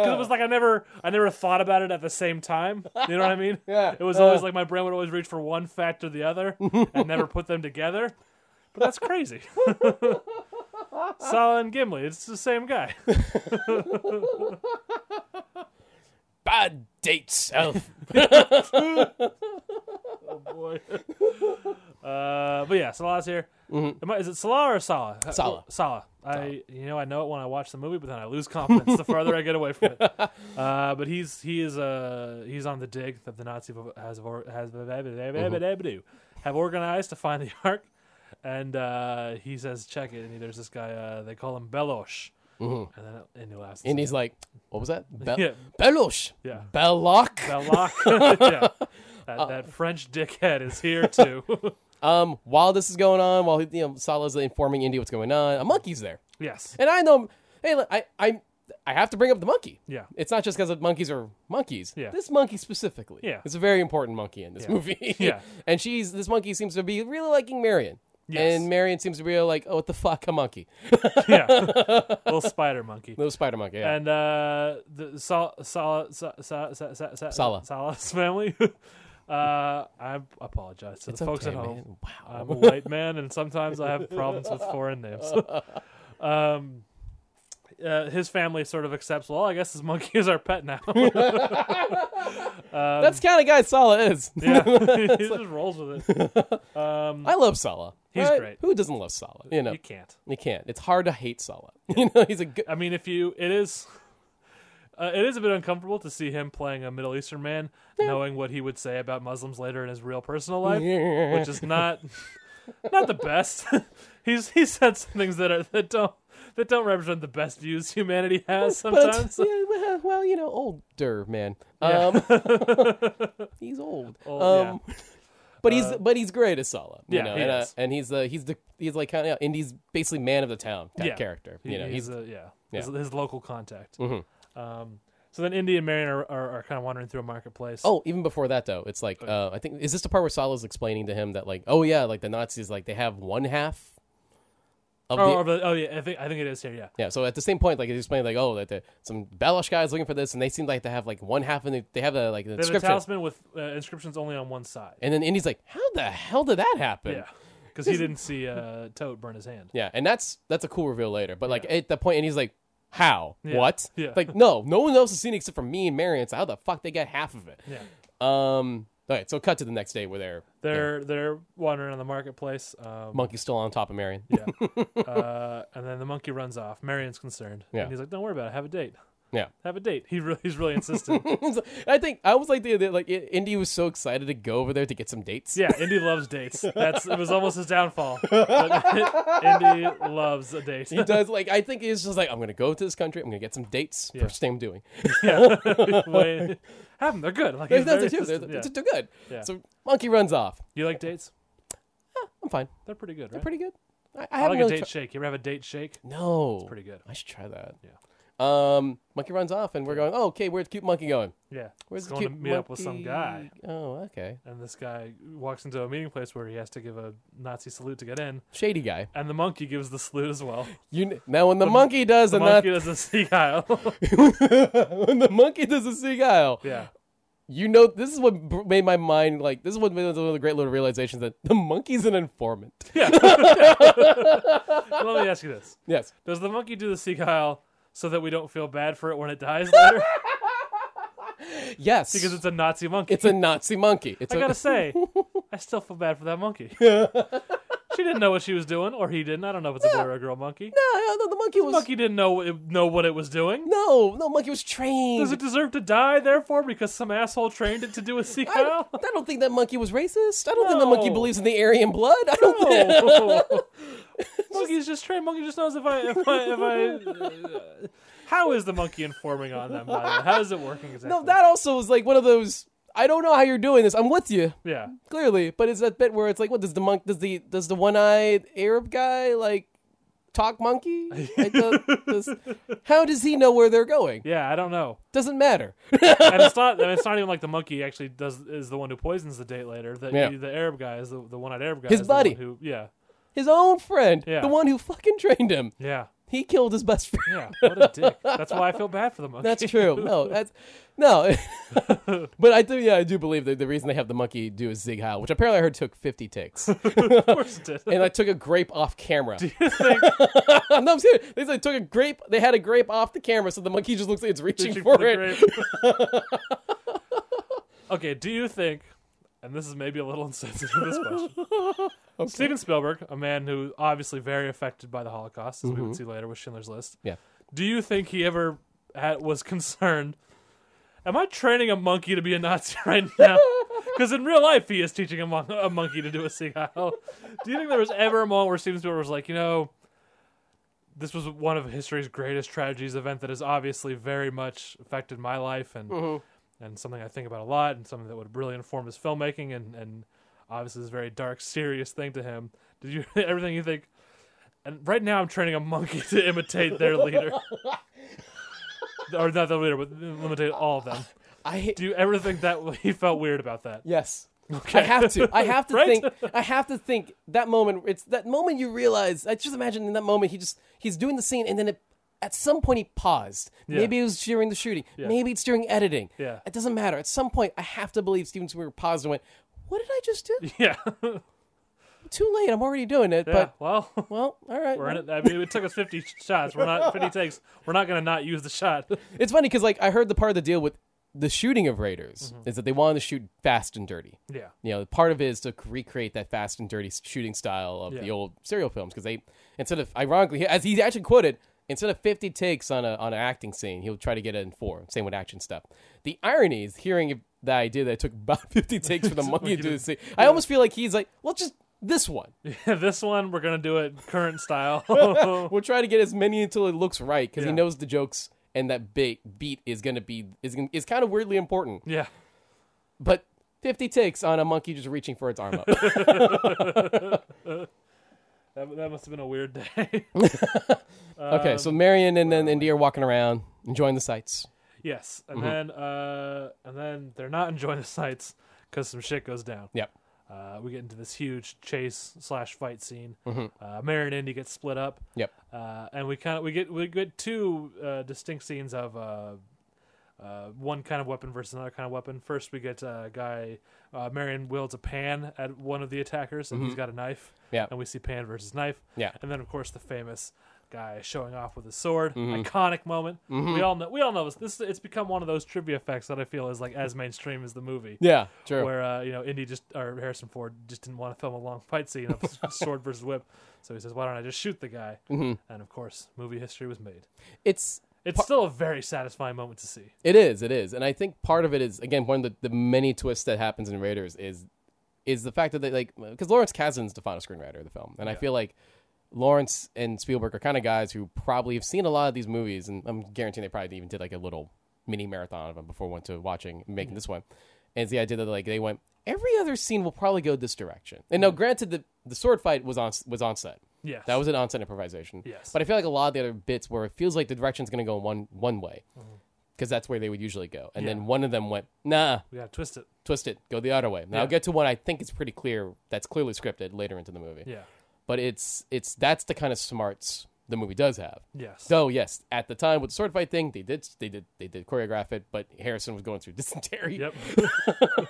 Speaker 1: it was like I never, I never thought about it at the same time. You know what I mean?
Speaker 2: Yeah.
Speaker 1: It was always like my brain would always reach for one fact or the other and never put them together. But that's crazy. Salah and Gimli, it's the same guy.
Speaker 2: Bad dates, elf.
Speaker 1: Oh boy. uh, but yeah, Salah's here. Am I- is it Salah or Salah?
Speaker 2: Mm-hmm.
Speaker 1: Uh,
Speaker 2: Salah.
Speaker 1: Salah. I you know I know it when I watch the movie, but then I lose confidence the farther I get away from it. Uh, but he's he is uh he's on the dig that the Nazi has or- has
Speaker 2: Mm-hmm.
Speaker 1: have organized to find the Ark, and uh, he says check it, and he, there's this guy uh, they call him Belosh, and then and he laughs.
Speaker 2: Mm-hmm. and he's like, what was that? Be-
Speaker 1: Yeah.
Speaker 2: Belosh.
Speaker 1: Yeah.
Speaker 2: Belloc.
Speaker 1: Belosh. yeah. That,
Speaker 2: Uh.
Speaker 1: that French dickhead is here too.
Speaker 2: Um, while this is going on, while you know Salah's informing Indy what's going on, a monkey's there,
Speaker 1: yes.
Speaker 2: and I know. Hey, look, I, I, I have to bring up the monkey.
Speaker 1: Yeah.
Speaker 2: It's not just because monkeys are monkeys.
Speaker 1: Yeah.
Speaker 2: This monkey specifically.
Speaker 1: Yeah.
Speaker 2: It's a very important monkey in this movie.
Speaker 1: Yeah.
Speaker 2: And she's this monkey seems to be really liking Marion.
Speaker 1: Yes.
Speaker 2: And Marion seems to be like, oh, what the fuck, a monkey.
Speaker 1: yeah, little spider monkey.
Speaker 2: Little spider monkey. Yeah.
Speaker 1: And uh, the Sal Sal Sal Sal Sal Sal
Speaker 2: Sala.
Speaker 1: Sala's family. uh, I apologize to the folks
Speaker 2: okay,
Speaker 1: at home.
Speaker 2: man. Wow.
Speaker 1: I'm a white man, and sometimes I have problems with foreign names. um, uh, his family sort of accepts. Well, I guess this monkey is our pet now. Um,
Speaker 2: That's the kind of guy Sala is.
Speaker 1: yeah, he just rolls with it.
Speaker 2: I love Sala.
Speaker 1: He's
Speaker 2: right?
Speaker 1: great.
Speaker 2: Who doesn't love Sala? You know,
Speaker 1: You can't.
Speaker 2: you can't. It's hard to hate Sala. You know, he's a good.
Speaker 1: I mean, if you, it is, uh, it is a bit uncomfortable to see him playing a Middle Eastern man, knowing what he would say about Muslims later in his real personal life, which is not, not the best. he's he said some things that are that don't that don't represent the best views humanity has
Speaker 2: but it's-
Speaker 1: sometimes.
Speaker 2: yeah, well, well, you know, older man. Um, he's old.
Speaker 1: Old, Uh,
Speaker 2: um, But he's but he's great as Sala. You
Speaker 1: yeah,
Speaker 2: know,
Speaker 1: he
Speaker 2: and,
Speaker 1: is.
Speaker 2: and he's uh, he's the he's like kind of and he's basically man of the town type
Speaker 1: Yeah.
Speaker 2: character.
Speaker 1: He-
Speaker 2: You know, he's, Mm-hmm.
Speaker 1: he's, a, yeah, His, his local contact. Um, so then Indy and Marion are, are, are kind of wandering through a marketplace.
Speaker 2: oh even before that though, it's like uh, I think is this the part where Sala's explaining to him that like oh yeah like the Nazis like they have one half of
Speaker 1: Oh,
Speaker 2: the
Speaker 1: or the- oh yeah, I think I think it is here. Yeah,
Speaker 2: Yeah, so at the same point, like it explained, like oh, that the, some Belash guys looking for this, and they seem like they have like one half, and they, they have a like
Speaker 1: they
Speaker 2: the
Speaker 1: have a
Speaker 2: description,
Speaker 1: talisman with uh, inscriptions only on one side.
Speaker 2: and then Indy's like, how the hell did that happen?
Speaker 1: Yeah, because he didn't see uh, Toad burn his hand.
Speaker 2: Yeah, and that's that's a cool reveal later. But like at that point, and he's like, how?
Speaker 1: Yeah.
Speaker 2: What?
Speaker 1: Yeah.
Speaker 2: Like no, no one else has seen it except for me and Marion. So how the fuck they got half of it?
Speaker 1: Yeah,
Speaker 2: Um. All right, so cut to the next day where they're
Speaker 1: they're they're wandering on the marketplace. Um,
Speaker 2: monkey's still on top of Marion.
Speaker 1: yeah, uh, and then the monkey runs off. Marion's concerned.
Speaker 2: Yeah.
Speaker 1: and he's like, "Don't worry about it. Have a date.
Speaker 2: Yeah.
Speaker 1: Have a date." He really, he's really insistent.
Speaker 2: So, I think I was like the, the like I- Indy was so excited to go over there to get some dates.
Speaker 1: yeah, Indy loves dates. That's it was almost his downfall. But Indy loves a date.
Speaker 2: He does like I think he's just like I'm gonna go to this country. I'm gonna get some dates. First thing I'm doing.
Speaker 1: yeah, Way- have them. They're good. Like,
Speaker 2: There's
Speaker 1: he's
Speaker 2: nothing
Speaker 1: very
Speaker 2: too. They're,
Speaker 1: insistent. Yeah.
Speaker 2: they're too good.
Speaker 1: Yeah.
Speaker 2: So monkey runs off.
Speaker 1: You like dates?
Speaker 2: I'm fine.
Speaker 1: They're pretty good, right?
Speaker 2: Pretty good. I, I
Speaker 1: I
Speaker 2: haven't
Speaker 1: like
Speaker 2: really
Speaker 1: a date
Speaker 2: tri-
Speaker 1: shake. You ever have a date shake?
Speaker 2: no.
Speaker 1: Pretty good.
Speaker 2: I should try that.
Speaker 1: Yeah.
Speaker 2: Um, monkey runs off, and we're going. Oh, okay. Where's cute monkey going?
Speaker 1: Yeah.
Speaker 2: Where's
Speaker 1: He's
Speaker 2: the
Speaker 1: going to
Speaker 2: cute
Speaker 1: meet up with some
Speaker 2: monkey?
Speaker 1: guy.
Speaker 2: Oh, okay.
Speaker 1: And this guy walks into a meeting place where he has to give a Nazi salute to get in,
Speaker 2: Shady guy.
Speaker 1: and the monkey gives the salute as well.
Speaker 2: You kn- now when the, monkey does
Speaker 1: The
Speaker 2: a
Speaker 1: monkey does a seagull.
Speaker 2: nut, when the monkey does a seagull,
Speaker 1: yeah,
Speaker 2: you know this is what br- made my mind like this is what made one of the great little realizations that the monkey's an informant.
Speaker 1: yeah. Let me ask you this:
Speaker 2: yes.
Speaker 1: Does the monkey do the seagull so that we don't feel bad for it when it dies later?
Speaker 2: Yes.
Speaker 1: because it's a Nazi monkey.
Speaker 2: it's a Nazi monkey. It's
Speaker 1: I
Speaker 2: a-
Speaker 1: gotta say, I still feel bad for that monkey. she didn't know what she was doing, or he didn't. I don't know if it's a boy or a girl monkey.
Speaker 2: no, no, the monkey was
Speaker 1: monkey didn't know know what it was doing.
Speaker 2: no, no, monkey was trained.
Speaker 1: Does it deserve to die, therefore, because some asshole trained it to do a
Speaker 2: I don't,
Speaker 1: seagull?
Speaker 2: I don't think that monkey was racist. I don't think the monkey
Speaker 1: No.
Speaker 2: believes in the Aryan blood. I don't think
Speaker 1: No. Monkey's just trained. Monkey just knows if I if I if I. uh, how is the monkey informing on them? By the way? How is it working exactly?
Speaker 2: No, that also is like one of those. I don't know how you're doing this. I'm with you
Speaker 1: yeah.
Speaker 2: clearly, but it's that bit where it's like, what does the monk? Does the does the one eyed Arab guy like talk monkey? Like, the- does- how does he know where they're going?
Speaker 1: Yeah, I don't know,
Speaker 2: Doesn't matter.
Speaker 1: and it's not. And it's not even like the monkey actually does is the one who poisons the date later. The
Speaker 2: Yeah.
Speaker 1: the Arab guy is the, the one-eyed Arab guy.
Speaker 2: His
Speaker 1: is the one
Speaker 2: buddy.
Speaker 1: Who, yeah,
Speaker 2: His own friend,
Speaker 1: Yeah.
Speaker 2: the one who fucking trained him,
Speaker 1: yeah,
Speaker 2: he killed his best friend.
Speaker 1: yeah. What a dick. That's why I feel bad for the monkey.
Speaker 2: That's true. No, that's no. but I do. Yeah, I do believe that the reason they have the monkey do a zig howl, which apparently I heard took fifty takes.
Speaker 1: of course it did.
Speaker 2: and I took a grape off camera. no, I'm serious. They said took a grape. They had a grape off the camera, so the monkey just looks like it's reaching,
Speaker 1: Reaching
Speaker 2: for,
Speaker 1: for the
Speaker 2: it.
Speaker 1: grape. okay, do you think, and this is maybe a little insensitive, this question. Steven Spielberg, a man who obviously very affected by the Holocaust, as we would see later with Schindler's List.
Speaker 2: Mm-hmm. Yeah.
Speaker 1: Do you think he ever had, was concerned? Am I training a monkey to be a Nazi right now? Because in real life, he is teaching a, mon- a monkey to do a seagull. Do you think there was ever a moment where Steven Spielberg was like, you know, this was one of history's greatest tragedies event that has obviously very much affected my life and and something I think about a lot and something that would really inform his filmmaking and and obviously this very dark serious thing to him. Did you everything you think? And right now I'm training a monkey to imitate their leader. or not their leader, but imitate all of them.
Speaker 2: I
Speaker 1: Do you ever think that he felt weird about that?
Speaker 2: yes.
Speaker 1: Okay.
Speaker 2: I have to. I have to
Speaker 1: Right?
Speaker 2: think. I have to think. That moment. It's that moment you realize. I just imagine in that moment he just he's doing the scene, and then it, at some point he paused. Maybe it was during the shooting. Maybe it's during editing.
Speaker 1: Yeah.
Speaker 2: It doesn't matter. At some point, I have to believe Steven Spielberg paused and went, "What did I just do?
Speaker 1: Yeah. yeah.
Speaker 2: Too late. I'm already doing it." But
Speaker 1: well,
Speaker 2: well, all right.
Speaker 1: We're in it. I mean, it took us 50 shots. We're not 50 takes. We're not going to not use the shot.
Speaker 2: It's funny because like I heard the part of the deal with the shooting of Raiders
Speaker 1: Mm-hmm.
Speaker 2: is that they wanted to shoot fast and dirty.
Speaker 1: Yeah.
Speaker 2: You know, part of it is to recreate that fast and dirty shooting style of the
Speaker 1: Yeah.
Speaker 2: old serial films because they instead of ironically as he actually quoted instead of 50 takes on a on an acting scene he'll try to get it in four same with action stuff the irony is hearing the idea that it took about 50 takes for the monkey to do the scene i almost feel like he's like well just this one
Speaker 1: this one, we're going to do it current style. yeah.
Speaker 2: we'll try to get as many until it looks right because he
Speaker 1: Yeah.
Speaker 2: knows the jokes and that big beat is going to be is, gonna- is kind of weirdly important but 50 takes on a monkey just reaching for its arm up.
Speaker 1: That, that must have been a weird day.
Speaker 2: okay, so Marion and then Indy are walking around, enjoying the sights.
Speaker 1: yes. And then uh, and then they're not enjoying the sights because some shit goes down.
Speaker 2: Yep.
Speaker 1: Uh, we get into this huge chase slash fight scene. Uh, Mary and Indy get split up,
Speaker 2: Mm-hmm. Yep.
Speaker 1: uh, and we kind of we get we get two uh, distinct scenes of uh, uh, one kind of weapon versus another kind of weapon. First, we get a guy uh, Marion wields a pan at one of the attackers, and he's got a knife.
Speaker 2: Mm-hmm. Yeah.
Speaker 1: and we see pan versus knife.
Speaker 2: Yeah.
Speaker 1: and then of course the famous guy showing off with his sword,
Speaker 2: Mm-hmm.
Speaker 1: iconic moment. We all know we all know this. this. It's become one of those trivia effects that I feel is like as mainstream as the movie
Speaker 2: Yeah. True.
Speaker 1: where uh, you know Indy just or Harrison Ford just didn't want to film a long fight scene of s- sword versus whip, so he says, "Why don't I just shoot the guy?"
Speaker 2: Mm-hmm.
Speaker 1: And of course, movie history was made.
Speaker 2: it's
Speaker 1: It's still a very satisfying moment to see.
Speaker 2: It is, it is. And I think part of it is again one of the, the many twists that happens in Raiders is is the fact that they like because Lawrence Kasdan's the final screenwriter of the film. And I feel like Lawrence and Spielberg are kind of guys who probably have seen a lot of these movies and I'm guaranteeing they probably even did like a little mini marathon of them before went to watching making this one. And it's the idea that like they went every other scene will probably go this direction. And now granted the the sword fight was on was on set.
Speaker 1: Yes,
Speaker 2: That was an onset improvisation.
Speaker 1: Yes.
Speaker 2: But I feel like a lot of the other bits where it feels like the direction's going to go in one one way, because that's where they would usually go.
Speaker 1: Mm-hmm.
Speaker 2: And
Speaker 1: Yeah.
Speaker 2: then one of them went, nah,
Speaker 1: we gotta twist it.
Speaker 2: twist it, go the other way. Now
Speaker 1: Yeah.
Speaker 2: I'll get to one I think is pretty clear that's clearly scripted later into the movie.
Speaker 1: Yeah,
Speaker 2: But it's it's that's the kind of smarts the movie does have.
Speaker 1: yes,
Speaker 2: So yes, at the time with the sword fight thing, they did they did they did choreograph it, but Harrison was going through dysentery.
Speaker 1: yep.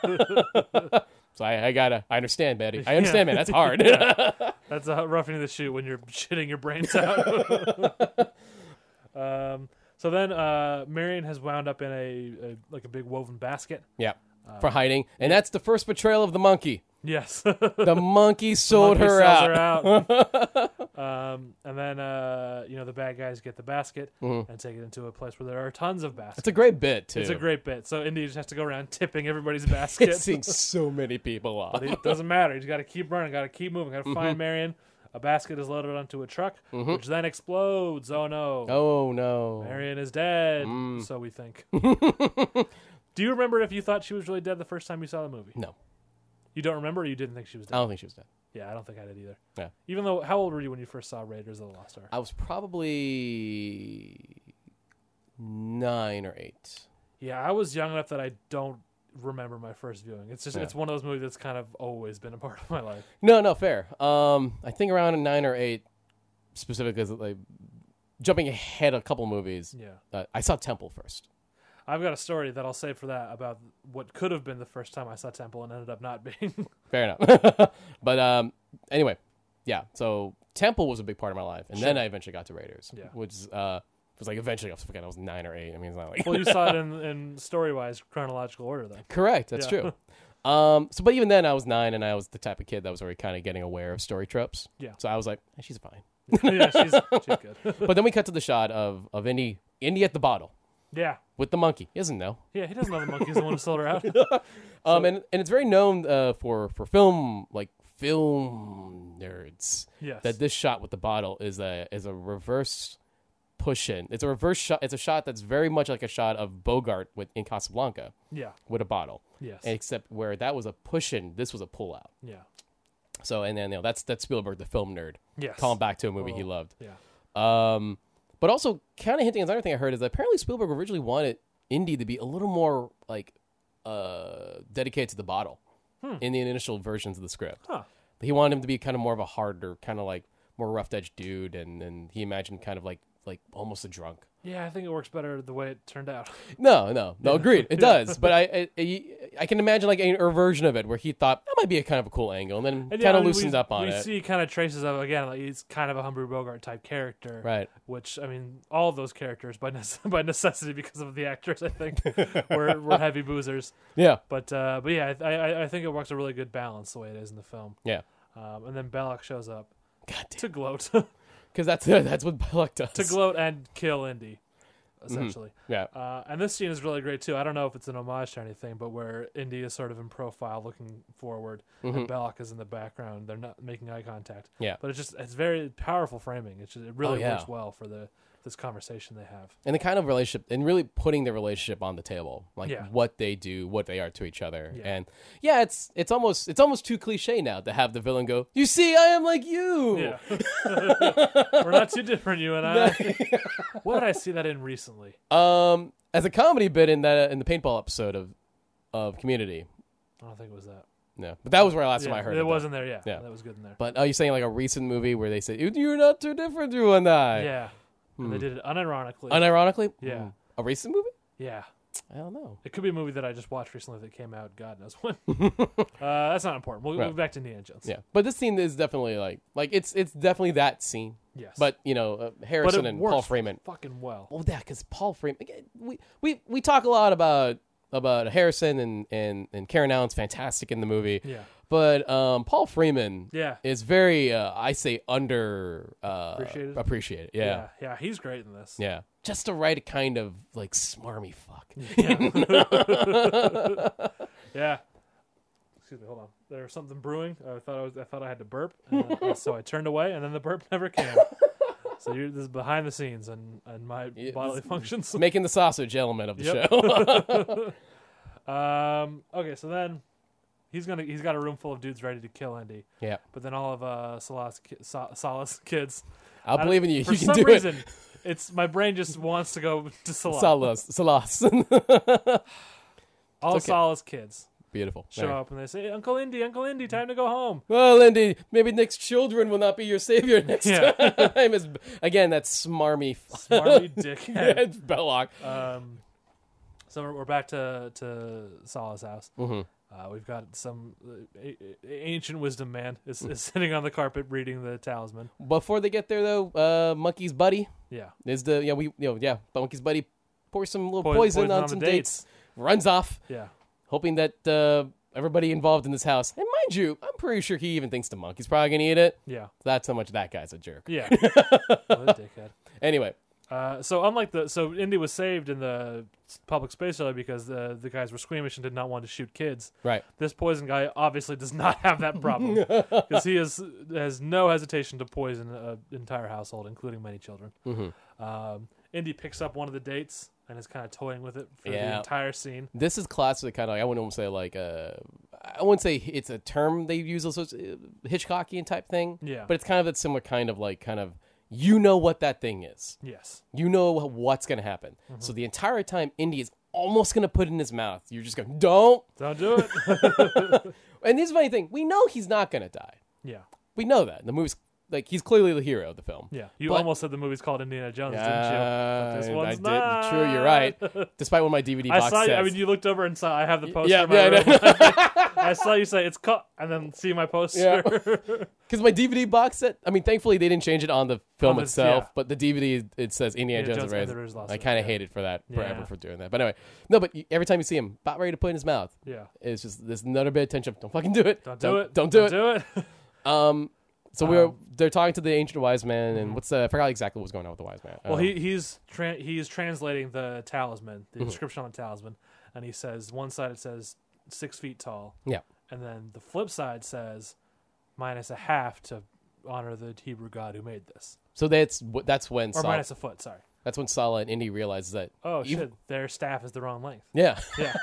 Speaker 2: So I, I gotta I understand, Betty. I understand, man. That's hard.
Speaker 1: That's a roughing the shoot when you're shitting your brains out. um, so then uh, Marion has wound up in a, a like a big woven basket.
Speaker 2: yeah. For hiding. And that's the first betrayal of the monkey.
Speaker 1: Yes.
Speaker 2: The monkey sold
Speaker 1: Monkey
Speaker 2: her
Speaker 1: sells
Speaker 2: out.
Speaker 1: her out. um, and then uh, you know the bad guys get the basket and take it into a place where there are tons of baskets.
Speaker 2: It's Mm-hmm. a great bit too.
Speaker 1: It's a great bit. So Indy just has to go around tipping everybody's basket.
Speaker 2: Seeing so many people off.
Speaker 1: it doesn't matter. He's got to keep running. Got to keep moving. Got to
Speaker 2: Mm-hmm.
Speaker 1: find Marion. A basket is loaded onto a truck, which then explodes. Oh no!
Speaker 2: Oh Mm. no!
Speaker 1: Marion is dead. So we think. Do you remember if you thought she was really dead the first time you saw the movie?
Speaker 2: No,
Speaker 1: You don't remember, or you didn't think she was
Speaker 2: I
Speaker 1: dead?
Speaker 2: don't think she was dead.
Speaker 1: Yeah, I don't think I did either.
Speaker 2: Yeah,
Speaker 1: Even though, how old were you when you first saw Raiders of the Lost Ark?
Speaker 2: I was probably nine or eight.
Speaker 1: Yeah, I was young enough that I don't remember my first viewing. It's just
Speaker 2: Yeah.
Speaker 1: it's one of those movies that's kind of always been a part of my life.
Speaker 2: No, no, fair. Um, I think around nine or eight, specifically, 'cause, like jumping ahead a couple movies.
Speaker 1: Yeah.
Speaker 2: Uh, I saw Temple first.
Speaker 1: I've got a story that I'll save for that about what could have been the first time I saw Temple and ended up not being.
Speaker 2: Fair enough. but um, anyway, yeah. So Temple was a big part of my life, and then I eventually got to Raiders,
Speaker 1: Yeah.
Speaker 2: which uh, was like eventually. I was forgetting I was nine or eight. I mean, it's not like
Speaker 1: well, you saw it in, in story wise chronological order though.
Speaker 2: Correct. That's
Speaker 1: Yeah.
Speaker 2: true. Um, so, but even then, I was nine, and I was the type of kid that was already kind of getting aware of story tropes.
Speaker 1: Yeah.
Speaker 2: So I was like, "Eh, she's fine.
Speaker 1: yeah, she's, she's good.
Speaker 2: but then we cut to the shot of of Indy Indy at the bottle
Speaker 1: Yeah,
Speaker 2: with the monkey. He doesn't know.
Speaker 1: yeah, he doesn't know the monkey's the one who sold her out.
Speaker 2: Um, and and it's very known uh, for for film like film nerds
Speaker 1: Yes.
Speaker 2: that this shot with the bottle is a is a reverse push in. It's a reverse shot. It's a shot that's very much like a shot of Bogart with in Casablanca
Speaker 1: Yeah,
Speaker 2: with a bottle,
Speaker 1: yes,
Speaker 2: except where that was a push in, this was a pull out.
Speaker 1: yeah,
Speaker 2: So and then you know that's that's Spielberg, the film nerd,
Speaker 1: yes.
Speaker 2: calling back to a movie he loved.
Speaker 1: Yeah,
Speaker 2: Um, but also kind of hinting at another thing I heard is that apparently Spielberg originally wanted Indy to be a little more like uh dedicated to the bottle in the initial versions of the script.
Speaker 1: Hmm. Huh.
Speaker 2: He wanted him to be kind of more of a harder, kind of like more rough edge dude, and and he imagined kind of like like almost a drunk.
Speaker 1: yeah. I think it works better the way it turned out.
Speaker 2: No, no, no. Agreed. It does, but I, I- I I can imagine like a, a version of it where he thought that might be a kind of a cool angle, and then
Speaker 1: And
Speaker 2: kind
Speaker 1: yeah,
Speaker 2: of
Speaker 1: I mean,
Speaker 2: loosens
Speaker 1: we,
Speaker 2: up on
Speaker 1: we
Speaker 2: it.
Speaker 1: see kind of traces of again, like he's kind of a Humphrey Bogart type character,
Speaker 2: Right.
Speaker 1: Which I mean, all of those characters by nece- by necessity because of the actors, I think, were were heavy boozers.
Speaker 2: Yeah,
Speaker 1: But uh, but yeah, I, I I think it works a really good balance the way it is in the film.
Speaker 2: yeah.
Speaker 1: Um, and then Belloc shows up
Speaker 2: God damn.
Speaker 1: to gloat, to
Speaker 2: Because that's that's what Belloc does.
Speaker 1: gloat and kill Indy, essentially.
Speaker 2: yeah.
Speaker 1: Uh, and this scene is really great too. I don't know if it's an homage to anything, but where Indy is sort of in profile, looking forward, and Belloc is in the background. They're not making eye contact.
Speaker 2: Mm-hmm. Yeah. Oh,
Speaker 1: but it's just it's very powerful framing. It's just, it really
Speaker 2: yeah.
Speaker 1: works well for the this conversation they have.
Speaker 2: and the kind of relationship and really putting the relationship on the table like
Speaker 1: Yeah.
Speaker 2: what they do what they are to each other
Speaker 1: Yeah.
Speaker 2: and yeah it's it's almost it's almost too cliche now to have the villain go you see i am like you
Speaker 1: Yeah, we're not too different, you and I. what did I see that in recently?
Speaker 2: um as a comedy bit in that in the paintball episode of of community
Speaker 1: I don't think it was that.
Speaker 2: No, but that was where last
Speaker 1: Yeah,
Speaker 2: time I heard
Speaker 1: it
Speaker 2: it. though.
Speaker 1: wasn't there. Yeah,
Speaker 2: Yeah.
Speaker 1: that was good in there.
Speaker 2: But are you saying like a recent movie where they said you're not too different to an eye?
Speaker 1: yeah,
Speaker 2: Hmm.
Speaker 1: and they did it unironically.
Speaker 2: Unironically,
Speaker 1: Yeah.
Speaker 2: Hmm. a recent movie?
Speaker 1: yeah,
Speaker 2: I don't know.
Speaker 1: it could be a movie that I just watched recently that came out. God knows when. uh, that's not important. We'll, we'll
Speaker 2: Right.
Speaker 1: be back to Indiana Jones.
Speaker 2: Yeah, but this scene is definitely like like it's it's definitely that scene.
Speaker 1: Yes.
Speaker 2: But you know uh, Harrison
Speaker 1: it
Speaker 2: and Paul
Speaker 1: works
Speaker 2: Freeman.
Speaker 1: fucking well.
Speaker 2: Oh yeah, because Paul Freeman. again, We we we talk a lot about about Harrison and and and Karen Allen's fantastic in the movie.
Speaker 1: Yeah.
Speaker 2: But um, Paul Freeman
Speaker 1: Yeah.
Speaker 2: is very uh, I say under uh,
Speaker 1: Appreciated?
Speaker 2: appreciated. Yeah.
Speaker 1: yeah,
Speaker 2: yeah.
Speaker 1: yeah, he's great in this.
Speaker 2: Just the right kind of like smarmy fuck.
Speaker 1: Yeah. Excuse me, hold on. There was something brewing. I thought I was. I thought I had to burp, and then- and so I turned away, and then the burp never came. so you're, this is behind the scenes and and my
Speaker 2: Yeah,
Speaker 1: bodily
Speaker 2: this-
Speaker 1: functions.
Speaker 2: Making the sausage element of the
Speaker 1: Yep.
Speaker 2: show.
Speaker 1: Um. Okay, so then he's gonna he's got a room full of dudes ready to kill Indy,
Speaker 2: yeah.
Speaker 1: but then all of uh Salas ki- Sa- Salas kids.
Speaker 2: I'll
Speaker 1: I-
Speaker 2: believe in you.
Speaker 1: For
Speaker 2: You can
Speaker 1: some
Speaker 2: do
Speaker 1: reason,
Speaker 2: it.
Speaker 1: it's my brain just wants to go to Salas.
Speaker 2: Salas. Salas.
Speaker 1: all
Speaker 2: okay.
Speaker 1: Salas kids
Speaker 2: Beautiful.
Speaker 1: show up and they say, "Uncle Indy, Uncle Indy, time to go home."
Speaker 2: Well, Lindy, maybe Nick's children will not be your savior next
Speaker 1: Yeah.
Speaker 2: time. Is- Again, that smarmy fuck.
Speaker 1: Smarmy dickhead.
Speaker 2: It's Belloc.
Speaker 1: Um, so we're, we're back to to Salah's house. Uh, we've got some uh, a- a- ancient wisdom man is, is sitting on the carpet reading the talisman.
Speaker 2: Before they get there, though, uh, Monkey's buddy
Speaker 1: Yeah,
Speaker 2: is the yeah we you know yeah Monkey's buddy pours some little
Speaker 1: Poi-
Speaker 2: poison,
Speaker 1: poison
Speaker 2: on,
Speaker 1: on
Speaker 2: some
Speaker 1: the
Speaker 2: dates.
Speaker 1: dates.
Speaker 2: runs off,
Speaker 1: yeah,
Speaker 2: hoping that uh, everybody involved in this house. And mind you, I'm pretty sure he even thinks the monkey's probably gonna eat it.
Speaker 1: yeah,
Speaker 2: That's how much that guy's a jerk.
Speaker 1: yeah. what a dickhead.
Speaker 2: Anyway,
Speaker 1: Uh, so unlike the so Indy was saved in the s- public space earlier because the the guys were squeamish and did not want to shoot kids.
Speaker 2: right.
Speaker 1: This poison guy obviously does not have that problem because he is has no hesitation to poison an entire household, including many children. Um, Indy picks up one of the dates and is kind of toying with it for
Speaker 2: Yeah.
Speaker 1: the entire scene.
Speaker 2: This is classic kind of like I wouldn't almost say like uh, I wouldn't say it's a term they use also it's, uh, Hitchcockian type thing.
Speaker 1: Yeah.
Speaker 2: But it's kind of that similar kind of like kind of you know what that thing is.
Speaker 1: Yes,
Speaker 2: You know what's gonna happen.
Speaker 1: Mm-hmm.
Speaker 2: So the entire time, Indy is almost gonna put it in his mouth. You're just going, don't.
Speaker 1: don't do it.
Speaker 2: And this is the funny thing. We know he's not gonna die.
Speaker 1: yeah,
Speaker 2: We know that the movie's like he's clearly the hero of the film.
Speaker 1: yeah. You
Speaker 2: But-
Speaker 1: almost said the movie's called Indiana Jones,
Speaker 2: Uh,
Speaker 1: didn't you? But this
Speaker 2: I
Speaker 1: one's
Speaker 2: did.
Speaker 1: not.
Speaker 2: True, you're right. Despite what my DVD
Speaker 1: I
Speaker 2: box
Speaker 1: saw.
Speaker 2: says.
Speaker 1: You, I mean, you looked over and saw. I have the poster.
Speaker 2: yeah,
Speaker 1: in my
Speaker 2: yeah, I
Speaker 1: room.
Speaker 2: know.
Speaker 1: I saw you say it's cut, and then see my poster.
Speaker 2: Because my DVD box set, I mean, thankfully they didn't change it on the film
Speaker 1: On the-
Speaker 2: itself,
Speaker 1: yeah.
Speaker 2: but the DVD it says Indiana
Speaker 1: Indiana Jones
Speaker 2: Jones,
Speaker 1: and
Speaker 2: and
Speaker 1: the
Speaker 2: Raiders.
Speaker 1: Raiders of the
Speaker 2: I
Speaker 1: Lost
Speaker 2: kind of
Speaker 1: Ark, yeah.
Speaker 2: hated for that forever
Speaker 1: Yeah.
Speaker 2: for doing that. But anyway, no, but you, every time you see him, about ready to put it in his mouth,
Speaker 1: yeah,
Speaker 2: it's just there's another bit of tension. Don't fucking do it.
Speaker 1: don't do it.
Speaker 2: Don't do it.
Speaker 1: Don't do it.
Speaker 2: Um, so we were they're talking to the ancient wise man, and what's the I forgot exactly what was going on with the wise man.
Speaker 1: Mhm. Well,
Speaker 2: Um,
Speaker 1: he he's tra- he's translating the talisman,
Speaker 2: Mm-hmm.
Speaker 1: the inscription on the talisman, and he says one side it says six feet tall,
Speaker 2: yeah,
Speaker 1: and then the flip side says minus a half to honor the Hebrew God who made this,
Speaker 2: so that's wh- that's when
Speaker 1: or
Speaker 2: Saul,
Speaker 1: minus a foot. Sorry.
Speaker 2: that's when Salah and Indy realizes that.
Speaker 1: Oh
Speaker 2: Even-
Speaker 1: shit, their staff is the wrong length.
Speaker 2: Yeah,
Speaker 1: Yeah,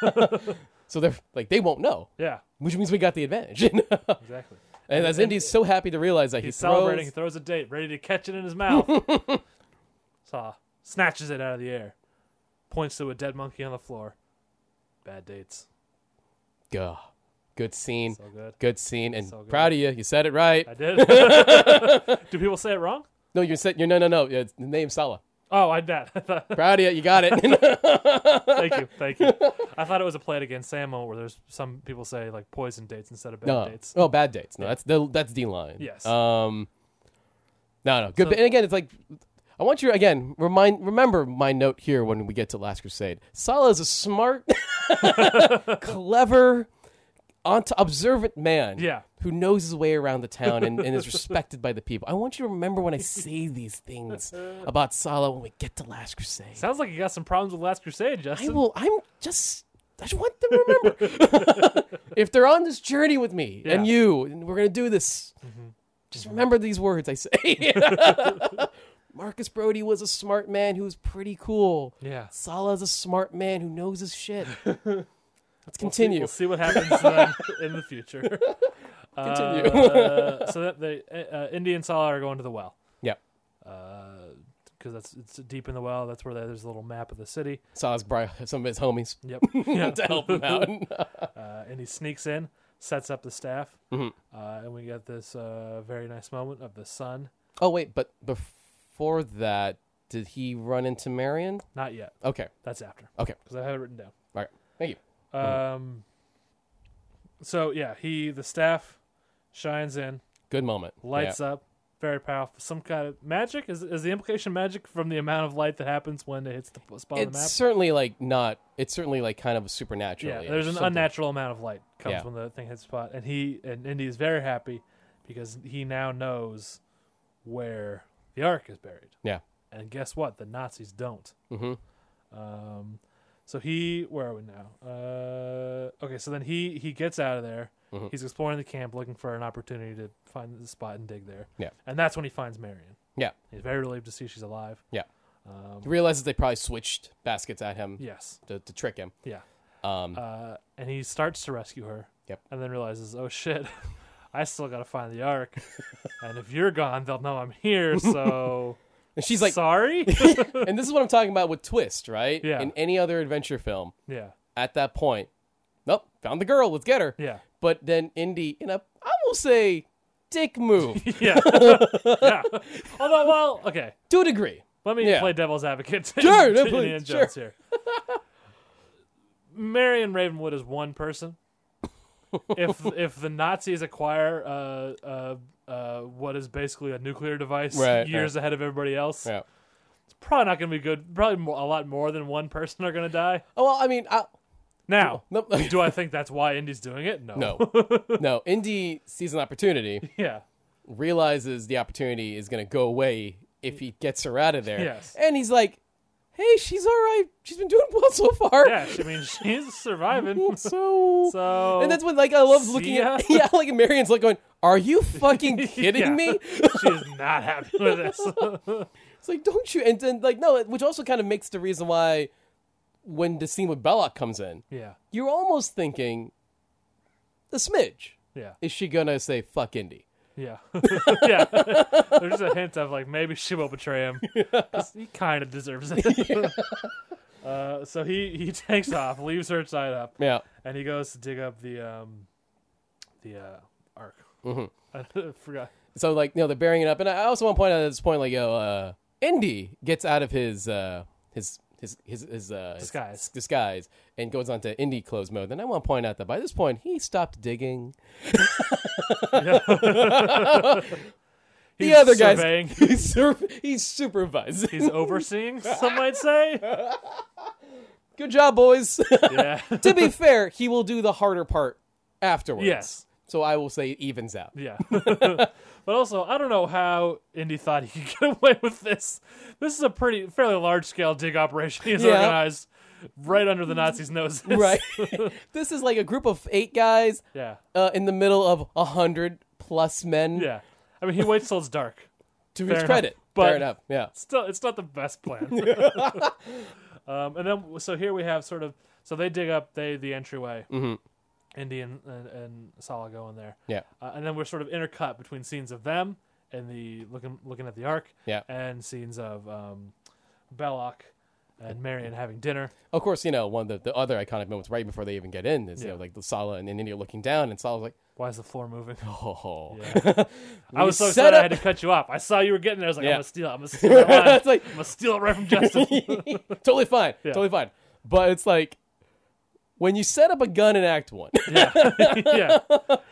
Speaker 2: so they're like they won't know,
Speaker 1: yeah,
Speaker 2: which means we got the advantage. and
Speaker 1: exactly.
Speaker 2: as Indy's so happy to realize that
Speaker 1: He's
Speaker 2: he throws,
Speaker 1: celebrating. He throws a date, ready to catch it in his mouth. Saw snatches it out of the air, points to a dead monkey on the floor. Bad dates.
Speaker 2: Gah. Good scene.
Speaker 1: So good.
Speaker 2: good scene. And
Speaker 1: So good.
Speaker 2: proud of you. You said it right.
Speaker 1: I did. Do people say it wrong?
Speaker 2: No, you said you no no no. It's the name Salah.
Speaker 1: Oh, I bet. I thought-
Speaker 2: Proud of you. You got it.
Speaker 1: thank you, thank you. I thought it was a play against Samo where there's some people say like poison dates instead of bad
Speaker 2: no.
Speaker 1: dates.
Speaker 2: Oh, bad dates. No, that's the that's the line.
Speaker 1: Yes.
Speaker 2: Um. No, no. Good.
Speaker 1: So-
Speaker 2: and again, it's like I want you again. Remind remember my note here when we get to Last Crusade. Salah is a smart, clever, onto observant man.
Speaker 1: Yeah.
Speaker 2: Who knows his way around the town and, and is respected by the people. I want you to remember when I say these things about Salah when we get to Last Crusade.
Speaker 1: Sounds like you got some problems with Last Crusade,
Speaker 2: I
Speaker 1: Justin.
Speaker 2: will. I'm just. I just want them to remember. if they're on this journey with me and
Speaker 1: Yeah. Mm-hmm.
Speaker 2: you, and we're gonna do this, just remember these words I say. Marcus Brody was a smart man who was pretty cool.
Speaker 1: Yeah.
Speaker 2: Salah's a smart man who knows his shit. Let's continue.
Speaker 1: We'll see what happens then in the future.
Speaker 2: Continue.
Speaker 1: Uh, so that the uh, Indy and Salah are going to the well
Speaker 2: yeah.
Speaker 1: because that's it's deep in the well. That's where there's a little map of the city.
Speaker 2: Salah's brought some of his homies
Speaker 1: Yep. Yeah.
Speaker 2: to help him out.
Speaker 1: uh, and he sneaks in. sets up the staff, uh, and we get this uh, very nice moment of the sun.
Speaker 2: Oh wait, but before that, did he run into Marion?
Speaker 1: Not yet.
Speaker 2: Okay.
Speaker 1: That's after.
Speaker 2: Okay.
Speaker 1: Because I have it written down.
Speaker 2: All right. Thank you.
Speaker 1: Um. So yeah, he the staff shines in,
Speaker 2: Good moment.
Speaker 1: lights up, very powerful. Some kind of magic is is the implication magic from the amount of light that happens when it hits the p- spot on the
Speaker 2: It's
Speaker 1: map.
Speaker 2: certainly like not. It's certainly like kind of supernatural.
Speaker 1: Yeah, there's an
Speaker 2: something.
Speaker 1: unnatural amount of light comes
Speaker 2: Yeah.
Speaker 1: when the thing hits the spot, and he and Indy is very happy because he now knows where the Ark is buried.
Speaker 2: Yeah.
Speaker 1: And guess what? The Nazis don't.
Speaker 2: Mhm.
Speaker 1: Um, so he, where are we now? Uh, okay, so then he he gets out of there.
Speaker 2: Mm-hmm.
Speaker 1: He's exploring the camp, looking for an opportunity to find the spot and dig there.
Speaker 2: Yeah.
Speaker 1: and that's when he finds Marion.
Speaker 2: Yeah.
Speaker 1: He's very relieved to see she's alive.
Speaker 2: Yeah.
Speaker 1: Um,
Speaker 2: He realizes they probably switched baskets at him
Speaker 1: yes.
Speaker 2: to, to trick him.
Speaker 1: Yeah.
Speaker 2: Um,
Speaker 1: Uh, and he starts to rescue her.
Speaker 2: Yep.
Speaker 1: And then realizes, oh shit, I still got to find the Ark, and if you're gone, they'll know I'm here. So
Speaker 2: and she's like,
Speaker 1: sorry.
Speaker 2: and this is what I'm talking about with twist, right?
Speaker 1: Yeah.
Speaker 2: In any other adventure film,
Speaker 1: yeah.
Speaker 2: at that point, nope, found the girl. Let's get her.
Speaker 1: Yeah.
Speaker 2: But then Indy, in a I will say, dick move
Speaker 1: Yeah. yeah. Although, well, okay.
Speaker 2: to a degree.
Speaker 1: Let me
Speaker 2: Yeah.
Speaker 1: play devil's advocate to, to
Speaker 2: Sure, please,
Speaker 1: Indiana
Speaker 2: sure.
Speaker 1: Jones here. Marion Ravenwood is one person. if if the Nazis acquire uh, uh, uh, what is basically a nuclear device
Speaker 2: Right,
Speaker 1: years ahead of everybody else,
Speaker 2: Yeah.
Speaker 1: it's probably not going to be good. Probably mo a lot more than one person are going to die.
Speaker 2: Oh well, I mean, I,
Speaker 1: Now,
Speaker 2: no,
Speaker 1: do I think that's why Indy's doing it? No.
Speaker 2: no, no. Indy sees an opportunity.
Speaker 1: Yeah.
Speaker 2: realizes the opportunity is going to go away if he gets her out of there.
Speaker 1: Yes.
Speaker 2: And he's like, hey, she's all right. She's been doing well so far.
Speaker 1: Yeah. I mean, she's surviving.
Speaker 2: So.
Speaker 1: So
Speaker 2: And that's when, like, I love looking
Speaker 1: See
Speaker 2: at. Yeah, like, Marion's like going, are you fucking kidding
Speaker 1: Yeah.
Speaker 2: me?
Speaker 1: she's not happy with this.
Speaker 2: It's like, don't you. And then, like, no, which also kind of makes the reason why when the scene with Belloc comes in,
Speaker 1: yeah.
Speaker 2: you're almost thinking, the smidge.
Speaker 1: Yeah.
Speaker 2: Is she going to say, fuck Indy?
Speaker 1: Yeah, yeah. There's a hint of like maybe she will betray him 'Cause he kind of deserves it. uh, so he he takes off, leaves her side up,
Speaker 2: Yeah.
Speaker 1: and he goes to dig up the um the uh, ark.
Speaker 2: Mm-hmm.
Speaker 1: I forgot.
Speaker 2: So like you know they're burying it up, and I also want to point out at this point like yo, uh, Indy gets out of his uh, his his his his, uh, his-
Speaker 1: Disguise.
Speaker 2: his disguise and goes on to indie clothes mode. Then I want to point out that by this point he stopped digging. The
Speaker 1: He's
Speaker 2: other guys-
Speaker 1: surveying. guys.
Speaker 2: He's sur- he's supervising.
Speaker 1: He's overseeing, some might say.
Speaker 2: Good job, boys.
Speaker 1: Yeah.
Speaker 2: to be fair, he will do the harder part afterwards.
Speaker 1: Yes.
Speaker 2: So I will say it evens out.
Speaker 1: Yeah. but also, I don't know how Indy thought he could get away with this. This is a pretty, fairly large scale dig operation he's
Speaker 2: Yeah.
Speaker 1: organized right under the Nazis' noses.
Speaker 2: Right. this is like a group of eight guys
Speaker 1: Yeah.
Speaker 2: uh, in the middle of a hundred plus men.
Speaker 1: Yeah. I mean, he waits till it's dark.
Speaker 2: To
Speaker 1: Fair
Speaker 2: his
Speaker 1: enough.
Speaker 2: credit.
Speaker 1: But-
Speaker 2: fair enough. Yeah.
Speaker 1: Still, it's not the best plan. um, and then, so here we have sort of, so they dig up they the entryway. Mm-hmm. Indy and, and, and Sala go in there.
Speaker 2: Yeah.
Speaker 1: Uh, and then we're sort of intercut between scenes of them and the looking looking at the ark.
Speaker 2: Yeah.
Speaker 1: And scenes of um, Belloc and Marion having dinner.
Speaker 2: Of course, you know, one of the, the other iconic moments right before they even get in is, you know,
Speaker 1: Yeah.
Speaker 2: like the Sala and India looking down, and Sala's like,
Speaker 1: Why is the floor moving?
Speaker 2: oh.
Speaker 1: I was so excited
Speaker 2: set
Speaker 1: I
Speaker 2: up-
Speaker 1: had to cut you off. I saw you were getting there. I was like,
Speaker 2: Yeah.
Speaker 1: I'm gonna steal. it. I'm gonna steal. That line.
Speaker 2: It's like-
Speaker 1: I'm gonna steal it right from Justin.
Speaker 2: totally fine. Totally fine. But it's like, when you set up a gun in Act One,
Speaker 1: yeah.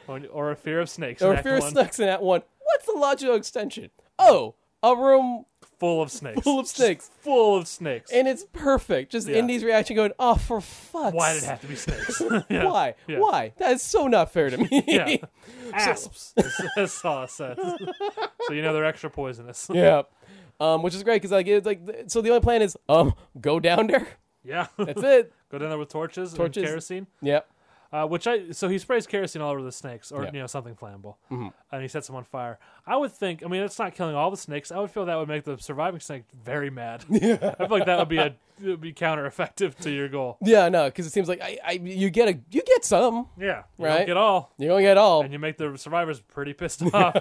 Speaker 1: Or, or a fear of snakes.
Speaker 2: or
Speaker 1: Act
Speaker 2: Fear of
Speaker 1: one,
Speaker 2: Snakes in Act One, what's the logical extension? Oh, a room
Speaker 1: full of snakes.
Speaker 2: full of
Speaker 1: Just
Speaker 2: snakes.
Speaker 1: Full of snakes.
Speaker 2: And it's perfect. Just
Speaker 1: Yeah.
Speaker 2: Indy's reaction going, oh, for fuck's
Speaker 1: Why did it have to be snakes?
Speaker 2: sake.
Speaker 1: yeah.
Speaker 2: Why?
Speaker 1: Yeah.
Speaker 2: Why? That is so not fair to me.
Speaker 1: Yeah. Asps. as Sala says. so you know they're extra poisonous.
Speaker 2: yeah. Um, which is great because like it's like so the only plan is um go down there.
Speaker 1: Yeah.
Speaker 2: That's it.
Speaker 1: Go down there with torches,
Speaker 2: Torches.
Speaker 1: and kerosene.
Speaker 2: Yep.
Speaker 1: Uh, which I so he sprays kerosene all over the snakes, or
Speaker 2: Yeah. Mm-hmm.
Speaker 1: you know something flammable, and he sets them on fire. I would think, I mean, it's not killing all the snakes. I would feel that would make the surviving snake very mad. Yeah. I feel like that would be a it would be counter effective to your goal.
Speaker 2: Yeah, no, because it seems like I, I, you get a, you get some,
Speaker 1: Yeah, you
Speaker 2: Right.
Speaker 1: Don't get all,
Speaker 2: you don't get all.
Speaker 1: and you make the survivors pretty pissed off.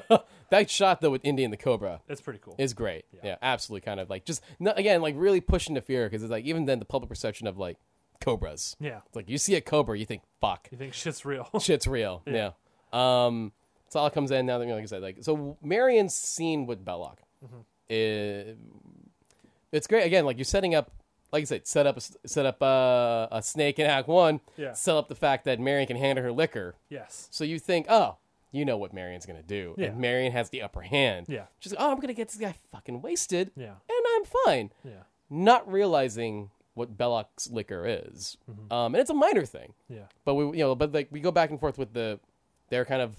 Speaker 2: That shot though with Indy and the Cobra
Speaker 1: it's pretty cool.
Speaker 2: is great. Yeah, absolutely, kind of like just no, again, like really pushing the fear because it's like even then the public perception of like cobras.
Speaker 1: Yeah.
Speaker 2: It's like you see a cobra, you think, fuck,
Speaker 1: You think shit's real?
Speaker 2: shit's real. Yeah. Um, so all comes in now. That, like I said, like so, Marion's scene with Belloc.
Speaker 1: Mm-hmm.
Speaker 2: It- it's great. Again, like you're setting up. Like I said, set up a, s- set up uh, a snake in Act One.
Speaker 1: Yeah.
Speaker 2: Set up the fact that Marion can handle her liquor.
Speaker 1: yes.
Speaker 2: So you think, oh, you know what Marion's gonna do,
Speaker 1: Yeah.
Speaker 2: and Marion has the upper hand.
Speaker 1: Yeah.
Speaker 2: She's like, oh, I'm gonna get this guy fucking wasted,
Speaker 1: Yeah.
Speaker 2: and I'm fine
Speaker 1: Yeah.
Speaker 2: not realizing what Belloc's liquor is,
Speaker 1: Mm-hmm.
Speaker 2: um, and it's a minor thing.
Speaker 1: Yeah.
Speaker 2: But we, you know, but like we go back and forth with the, they're kind of,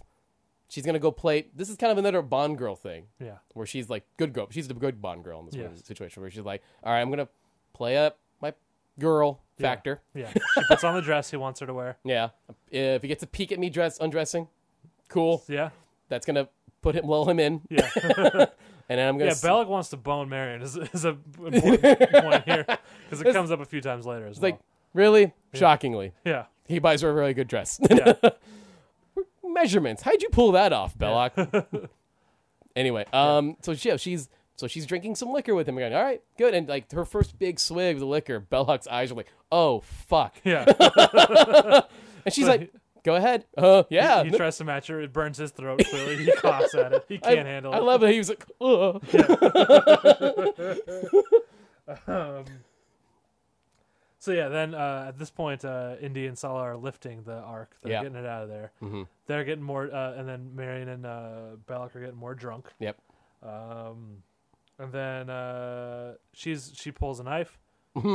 Speaker 2: she's gonna go play. This is kind of another Bond girl thing
Speaker 1: Yeah.
Speaker 2: where she's like good girl. She's the good Bond girl in this
Speaker 1: Yes.
Speaker 2: situation where she's like, all right, I'm gonna play up my girl factor.
Speaker 1: Yeah. She puts on the dress he wants her to wear.
Speaker 2: Yeah, if he gets a peek at me dress undressing, cool.
Speaker 1: Yeah.
Speaker 2: That's gonna put him lull him in,
Speaker 1: Yeah.
Speaker 2: and then I'm gonna.
Speaker 1: yeah.
Speaker 2: s-
Speaker 1: Belloc wants to bone Marion is, is a important point here because it comes up a few times later as
Speaker 2: it's like
Speaker 1: well.
Speaker 2: really shockingly,
Speaker 1: yeah.
Speaker 2: he buys her a really good dress.
Speaker 1: Yeah.
Speaker 2: measurements. How'd you pull that off, Belloc? anyway, um, so she, yeah, she's so she's drinking some liquor with him again. All right, good. And like her first big swig of the liquor, Belloc's eyes are like, "Oh fuck,"
Speaker 1: Yeah.
Speaker 2: and she's like, "Go ahead." Uh, yeah.
Speaker 1: He tries to match her. It burns his throat. Clearly, he coughs at it. He
Speaker 2: I,
Speaker 1: can't handle
Speaker 2: I
Speaker 1: it.
Speaker 2: love it. He was like, uh. "Ugh."
Speaker 1: Um, So yeah, then uh, at this point, uh, Indy and Sala are lifting the arc. They're
Speaker 2: Yeah. Mm-hmm.
Speaker 1: getting it out of there. They're getting more, uh, and then Marion and uh, Belloc are getting more drunk.
Speaker 2: Yep.
Speaker 1: Um, and then uh, she's she pulls a knife.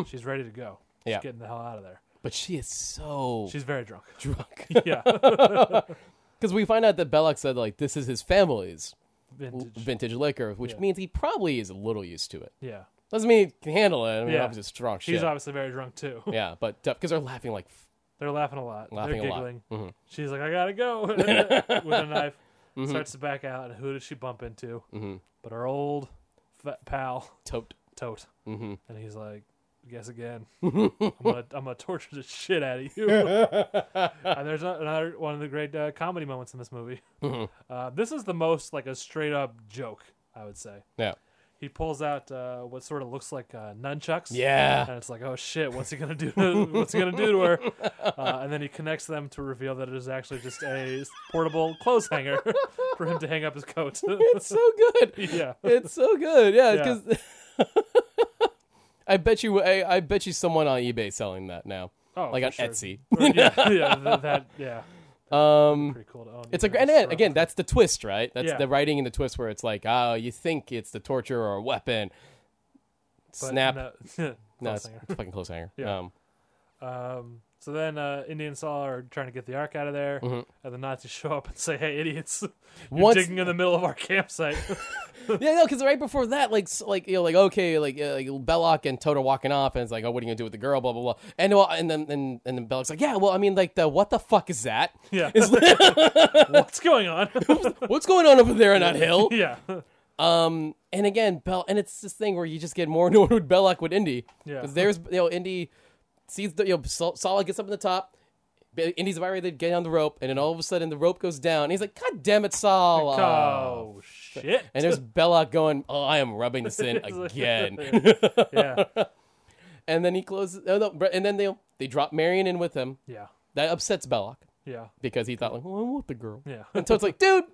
Speaker 1: She's ready to go. She's
Speaker 2: Mm-hmm. Yeah.
Speaker 1: getting the hell out of there.
Speaker 2: But she is so
Speaker 1: She's very drunk.
Speaker 2: drunk
Speaker 1: Yeah,
Speaker 2: because we find out that Belloc said like this is his family's
Speaker 1: vintage.
Speaker 2: vintage liquor, which
Speaker 1: Yeah.
Speaker 2: means he probably is a little used to it.
Speaker 1: Yeah,
Speaker 2: Doesn't mean he can handle it. I mean,
Speaker 1: Yeah.
Speaker 2: obviously, it's strong
Speaker 1: she's
Speaker 2: shit.
Speaker 1: obviously very drunk too.
Speaker 2: yeah, but because they're laughing like
Speaker 1: They're laughing a lot.
Speaker 2: Laughing
Speaker 1: They're
Speaker 2: a lot. Mm-hmm.
Speaker 1: giggling. She's like, I gotta go with a knife. Starts to back out, and who does she bump into? Mm-hmm. But her old fa- pal
Speaker 2: tote.
Speaker 1: Tote,
Speaker 2: Mm-hmm.
Speaker 1: and he's like, "Guess again. I'm gonna, I'm gonna torture the shit out of you." and
Speaker 2: Mm-hmm.
Speaker 1: there's a- another one of the great uh, comedy moments in this movie. Uh, this is the most like a straight up joke, I would say.
Speaker 2: Yeah.
Speaker 1: He pulls out uh, what sort of looks like uh, nunchucks.
Speaker 2: Yeah.
Speaker 1: and it's like, oh shit, what's he gonna do? To, what's he gonna do to her? Uh, and then he connects them to reveal that it is actually just a portable clothes hanger for him to hang up his coat.
Speaker 2: It's so good.
Speaker 1: yeah,
Speaker 2: It's so good. Yeah,
Speaker 1: Yeah.
Speaker 2: because I bet you, I, I bet you, someone on eBay selling that now,
Speaker 1: oh,
Speaker 2: like
Speaker 1: for
Speaker 2: on
Speaker 1: sure.
Speaker 2: Etsy.
Speaker 1: Or- yeah, yeah, th- that, yeah.
Speaker 2: Um,
Speaker 1: Pretty cool to own.
Speaker 2: it's a
Speaker 1: even
Speaker 2: gr- and
Speaker 1: if
Speaker 2: then,
Speaker 1: for-
Speaker 2: again, that's the twist, right? That's
Speaker 1: Yeah.
Speaker 2: the writing and the twist where it's like, oh, you think it's the torture or a weapon,
Speaker 1: but
Speaker 2: snap. No,
Speaker 1: No, clothes
Speaker 2: it's
Speaker 1: hanger.
Speaker 2: it's fucking close hanger.
Speaker 1: Yeah.
Speaker 2: Um,
Speaker 1: Um, so then uh, Indian Saw are trying to get the ark out of there,
Speaker 2: Mm-hmm.
Speaker 1: and the Nazis show up and say, "Hey, idiots! You're
Speaker 2: Once-
Speaker 1: digging in the middle of our campsite."
Speaker 2: yeah, no, because right before that, like, s- like you know, like okay, like, uh, like Belloc and Toad are walking off, and it's like, oh, what are you gonna do with the girl? Blah blah blah. And well, and then and, and then Belloc's like, yeah, well, I mean, like the what the fuck is that?
Speaker 1: yeah,
Speaker 2: It's like,
Speaker 1: what's going on?
Speaker 2: what's going on over there on that hill?
Speaker 1: yeah,
Speaker 2: Um, and again, Bell, and it's this thing where you just get more annoyed with Belloc with Indy.
Speaker 1: Yeah.
Speaker 2: Because there's, you know, Indy sees the, you know, Sol- Solid gets up in the top. Be- Indy's about ready to get on the rope, and then all of a sudden the rope goes down. And he's like, God damn it, Sol.
Speaker 1: oh shit!
Speaker 2: And there's Belloc going, Oh, I am rubbing this in
Speaker 1: It's like-
Speaker 2: again.
Speaker 1: yeah,
Speaker 2: and then he closes, oh, no, and then they, they drop Marion in with him.
Speaker 1: yeah,
Speaker 2: That upsets Belloc
Speaker 1: yeah,
Speaker 2: because he thought, like, Well, I want the girl.
Speaker 1: yeah,
Speaker 2: And so it's like, Dude,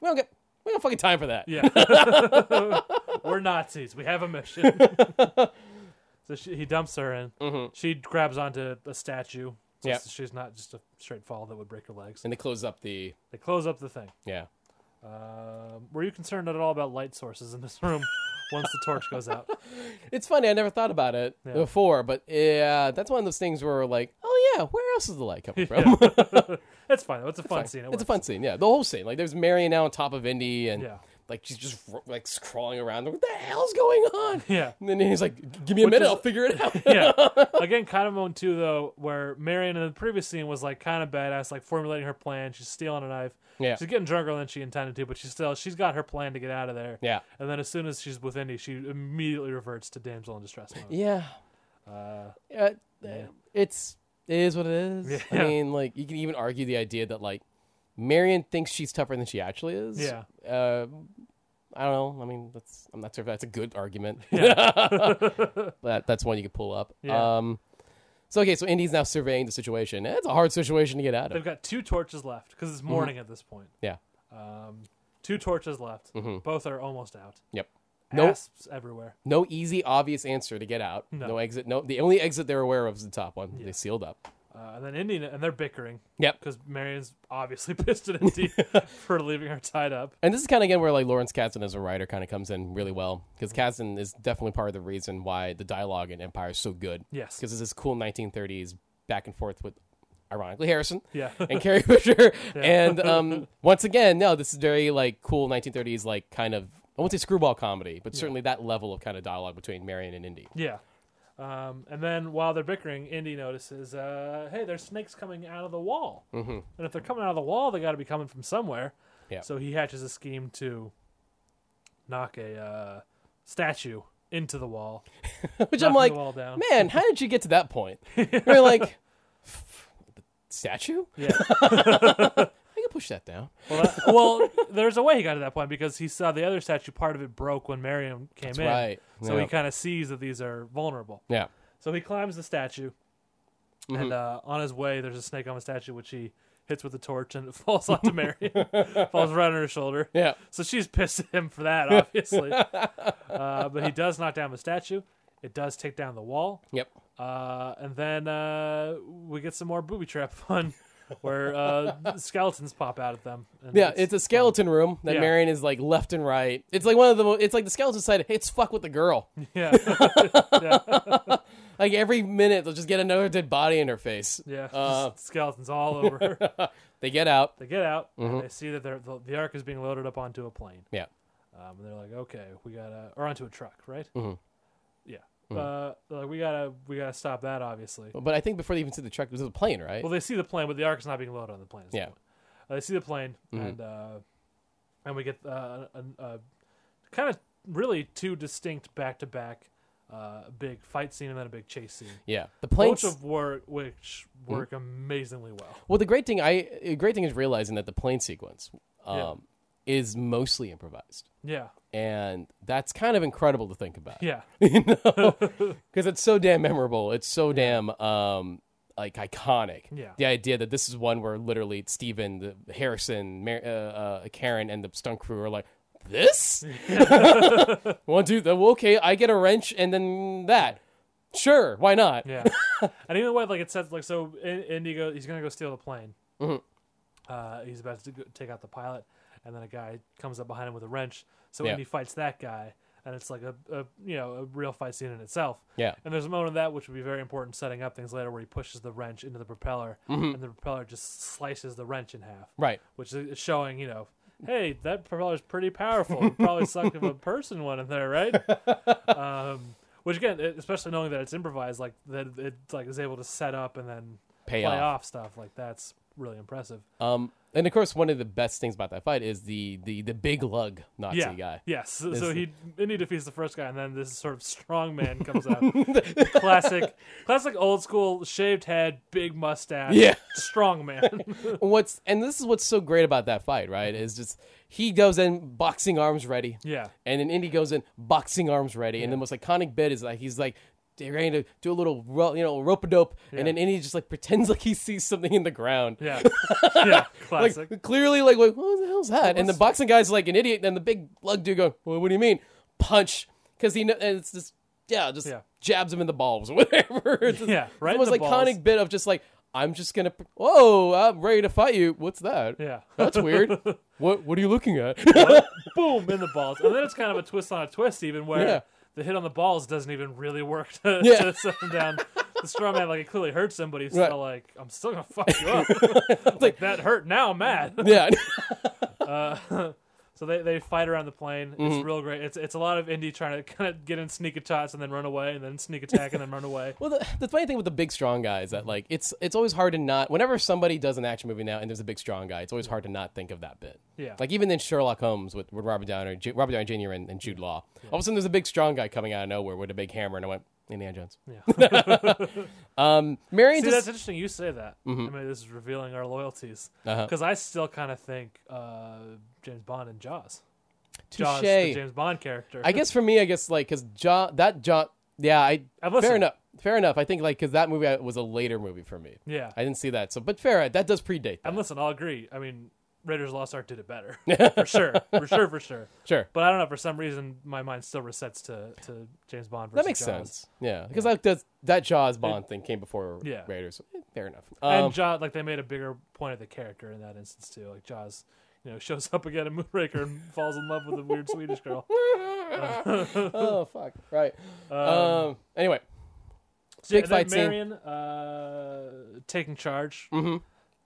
Speaker 2: we don't get, we don't fucking time for that.
Speaker 1: yeah. We're Nazis. We have a mission. so she, he dumps her in. She grabs onto a statue. So
Speaker 2: Mm-hmm. Yeah.
Speaker 1: she's not just a straight fall that would break her legs.
Speaker 2: And they close up the,
Speaker 1: They close up the thing.
Speaker 2: yeah.
Speaker 1: Um, were you concerned at all about light sources in this room once the torch goes out?
Speaker 2: It's funny. I never thought about it
Speaker 1: Yeah.
Speaker 2: before, but yeah, that's one of those things where like, oh yeah, where else is the light coming from?
Speaker 1: That's fine. though. It's a fun scene. It
Speaker 2: it's a
Speaker 1: works.
Speaker 2: fun scene. Yeah, the whole scene. Like, there's Marion now on top of Indy, and
Speaker 1: Yeah.
Speaker 2: like she's just ro- like crawling around. What the hell's going on?
Speaker 1: Yeah.
Speaker 2: And then he's like, "Give me a minute, I'll figure it out."
Speaker 1: yeah. Again, kind of moan too, though, where Marion in the previous scene was like kind of badass, like formulating her plan. She's stealing a knife.
Speaker 2: Yeah.
Speaker 1: She's getting drunker than she intended to, but she's still she's got her plan to get out of there.
Speaker 2: Yeah.
Speaker 1: And then as soon as she's with Indy, she immediately reverts to damsel in distress mode.
Speaker 2: yeah. Uh, It's it is what it is.
Speaker 1: Yeah.
Speaker 2: I mean, like you can even argue the idea that like Marion thinks she's tougher than she actually is.
Speaker 1: Yeah.
Speaker 2: Uh, I don't know. I mean, that's I'm not sure if that's a good argument. that that's one you could pull up.
Speaker 1: Yeah.
Speaker 2: Um, So okay, so Indy's now surveying the situation. It's a hard situation to get out
Speaker 1: They've
Speaker 2: of.
Speaker 1: got two torches left because
Speaker 2: Mm-hmm.
Speaker 1: it's morning at this point.
Speaker 2: Yeah.
Speaker 1: Um, two torches left.
Speaker 2: Mm-hmm.
Speaker 1: Both are almost out.
Speaker 2: Yep. No,
Speaker 1: Asps everywhere.
Speaker 2: no easy, obvious answer to get out. No. exit. No, the only exit they're aware of is the top one. They sealed up.
Speaker 1: Uh, and then Indy and they're bickering.
Speaker 2: Yep.
Speaker 1: Because Marion's obviously pissed at Indy for leaving her tied up.
Speaker 2: And this is kind of again where like Lawrence Katzen as a writer kind of comes in really well because Katzen is definitely part of the reason why the dialogue in Empire is so good.
Speaker 1: Yes.
Speaker 2: because it's this cool 1930s back and forth with, ironically Harrison.
Speaker 1: Yeah.
Speaker 2: and Carrie Fisher. And um, once again, no, this is very like cool 1930s like kind of I won't say screwball comedy, but certainly that level of kind of dialogue between Marion and Indy.
Speaker 1: yeah. Um, and then while they're bickering, Indy notices, uh, hey, there's snakes coming out of the wall. Mm-hmm. And if they're coming out of the wall, they got to be coming from somewhere.
Speaker 2: Yeah.
Speaker 1: So he hatches a scheme to knock a uh, statue into the wall.
Speaker 2: Which
Speaker 1: knocking
Speaker 2: I'm like,
Speaker 1: the wall down.
Speaker 2: man, how did you get to that point? You're like, "F- the statue?
Speaker 1: Yeah.
Speaker 2: I can push that down.
Speaker 1: Well, that- well, there's a way he got to that point because he saw the other statue. Part of it broke when Miriam came in,
Speaker 2: right,
Speaker 1: so
Speaker 2: yeah.
Speaker 1: he kind of sees that these are vulnerable.
Speaker 2: Yeah.
Speaker 1: So he climbs the statue,
Speaker 2: Mm-hmm.
Speaker 1: and uh, on his way, there's a snake on the statue, which he hits with a torch, and it falls onto Miriam, falls right on her shoulder.
Speaker 2: Yeah.
Speaker 1: So she's pissed at him for that, obviously. uh, but he does knock down the statue. It does take down the wall.
Speaker 2: Yep.
Speaker 1: Uh, and then uh, we get some more booby trap fun where uh, skeletons pop out at them. And
Speaker 2: Yeah, it's a skeleton room that
Speaker 1: Yeah.
Speaker 2: Marion is like left and right. It's like one of the mo- it's like the skeleton side, hey, it's fuck with the girl.
Speaker 1: Yeah. yeah.
Speaker 2: Like every minute they'll just get another dead body in her face.
Speaker 1: Yeah.
Speaker 2: Uh,
Speaker 1: just skeletons all over her.
Speaker 2: They get out.
Speaker 1: They get out.
Speaker 2: Mm-hmm.
Speaker 1: And they see that they're, the, the ark is being loaded up onto a plane.
Speaker 2: Yeah.
Speaker 1: Um, and they're like, okay, we gotta, or onto a truck, right?
Speaker 2: Mm-hmm.
Speaker 1: Yeah. Uh, they're like, we gotta, we gotta stop that, obviously.
Speaker 2: But I think before they even see the truck, there's a plane, right?
Speaker 1: Well, they see the plane, but the ark is not being loaded on the plane. is the
Speaker 2: Yeah.
Speaker 1: point.
Speaker 2: Mm-hmm.
Speaker 1: Uh, they see the plane, and uh, and we get uh, a, a kind of really two distinct back to back big fight scene and then a big chase scene.
Speaker 2: Yeah, the
Speaker 1: Both
Speaker 2: planes. Hmm?
Speaker 1: of wor- which work amazingly well.
Speaker 2: well, the great thing I the great thing is realizing that the plane sequence um,
Speaker 1: Yeah.
Speaker 2: is mostly improvised,
Speaker 1: Yeah.
Speaker 2: and that's kind of incredible to think about.
Speaker 1: Yeah.
Speaker 2: you know, because it's so damn memorable. It's so damn um like iconic.
Speaker 1: Yeah.
Speaker 2: the idea that this is one where literally Steven, the, Harrison, Mar- uh, uh, Karen, and the stunt crew are like. This one, two, th- well, okay. I get a wrench and then that. Sure, why not?
Speaker 1: Yeah, and even the way like it says like so, In- Indy go he's gonna go steal the plane.
Speaker 2: Mm-hmm.
Speaker 1: Uh, he's about to go- take out the pilot, and then a guy comes up behind him with a wrench. So
Speaker 2: Yeah.
Speaker 1: Indy fights that guy, and it's like a, a you know a real fight scene in itself.
Speaker 2: Yeah.
Speaker 1: and there's a moment of that which would be very important setting up things later where he pushes the wrench into the propeller,
Speaker 2: Mm-hmm.
Speaker 1: and the propeller just slices the wrench in half.
Speaker 2: Right.
Speaker 1: which is showing you know. Hey, that propeller's pretty powerful. It probably sucked if a person went in there, right? Um, Which again, it- especially knowing that it's improvised, like that it like is able to set up and then
Speaker 2: Pay
Speaker 1: play
Speaker 2: off.
Speaker 1: off stuff like that's really impressive.
Speaker 2: Um, and of course, one of the best things about that fight is the the the big lug Nazi
Speaker 1: yeah.
Speaker 2: guy.
Speaker 1: Yes. So, so
Speaker 2: This-
Speaker 1: he Indy defeats the first guy, and then this sort of strong man comes out. classic, classic old school shaved head, big mustache.
Speaker 2: Yeah.
Speaker 1: Strong man.
Speaker 2: What's and this is what's so great about that fight, right? Is just he goes in boxing arms ready,
Speaker 1: yeah.
Speaker 2: and then Indy goes in boxing arms ready, and the most iconic bit is like he's like they're ready to do a little ro- you know rope a dope, and then Indy just like pretends like he sees something in the ground.
Speaker 1: Yeah. Yeah. Classic.
Speaker 2: Like clearly, like, like what the hell's that? And the boxing guy's like an idiot. And the big lug dude going, well, "What do you mean punch?" Because he kn- and it's just yeah, just
Speaker 1: Yeah.
Speaker 2: jabs him in the balls or whatever. It's just-
Speaker 1: Yeah,
Speaker 2: it's
Speaker 1: right in
Speaker 2: The most
Speaker 1: the
Speaker 2: iconic
Speaker 1: balls.
Speaker 2: bit of just like I'm just gonna pr- whoa, I'm ready to fight you. What's that?
Speaker 1: Yeah.
Speaker 2: that's weird. what What are you looking at?
Speaker 1: boom in the balls, and then it's kind of a twist on a twist, even where
Speaker 2: Yeah.
Speaker 1: the hit on the balls doesn't even really work to,
Speaker 2: Yeah.
Speaker 1: to set him down. The straw man, like it clearly hurts him, but he's
Speaker 2: Right.
Speaker 1: still like, "I'm still gonna fuck you up." like, that hurt. Now I'm mad.
Speaker 2: yeah,
Speaker 1: So they, they fight around the plane.
Speaker 2: Mm-hmm.
Speaker 1: It's real great. It's it's a lot of indie trying to kind of get in sneak attacks and then run away, and then sneak attack and then run away.
Speaker 2: Well, the, the funny thing with the big strong guy is that like it's it's always hard to not whenever somebody does an action movie now and there's a big strong guy, it's always hard to not think of that bit.
Speaker 1: Yeah.
Speaker 2: Like even in Sherlock Holmes with, with Robert Downey, Ju- Robert Downey Jr. And, and Jude Law, all of a sudden there's a big strong guy coming out of nowhere with a big hammer, and I went Indiana Jones.
Speaker 1: Yeah.
Speaker 2: Um, Marion
Speaker 1: See, that's
Speaker 2: just Mm-hmm.
Speaker 1: interesting. You say that. I mean, this is revealing our loyalties
Speaker 2: Uh-huh.
Speaker 1: because I still kind of think uh, James Bond and Jaws. Jaws, the
Speaker 2: touche.
Speaker 1: James Bond character.
Speaker 2: I guess for me, I guess like because John that John, yeah, I
Speaker 1: I've
Speaker 2: fair
Speaker 1: listened.
Speaker 2: enough. fair enough. I think like because that movie uh, was a later movie for me.
Speaker 1: Yeah.
Speaker 2: I didn't see that. So, but fair, that does predate. That.
Speaker 1: And listen, I'll agree. I mean, Raiders of the Lost Ark did it better. for sure. For sure, for sure.
Speaker 2: Sure,
Speaker 1: But I don't know. For some reason, my mind still resets to, to James Bond. Versus
Speaker 2: that makes
Speaker 1: Jaws.
Speaker 2: sense. Yeah, because that does that Jaws Bond thing came before
Speaker 1: Yeah.
Speaker 2: Raiders. So, eh, Fair enough.
Speaker 1: and
Speaker 2: Um,
Speaker 1: Jaws, like they made a bigger point of the character in that instance too. Like Jaws, you know, shows up again in Moonraker and falls in love with a weird Swedish girl.
Speaker 2: oh fuck! Right.
Speaker 1: Uh,
Speaker 2: Um. Anyway.
Speaker 1: so yeah, and
Speaker 2: big
Speaker 1: then
Speaker 2: fight scene.
Speaker 1: Marion uh, taking charge.
Speaker 2: hmm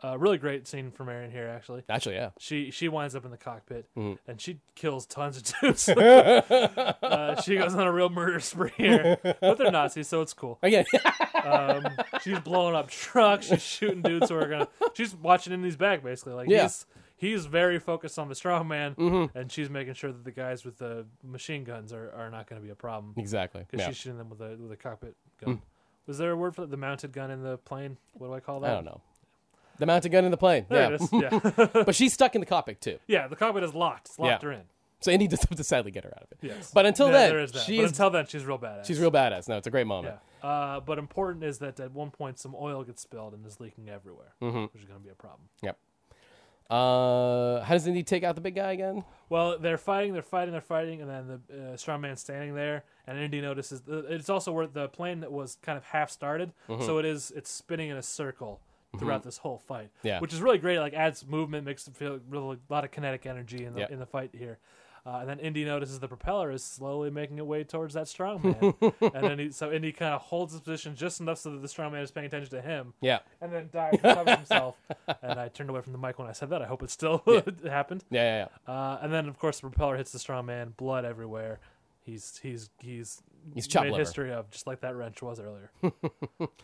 Speaker 1: Uh, really great scene for Marion here, actually.
Speaker 2: Actually, yeah.
Speaker 1: She she winds up in the cockpit
Speaker 2: Mhm.
Speaker 1: and she kills tons of dudes. uh, she goes on a real murder spree here, but they're Nazis, so it's cool.
Speaker 2: Again,
Speaker 1: Um, she's blowing up trucks. She's shooting dudes who are gonna. She's watching in these back basically. Like
Speaker 2: Yeah. Mm-hmm.
Speaker 1: he's he's very focused on the strong man, and she's making sure that the guys with the machine guns are, are not going to be a problem
Speaker 2: exactly.
Speaker 1: because
Speaker 2: Yeah. Mm.
Speaker 1: she's shooting them with a with a cockpit gun. Was there a word for that? the mounted gun in the plane? What do I call that?
Speaker 2: I don't know. The mounted gun in the plane.
Speaker 1: There
Speaker 2: yeah.
Speaker 1: it is. Yeah,
Speaker 2: but she's stuck in the cockpit too.
Speaker 1: yeah. The cockpit is locked. It's locked
Speaker 2: Yeah.
Speaker 1: her in.
Speaker 2: So Indy does have to sadly get her out of it.
Speaker 1: Yes.
Speaker 2: But until
Speaker 1: There-
Speaker 2: then,
Speaker 1: there is that.
Speaker 2: she
Speaker 1: but
Speaker 2: is-
Speaker 1: until then, she's real badass.
Speaker 2: She's real badass. No, it's a great moment.
Speaker 1: Yeah. Uh, but important is that at one point some oil gets spilled and is leaking everywhere,
Speaker 2: Mm-hmm.
Speaker 1: which is going to be a problem.
Speaker 2: Uh, how does Indy take out the big guy again?
Speaker 1: Well, they're fighting, they're fighting, they're fighting, and then the uh, strong man's standing there, and Indy notices. The, it's also where the plane that was kind of half started,
Speaker 2: Mm-hmm.
Speaker 1: so it is it's spinning in a circle throughout this whole fight.
Speaker 2: Yeah.
Speaker 1: which is really great. It, Like adds movement, makes it feel really, a lot of kinetic energy in the
Speaker 2: Yeah.
Speaker 1: in the fight here. Uh, and then Indy notices the propeller is slowly making its way towards that strong man, and then he, so Indy kind of holds his position just enough so that the strong man is paying attention to him,
Speaker 2: Yeah.
Speaker 1: and then dives and covers himself. And I turned away from the mic when I said that. I hope it still happened.
Speaker 2: Yeah, yeah, yeah.
Speaker 1: Uh, and then, of course, the propeller hits the strong man, blood everywhere. He's he's he's
Speaker 2: He's chopped
Speaker 1: made
Speaker 2: liver.
Speaker 1: history of just like that wrench was earlier.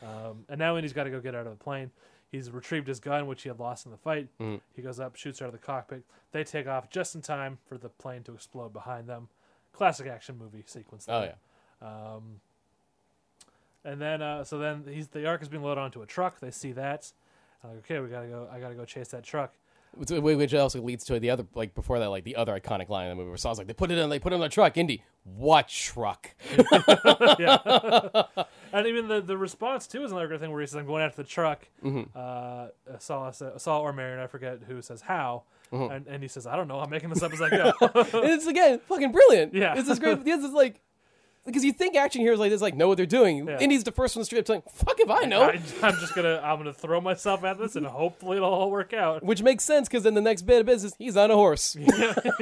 Speaker 1: um, and now Indy's got to go get out of the plane. He's retrieved his gun, which he had lost in the fight.
Speaker 2: Mm.
Speaker 1: He goes up, shoots her out of the cockpit. They take off just in time for the plane to explode behind them. Classic action movie sequence.
Speaker 2: Oh,
Speaker 1: there. Um, and then uh, so then he's the arc is being loaded onto a truck. They see that. I'm like, okay, we gotta go. I gotta go chase that truck.
Speaker 2: Which- Which also leads to the other, like before that, like the other iconic line in the movie where Saw's like, they put it in, they put it on the truck. Indy, what truck?
Speaker 1: And even the, the response too is another good thing where he says, "I'm going after the truck."
Speaker 2: Mm-hmm.
Speaker 1: Uh, Saul, sa- Saul or Marion, I forget who says how,
Speaker 2: Mm-hmm.
Speaker 1: and, and he says, "I don't know. I'm making this up as I go."
Speaker 2: it's again fucking brilliant.
Speaker 1: Yeah.
Speaker 2: This is great. This is like, because you think action heroes like this like know what they're doing.
Speaker 1: Yeah.
Speaker 2: Indy's the first one to straight up saying, fuck if I know.
Speaker 1: I, am just gonna I'm gonna throw myself at this and hopefully it'll all work out.
Speaker 2: Which makes sense because then the next bit of business, he's on a horse.
Speaker 1: He's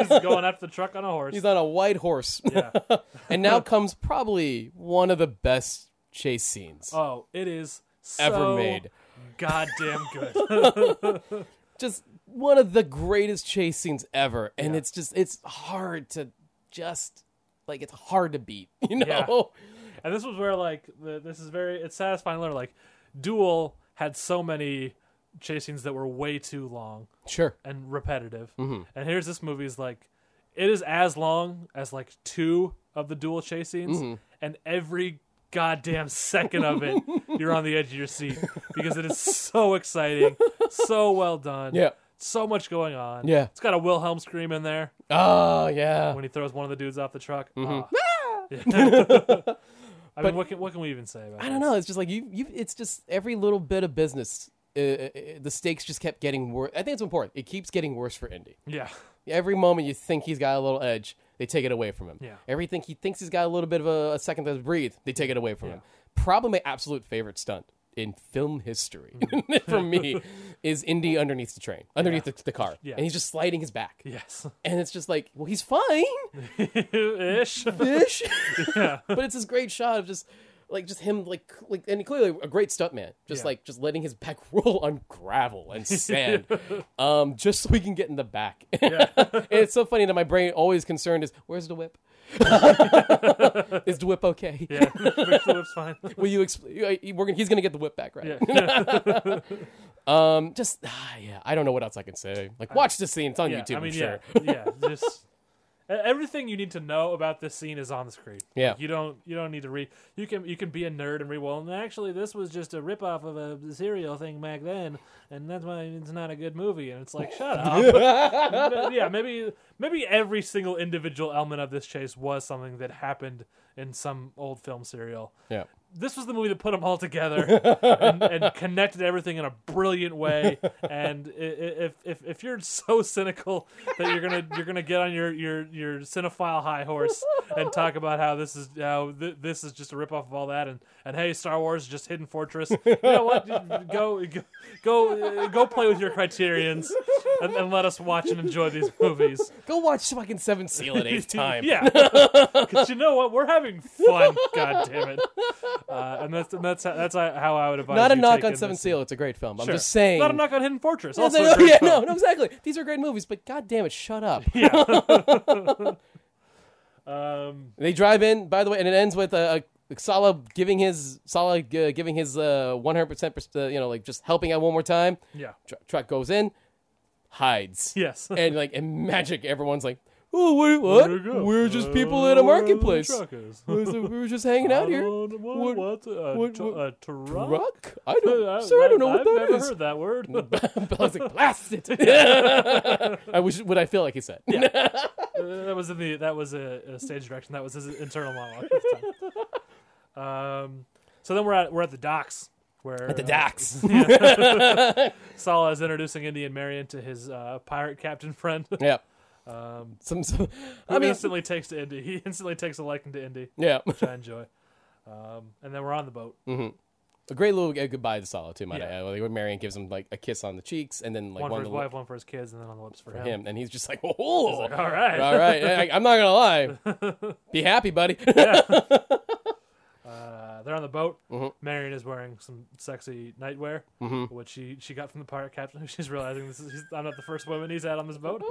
Speaker 1: going after the truck on a horse.
Speaker 2: He's on a white horse.
Speaker 1: Yeah.
Speaker 2: and now comes probably one of the best chase scenes
Speaker 1: Oh, it is so
Speaker 2: ever made.
Speaker 1: Goddamn good.
Speaker 2: Just one of the greatest chase scenes ever. And it's just, it's hard to just, like, it's hard to beat, you know?
Speaker 1: And this was where like the, this is very it's satisfying. to Learn like Duel had so many chase scenes that were way too long.
Speaker 2: Sure.
Speaker 1: and repetitive.
Speaker 2: Mm-hmm.
Speaker 1: And here's this movie's like it is as long as like two of the dual chase scenes,
Speaker 2: Mm-hmm.
Speaker 1: and every goddamn second of it, you're on the edge of your seat because it is so exciting, so well done.
Speaker 2: Yeah.
Speaker 1: So much going on.
Speaker 2: Yeah.
Speaker 1: It's got a Wilhelm scream in there
Speaker 2: Oh, yeah.
Speaker 1: when he throws one of the dudes off the truck.
Speaker 2: Mm-hmm.
Speaker 1: Ah. Yeah. I mean, what can what can we even say about
Speaker 2: I don't know. It's just like you. You. It's just every little bit of business. Uh, uh, uh, the stakes just kept getting worse. I think it's important. It keeps getting worse for Indy.
Speaker 1: Yeah.
Speaker 2: Every moment you think he's got a little edge, they take it away from him.
Speaker 1: Yeah.
Speaker 2: Everything he thinks he's got a little bit of a, a second to breathe, they take it away from him. Probably my absolute favorite stunt in film history for me is Indy underneath the train, underneath the, the car,
Speaker 1: Mm-hmm. Yeah.
Speaker 2: and he's just sliding his back,
Speaker 1: Yes.
Speaker 2: and it's just like, well, he's fine
Speaker 1: Ish.
Speaker 2: fish. but it's this great shot of just like just him like like and clearly a great stuntman, just
Speaker 1: Yeah.
Speaker 2: like just letting his back roll on gravel and sand, um, just so he can get in the back. and it's so funny that my brain always concerned is where's the whip. is the whip okay?
Speaker 1: Yeah. Make sure it's fine.
Speaker 2: Will you explain? We're gonna, he's gonna get the whip back, right?
Speaker 1: Yeah.
Speaker 2: Um, just ah, yeah. I don't know what else I can say. Like, watch this scene. It's on YouTube. I'm sure.
Speaker 1: yeah, yeah, just e- everything you need to know about this scene is on the screen.
Speaker 2: Yeah.
Speaker 1: Like, you don't you don't need to read. You can you can be a nerd and read. Well, and actually, this was just a ripoff of a serial thing back then, and that's why it's not a good movie. And it's like, shut up. But yeah, maybe maybe every single individual element of this chase was something that happened in some old film serial.
Speaker 2: Yeah.
Speaker 1: this was the movie that put them all together and, and connected everything in a brilliant way. And i- i- if, if if you're so cynical that you're gonna you're gonna get on your your your cinephile high horse and talk about how this is how th- this is just a ripoff of all that and and hey Star Wars is just Hidden Fortress, you know what? Go go go, uh, go play with your criterions and, and let us watch and enjoy these movies.
Speaker 2: Go watch fucking Seven Seal an eighth time.
Speaker 1: Yeah, because you know what, we're having fun. God damn it! Uh, and that's and that's that's how I would advise.
Speaker 2: Not a
Speaker 1: you
Speaker 2: knock
Speaker 1: taking
Speaker 2: on Seven
Speaker 1: this.
Speaker 2: Seal. It's a great film. I'm
Speaker 1: Sure.
Speaker 2: just saying.
Speaker 1: Not a knock on Hidden Fortress.
Speaker 2: No,
Speaker 1: also,
Speaker 2: no,
Speaker 1: a great
Speaker 2: yeah,
Speaker 1: film.
Speaker 2: no, no, exactly. These are great movies, but god damn it, shut up.
Speaker 1: Um,
Speaker 2: They drive in, by the way, and it ends with a, a Salah giving his Salah uh, giving his one hundred percent, uh, you know, like just helping out one more time.
Speaker 1: yeah.
Speaker 2: Tr- truck goes in, hides,
Speaker 1: Yes.
Speaker 2: and like and magic. Everyone's like, "Oh, what? what?
Speaker 1: Where'd it go?
Speaker 2: We're just people
Speaker 1: Uh,
Speaker 2: in a
Speaker 1: where the
Speaker 2: marketplace.
Speaker 1: truck is?
Speaker 2: We was- we were just hanging out
Speaker 1: I
Speaker 2: here."
Speaker 1: don't know
Speaker 2: What-
Speaker 1: What? A
Speaker 2: what-
Speaker 1: tr-
Speaker 2: what-
Speaker 1: a truck?
Speaker 2: Truck? I don't,
Speaker 1: I,
Speaker 2: sir. I don't know
Speaker 1: I've
Speaker 2: what that
Speaker 1: never
Speaker 2: is.
Speaker 1: heard that word.
Speaker 2: I was like, blast it. I wish what I feel like he said.
Speaker 1: Uh, that was in the that was a, a stage direction. That was his internal monologue. at the time. um, so then we're at we're at the docks where at
Speaker 2: The Dax.
Speaker 1: Sala is introducing Indian Marion to his uh, pirate captain friend. who
Speaker 2: yeah. some, some, I mean,
Speaker 1: instantly takes Um, to Indy. He instantly takes a liking to Indy,
Speaker 2: yeah.
Speaker 1: which I enjoy. Um, and then we're on the boat.
Speaker 2: A great little uh, goodbye to Sala too. Might
Speaker 1: Yeah.
Speaker 2: I add. Like when Marion gives him like a kiss on the cheeks, and then like
Speaker 1: one
Speaker 2: one,
Speaker 1: for
Speaker 2: on
Speaker 1: his
Speaker 2: the
Speaker 1: wife, one for his kids, and then on the lips for,
Speaker 2: li-
Speaker 1: him.
Speaker 2: him, and he's just like, "Oh,
Speaker 1: All right.
Speaker 2: all right." I, am not gonna lie. Be happy, buddy.
Speaker 1: Uh, they're on the boat. Marion is wearing some sexy nightwear, which she, she got from the pirate captain. She's realizing this is he's, I'm not the first woman he's had on this boat.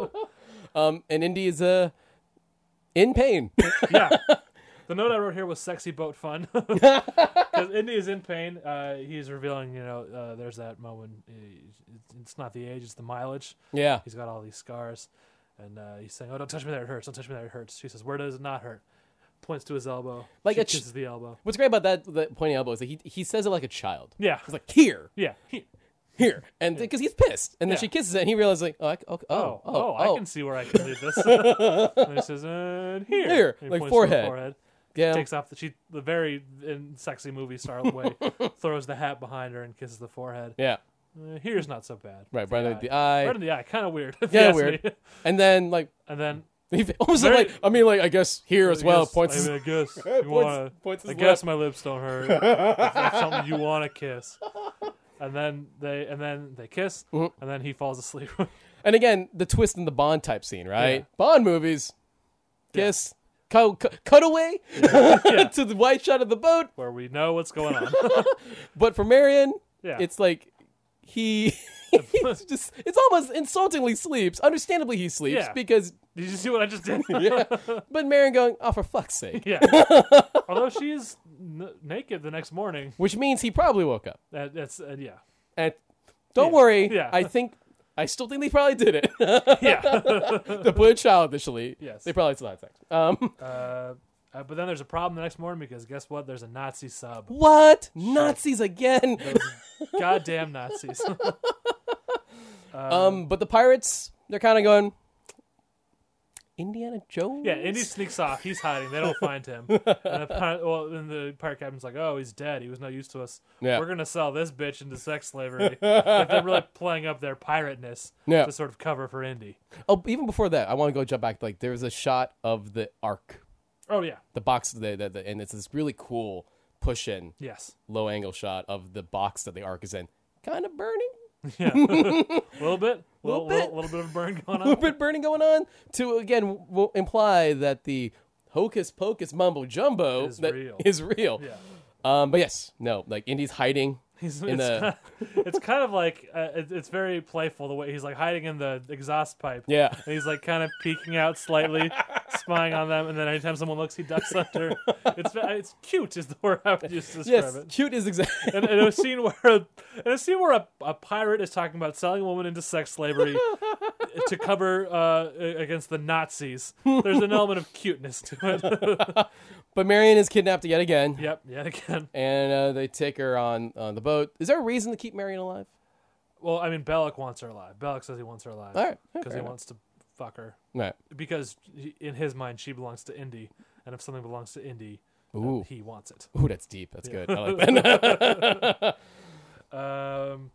Speaker 2: um, and Indy is uh, in pain.
Speaker 1: yeah. The note I wrote here was "sexy boat fun" because Indy is in pain. Uh, he's revealing, you know, uh, there's that moment. uh, it's- It's not the age, it's the mileage.
Speaker 2: yeah.
Speaker 1: He's got all these scars, and uh, he's saying, "Oh, don't touch me there, it hurts. Don't touch me there, it hurts." She says, "Where does it not hurt?" Points to his elbow.
Speaker 2: Like
Speaker 1: she
Speaker 2: a ch-
Speaker 1: kisses the elbow.
Speaker 2: What's great about that, that pointy elbow is that he he says it like a child.
Speaker 1: Yeah,
Speaker 2: He's like, "Here,
Speaker 1: yeah. He-
Speaker 2: here," and because he's pissed, and then
Speaker 1: Yeah.
Speaker 2: she kisses it, and he realizes like, "Oh, I c- oh, oh,
Speaker 1: oh, oh,
Speaker 2: oh,
Speaker 1: I can see where I can lead this. and he says, and here.
Speaker 2: Here,
Speaker 1: And he
Speaker 2: like
Speaker 1: points to the
Speaker 2: forehead.
Speaker 1: forehead.
Speaker 2: yeah."
Speaker 1: Takes off the, she, the very in sexy movie star way, throws the hat behind her and kisses the forehead.
Speaker 2: yeah.
Speaker 1: Uh, here's not so bad.
Speaker 2: Right, right in the
Speaker 1: Right
Speaker 2: eye,
Speaker 1: in the eye, kind of weird. if you
Speaker 2: Yeah,
Speaker 1: ask
Speaker 2: weird.
Speaker 1: me.
Speaker 2: and then like
Speaker 1: And then,
Speaker 2: he almost
Speaker 1: Very-
Speaker 2: like I mean like I guess here as well
Speaker 1: I guess-
Speaker 2: points.
Speaker 1: I,
Speaker 2: his-
Speaker 1: mean, I guess you wanna,
Speaker 2: points
Speaker 1: I
Speaker 2: his
Speaker 1: guess my lips don't hurt. If that's something you want to kiss. And then they, and then they kiss,
Speaker 2: Mm-hmm.
Speaker 1: and then he falls asleep.
Speaker 2: And again, the twist in the Bond type scene, right?
Speaker 1: Yeah.
Speaker 2: Bond movies, kiss, cut, cut, cutaway to the white shot of the boat.
Speaker 1: where we know what's going on.
Speaker 2: But for Marion,
Speaker 1: Yeah.
Speaker 2: it's like he. he's just it's almost insultingly sleeps understandably he sleeps
Speaker 1: Yeah.
Speaker 2: because
Speaker 1: Did you see what I just did?
Speaker 2: but Marion going oh for fuck's sake
Speaker 1: Yeah. Although she is n- naked the next morning.
Speaker 2: which means he probably woke up
Speaker 1: That, that's uh, yeah,
Speaker 2: and don't
Speaker 1: Yeah.
Speaker 2: worry
Speaker 1: Yeah.
Speaker 2: I think I still think they probably did it
Speaker 1: yeah.
Speaker 2: to put it childishly
Speaker 1: Yes.
Speaker 2: they probably still had sex um
Speaker 1: uh, uh, but then there's a problem the next morning because guess what? There's a Nazi sub.
Speaker 2: what Nazis again
Speaker 1: Goddamn Nazis.
Speaker 2: Um, but the pirates, they're kind of going Indiana Jones.
Speaker 1: yeah, Indy sneaks off. He's hiding. They don't find him. And the pirate, well, then the pirate captain's like, "Oh, he's dead. He was no use to us.
Speaker 2: Yeah.
Speaker 1: We're gonna sell this bitch into sex slavery." like they're really playing up their pirateness
Speaker 2: Yeah.
Speaker 1: to sort of cover for Indy.
Speaker 2: Oh, even before that, I want to go jump back. Like, there was a shot of the Ark,
Speaker 1: Oh yeah,
Speaker 2: the box, the, the, the, and it's this really cool push in,
Speaker 1: yes,
Speaker 2: low angle shot of the box that the Ark is in, kind of burning,
Speaker 1: a little bit, little,
Speaker 2: Little bit.
Speaker 1: little, little bit of a burn going
Speaker 2: a
Speaker 1: on.
Speaker 2: little bit burning going on. To again w- w- imply that the hocus pocus mumbo jumbo
Speaker 1: Is
Speaker 2: that
Speaker 1: real.
Speaker 2: is real.
Speaker 1: Yeah.
Speaker 2: Um, but yes, no, like Indy's hiding.
Speaker 1: He's,
Speaker 2: in
Speaker 1: it's,
Speaker 2: the-
Speaker 1: kind of, it's kind of like uh, it, it's very playful the way he's like hiding in the exhaust pipe.
Speaker 2: Yeah.
Speaker 1: and he's like kind of peeking out slightly, spying on them, and then anytime someone looks, he ducks under. It's it's cute is the word I would use to describe
Speaker 2: Yes,
Speaker 1: it.
Speaker 2: cute is exactly.
Speaker 1: And, and a scene where a, and a scene where a, a pirate is talking about selling a woman into sex slavery to cover uh, against the Nazis. There's an element of cuteness to it.
Speaker 2: But Marion is kidnapped yet again.
Speaker 1: yep, yet again.
Speaker 2: and uh, they take her on, on the boat. Is there a reason to keep Marion alive?
Speaker 1: Well, I mean, Belloc wants her alive. Belloc says he wants her alive
Speaker 2: All right, yeah,
Speaker 1: because
Speaker 2: fair
Speaker 1: he
Speaker 2: enough.
Speaker 1: wants to fuck her.
Speaker 2: Right.
Speaker 1: because he- in his mind she belongs to Indy, and if something belongs to Indy,
Speaker 2: Ooh,
Speaker 1: He wants it.
Speaker 2: ooh, that's deep. That's good. I like that.
Speaker 1: Um,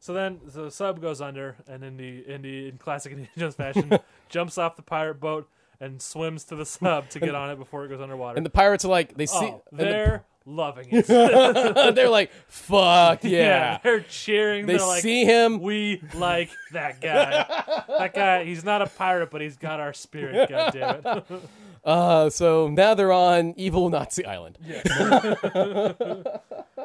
Speaker 1: so then the sub goes under, and Indy, Indy, in classic Indiana Jones fashion, jumps off the pirate boat and swims to the sub to get on it before it goes underwater.
Speaker 2: and the pirates are like, they see,
Speaker 1: oh,
Speaker 2: and the-
Speaker 1: they're loving it.
Speaker 2: they're like, fuck yeah.
Speaker 1: they're cheering.
Speaker 2: They
Speaker 1: are like,
Speaker 2: see him.
Speaker 1: We like that guy. that guy, he's not a pirate, but he's got our spirit. God damn it.
Speaker 2: Uh, so now they're on evil Nazi island.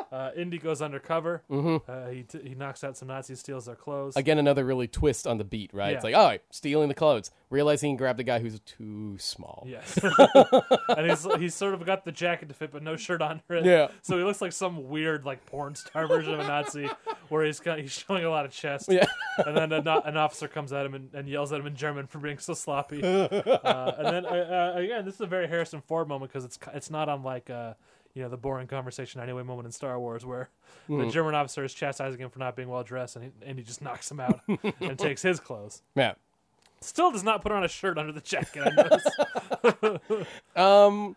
Speaker 1: Uh, Indy goes undercover.
Speaker 2: Mm-hmm.
Speaker 1: Uh, he, t- he knocks out some Nazis, steals their clothes.
Speaker 2: Again, another really twist on the beat, right? It's
Speaker 1: Yeah.
Speaker 2: like, all right, stealing the clothes, realizing he grabbed a guy who's too small.
Speaker 1: Yes. and he's he's sort of got the jacket to fit, but no shirt under it.
Speaker 2: Yeah.
Speaker 1: So he looks like some weird like porn star version of a Nazi, where he's got, he's showing a lot of chest.
Speaker 2: Yeah.
Speaker 1: And then an, an officer comes at him and, and yells at him in German for being so sloppy. Uh, and then uh, uh, again, this is a very Harrison Ford moment because it's it's not unlike. Uh, you know the boring conversation anyway moment in Star Wars where the
Speaker 2: Mm.
Speaker 1: German officer is chastising him for not being well dressed and he, and he just knocks him out and takes his clothes.
Speaker 2: Yeah.
Speaker 1: Still does not put on a shirt under the jacket. I noticed.
Speaker 2: Kind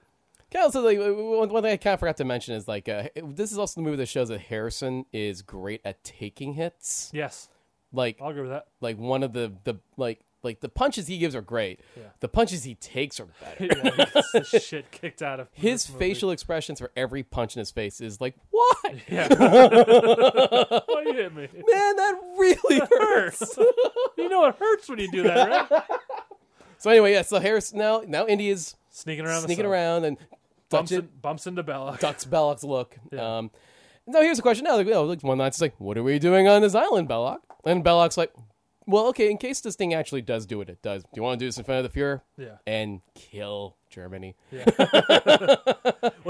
Speaker 2: of also, like one, one thing I kind of forgot to mention is like uh, this is also the movie that shows that Harrison is great at taking hits.
Speaker 1: yes,
Speaker 2: Like
Speaker 1: I'll agree with that.
Speaker 2: like one of the the like like the punches he gives are great. The punches he takes are better.
Speaker 1: yeah, he gets the shit kicked out of him in
Speaker 2: His
Speaker 1: this movie.
Speaker 2: facial expressions for every punch in his face is like, "What? Man,
Speaker 1: Yeah. Why you hit me? It
Speaker 2: that really hurts."
Speaker 1: hurts. you know it hurts when you do that, right?
Speaker 2: so anyway, yeah. So Harrison now now Indy is
Speaker 1: Sneaking around, the
Speaker 2: sneaking
Speaker 1: sun.
Speaker 2: around and
Speaker 1: bumps,
Speaker 2: touching,
Speaker 1: in- bumps into Bella.
Speaker 2: ducks Belloc's look. Um, no, here's a question. Now, like, oh, like, one night's like, what are we doing on this island, Belloc? And Belloc's like, well, okay, in case this thing actually does do what it does, do you want to do this in front of the Fuhrer?
Speaker 1: Yeah.
Speaker 2: And kill Germany.
Speaker 1: Well,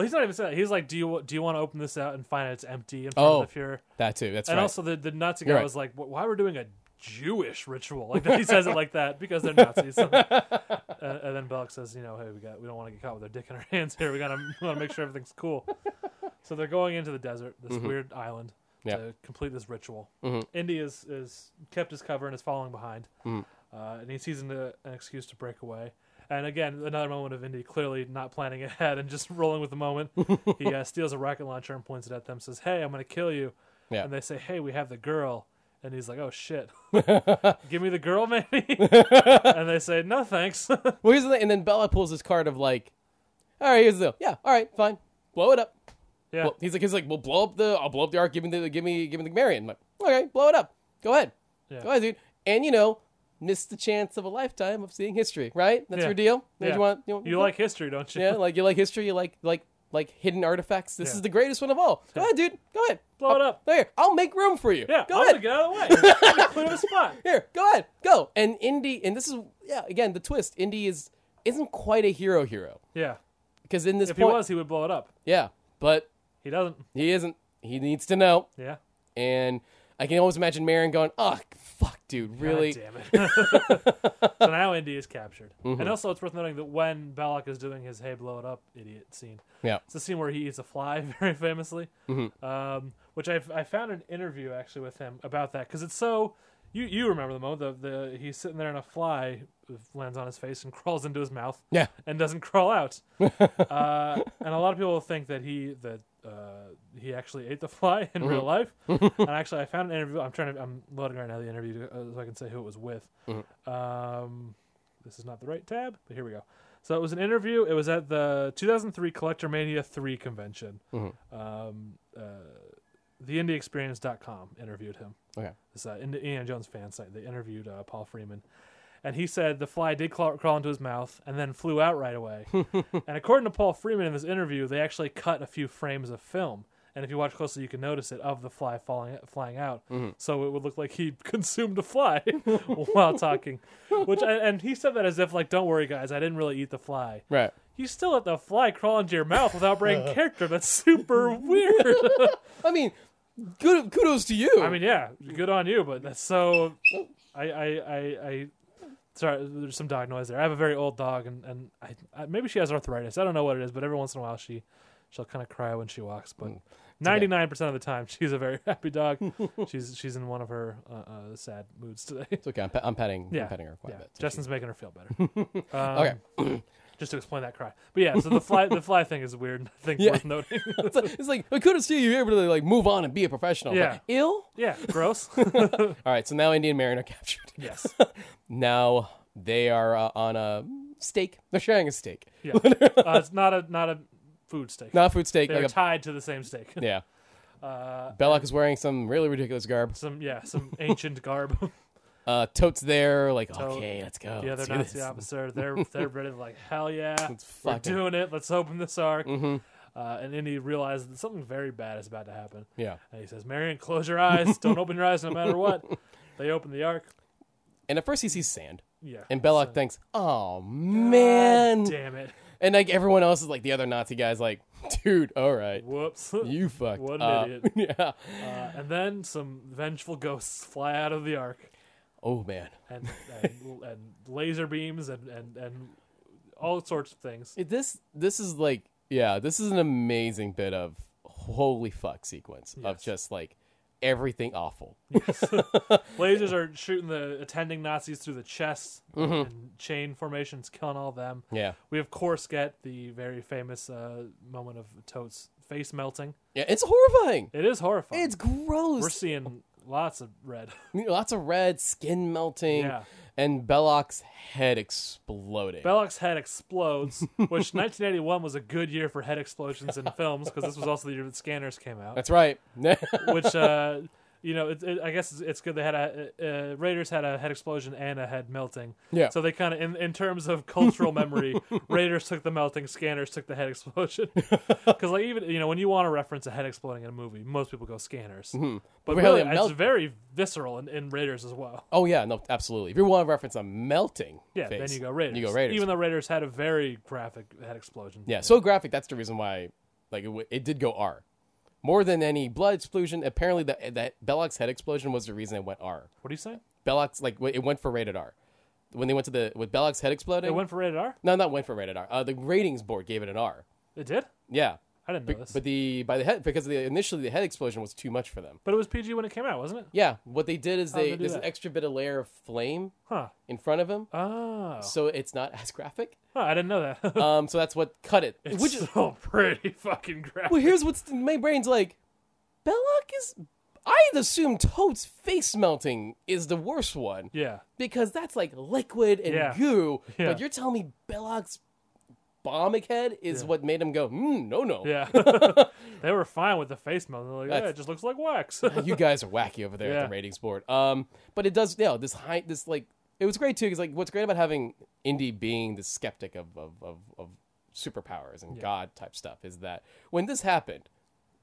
Speaker 1: he's not even saying that. He's like, "Do you do you want to open this out and find out it's empty in front
Speaker 2: Oh,
Speaker 1: of the Fuhrer?"
Speaker 2: That too. That's
Speaker 1: And
Speaker 2: right.
Speaker 1: also, the the Nazi guy
Speaker 2: You're right.
Speaker 1: was like, "Wh- "Why we're doing a Jewish ritual?" Like that, he says it like that because they're Nazis. and, and then Belloc says, "You know, hey, we got we don't want to get caught with our dick in our hands here. We gotta we want to make sure everything's cool." So they're going into the desert, this weird island,
Speaker 2: Mm-hmm. Yeah. Mm-hmm.
Speaker 1: to complete this ritual. Indy is is kept his cover and is following behind,
Speaker 2: Mm.
Speaker 1: uh, and he sees an, uh, an excuse to break away. And again, another moment of Indy clearly not planning ahead and just rolling with the moment. he uh, steals a rocket launcher and points it at them. Says, "Hey, I'm gonna kill you."
Speaker 2: Yeah.
Speaker 1: and they say, "Hey, we have the girl," and he's like, "Oh shit, give me the girl, maybe." and they say, "No, thanks."
Speaker 2: well, here's the thing. And then Belloc pulls his card of like, all right, here's the deal. Yeah, all right, fine. Blow it up.
Speaker 1: yeah,
Speaker 2: Well, he's like, he's like, well, blow up the, I'll blow up the ark. Give me the, give me, give me the Marion. I'm like, okay, blow it up. Go ahead.
Speaker 1: Yeah.
Speaker 2: Go ahead, dude. And you know, missed the chance of a lifetime of seeing history, right? That's
Speaker 1: Yeah.
Speaker 2: your deal. That
Speaker 1: Yeah.
Speaker 2: You want, you, want-
Speaker 1: you like history, don't you?
Speaker 2: yeah, like you like history. You like, like, like hidden artifacts. This
Speaker 1: Yeah.
Speaker 2: is the greatest one of all. Go ahead, dude. Go ahead.
Speaker 1: Blow it up.
Speaker 2: There, I'll make room for you.
Speaker 1: Yeah,
Speaker 2: go
Speaker 1: I'm
Speaker 2: ahead.
Speaker 1: gonna get out of the way. Clear the spot.
Speaker 2: Here, go ahead, go. And Indy, and this is yeah, again the twist. Indy is isn't quite a hero hero
Speaker 1: Yeah,
Speaker 2: because in this
Speaker 1: if he
Speaker 2: point,
Speaker 1: was, he would blow it up.
Speaker 2: yeah, but
Speaker 1: He doesn't.
Speaker 2: he isn't. He needs to know.
Speaker 1: Yeah.
Speaker 2: And I can always imagine Marin going, oh, fuck, dude, really?
Speaker 1: God damn it. so now Indy is captured.
Speaker 2: Mm-hmm.
Speaker 1: And also, it's worth noting that when Belloc is doing his hey, blow it up, idiot scene,
Speaker 2: Yeah.
Speaker 1: it's the scene where he eats a fly very famously, um, which I've, I found an interview actually with him about that because it's so. You, you remember the moment the, the he's sitting there and a fly lands on his face and crawls into his mouth
Speaker 2: Yeah.
Speaker 1: and doesn't crawl out. uh, and a lot of people think that he that uh, he actually ate the fly in real life. and actually, I found an interview. I'm trying to. I'm loading right now the interview to, uh, so I can say who it was with. Um, this is not the right tab, but here we go. So it was an interview. It was at the 2003 Collector Mania 3 convention. Um, uh, TheIndieExperience.com interviewed him
Speaker 2: Okay.
Speaker 1: this uh, Ind- Indiana Jones fan site. They interviewed uh, Paul Freeman, and he said the fly did claw- crawl into his mouth and then flew out right away. and according to Paul Freeman in this interview, they actually cut a few frames of film. And if you watch closely, you can notice it of the fly falling, flying out. So it would look like he consumed a fly while talking. Which I, and he said that as if like, don't worry guys, I didn't really eat the fly.
Speaker 2: Right.
Speaker 1: You still let the fly crawl into your mouth without breaking character. That's super weird.
Speaker 2: I mean, good, kudos to you.
Speaker 1: I mean, yeah, good on you, but that's so. I, I, I, I. Sorry, there's some dog noise there. I have a very old dog, and and I, I maybe she has arthritis. I don't know what it is, but every once in a while she, she'll kind of cry when she walks. But
Speaker 2: Mm.
Speaker 1: ninety nine percent of the time, she's a very happy dog. she's she's in one of her uh, uh, sad moods today.
Speaker 2: it's okay. I'm, pa- I'm patting,
Speaker 1: yeah,
Speaker 2: I'm patting her quite
Speaker 1: yeah.
Speaker 2: a bit.
Speaker 1: Justin's making her feel better. Um,
Speaker 2: okay.
Speaker 1: just to explain that cry. But yeah, so the fly the fly thing is weird. I think worth noting.
Speaker 2: It's like, it's like we could have seen you here, but like move on and be a professional.
Speaker 1: Yeah.
Speaker 2: Like, ill.
Speaker 1: yeah, gross.
Speaker 2: All right, so now Indy and Marion are captured.
Speaker 1: yes.
Speaker 2: Now they are uh, on a steak. They're sharing a steak,
Speaker 1: Yeah. Uh, it's not a not a food steak.
Speaker 2: not a food steak.
Speaker 1: They're
Speaker 2: Like a,
Speaker 1: tied to the same steak.
Speaker 2: yeah.
Speaker 1: Uh,
Speaker 2: Belloc is wearing some really ridiculous garb.
Speaker 1: some yeah, some ancient garb.
Speaker 2: Uh, Totes there, like
Speaker 1: Tote.
Speaker 2: okay, let's go.
Speaker 1: the
Speaker 2: let's
Speaker 1: other
Speaker 2: do
Speaker 1: Nazi
Speaker 2: this.
Speaker 1: officer. They're they're ready to like hell yeah, we're
Speaker 2: fucking-
Speaker 1: doing it. Let's open this arc.
Speaker 2: Mm-hmm.
Speaker 1: Uh, and Indy realizes that something very bad is about to happen.
Speaker 2: Yeah.
Speaker 1: And he says, "Marion, close your eyes. Don't open your eyes, no matter what." They open the arc.
Speaker 2: And at first he sees sand,
Speaker 1: Yeah.
Speaker 2: and Belloc thinks, "Oh man!"
Speaker 1: Damn it.
Speaker 2: And like everyone else is like the other Nazi guys, like, "Dude, all right,
Speaker 1: Whoops.
Speaker 2: you fucked."
Speaker 1: What an
Speaker 2: up."
Speaker 1: idiot. Uh,
Speaker 2: yeah.
Speaker 1: and then some vengeful ghosts fly out of the arc
Speaker 2: Oh man,
Speaker 1: and and, and laser beams and, and, and all sorts of things.
Speaker 2: It- this this is like yeah, this is an amazing bit of holy fuck sequence of
Speaker 1: Yes.
Speaker 2: just like everything awful.
Speaker 1: Lasers are shooting the attending Nazis through the chest and chain formations, killing all of them.
Speaker 2: Mm-hmm. Yeah.
Speaker 1: We of course get the very famous uh, moment of Toad's face melting.
Speaker 2: Yeah, it's horrifying.
Speaker 1: It is horrifying.
Speaker 2: It's
Speaker 1: We're
Speaker 2: gross.
Speaker 1: seeing lots of red.
Speaker 2: Lots of red, skin melting,
Speaker 1: Yeah.
Speaker 2: and Belloc's head exploding.
Speaker 1: Belloc's head explodes, which 1981 was a good year for head explosions in films because this was also the year that Scanners came out.
Speaker 2: That's right.
Speaker 1: which uh, you know, it, it, I guess it's, it's good they had a uh, Raiders had a head explosion and a head melting.
Speaker 2: Yeah.
Speaker 1: So they kind of, in, in terms of cultural memory, Raiders took the melting, Scanners took the head explosion. Because like even you know when you want to reference a head exploding in a movie, most people go Scanners. But
Speaker 2: Mm-hmm. Really,
Speaker 1: really,
Speaker 2: a
Speaker 1: it's
Speaker 2: melt-
Speaker 1: very visceral in, in Raiders as well.
Speaker 2: oh yeah, no, absolutely. If you want to reference a melting
Speaker 1: Yeah.
Speaker 2: face,
Speaker 1: Then you go Raiders.
Speaker 2: You go Raiders.
Speaker 1: Even though Raiders had a very graphic head explosion.
Speaker 2: yeah, so graphic. That's the reason why, like, it, w- it did go R. More than any blood explosion, apparently that that Belloc's head explosion was the reason it went R.
Speaker 1: What do you say?
Speaker 2: Belloc's like w- it went for rated R. When they went to the with Belloc's head exploding,
Speaker 1: It went for rated R.
Speaker 2: no, not went for rated R. Uh, the ratings board gave it an R.
Speaker 1: It did.
Speaker 2: Yeah,
Speaker 1: I didn't know this.
Speaker 2: but the by the head because the, initially the head explosion was too much for them.
Speaker 1: but it was PG when it came out, wasn't it?
Speaker 2: Yeah, what they did is
Speaker 1: did
Speaker 2: they
Speaker 1: they do
Speaker 2: there's an
Speaker 1: that?
Speaker 2: extra bit of layer of flame
Speaker 1: Huh.
Speaker 2: in front of him,
Speaker 1: Oh.
Speaker 2: so it's not as graphic.
Speaker 1: Huh, I didn't know that.
Speaker 2: Um, so that's what cut it.
Speaker 1: It's
Speaker 2: Which is
Speaker 1: so pretty fucking graphic.
Speaker 2: well, here's what's my brain's like. Belloc is. I assume Toad's face melting is the worst one.
Speaker 1: yeah,
Speaker 2: because that's like liquid and
Speaker 1: Yeah.
Speaker 2: goo.
Speaker 1: Yeah.
Speaker 2: But you're telling me Belloc's bombic head is what made him go, mm, no, no.
Speaker 1: yeah. they were fine with the face melt. They're like, yeah,
Speaker 2: That's-
Speaker 1: it just looks like wax.
Speaker 2: You guys are wacky over there at
Speaker 1: Yeah.
Speaker 2: the ratings board. Um, but it does, yeah, this high, this like, it was great too. Because like, what's great about having indie being the skeptic of of of, of superpowers and God type stuff is that when this happened.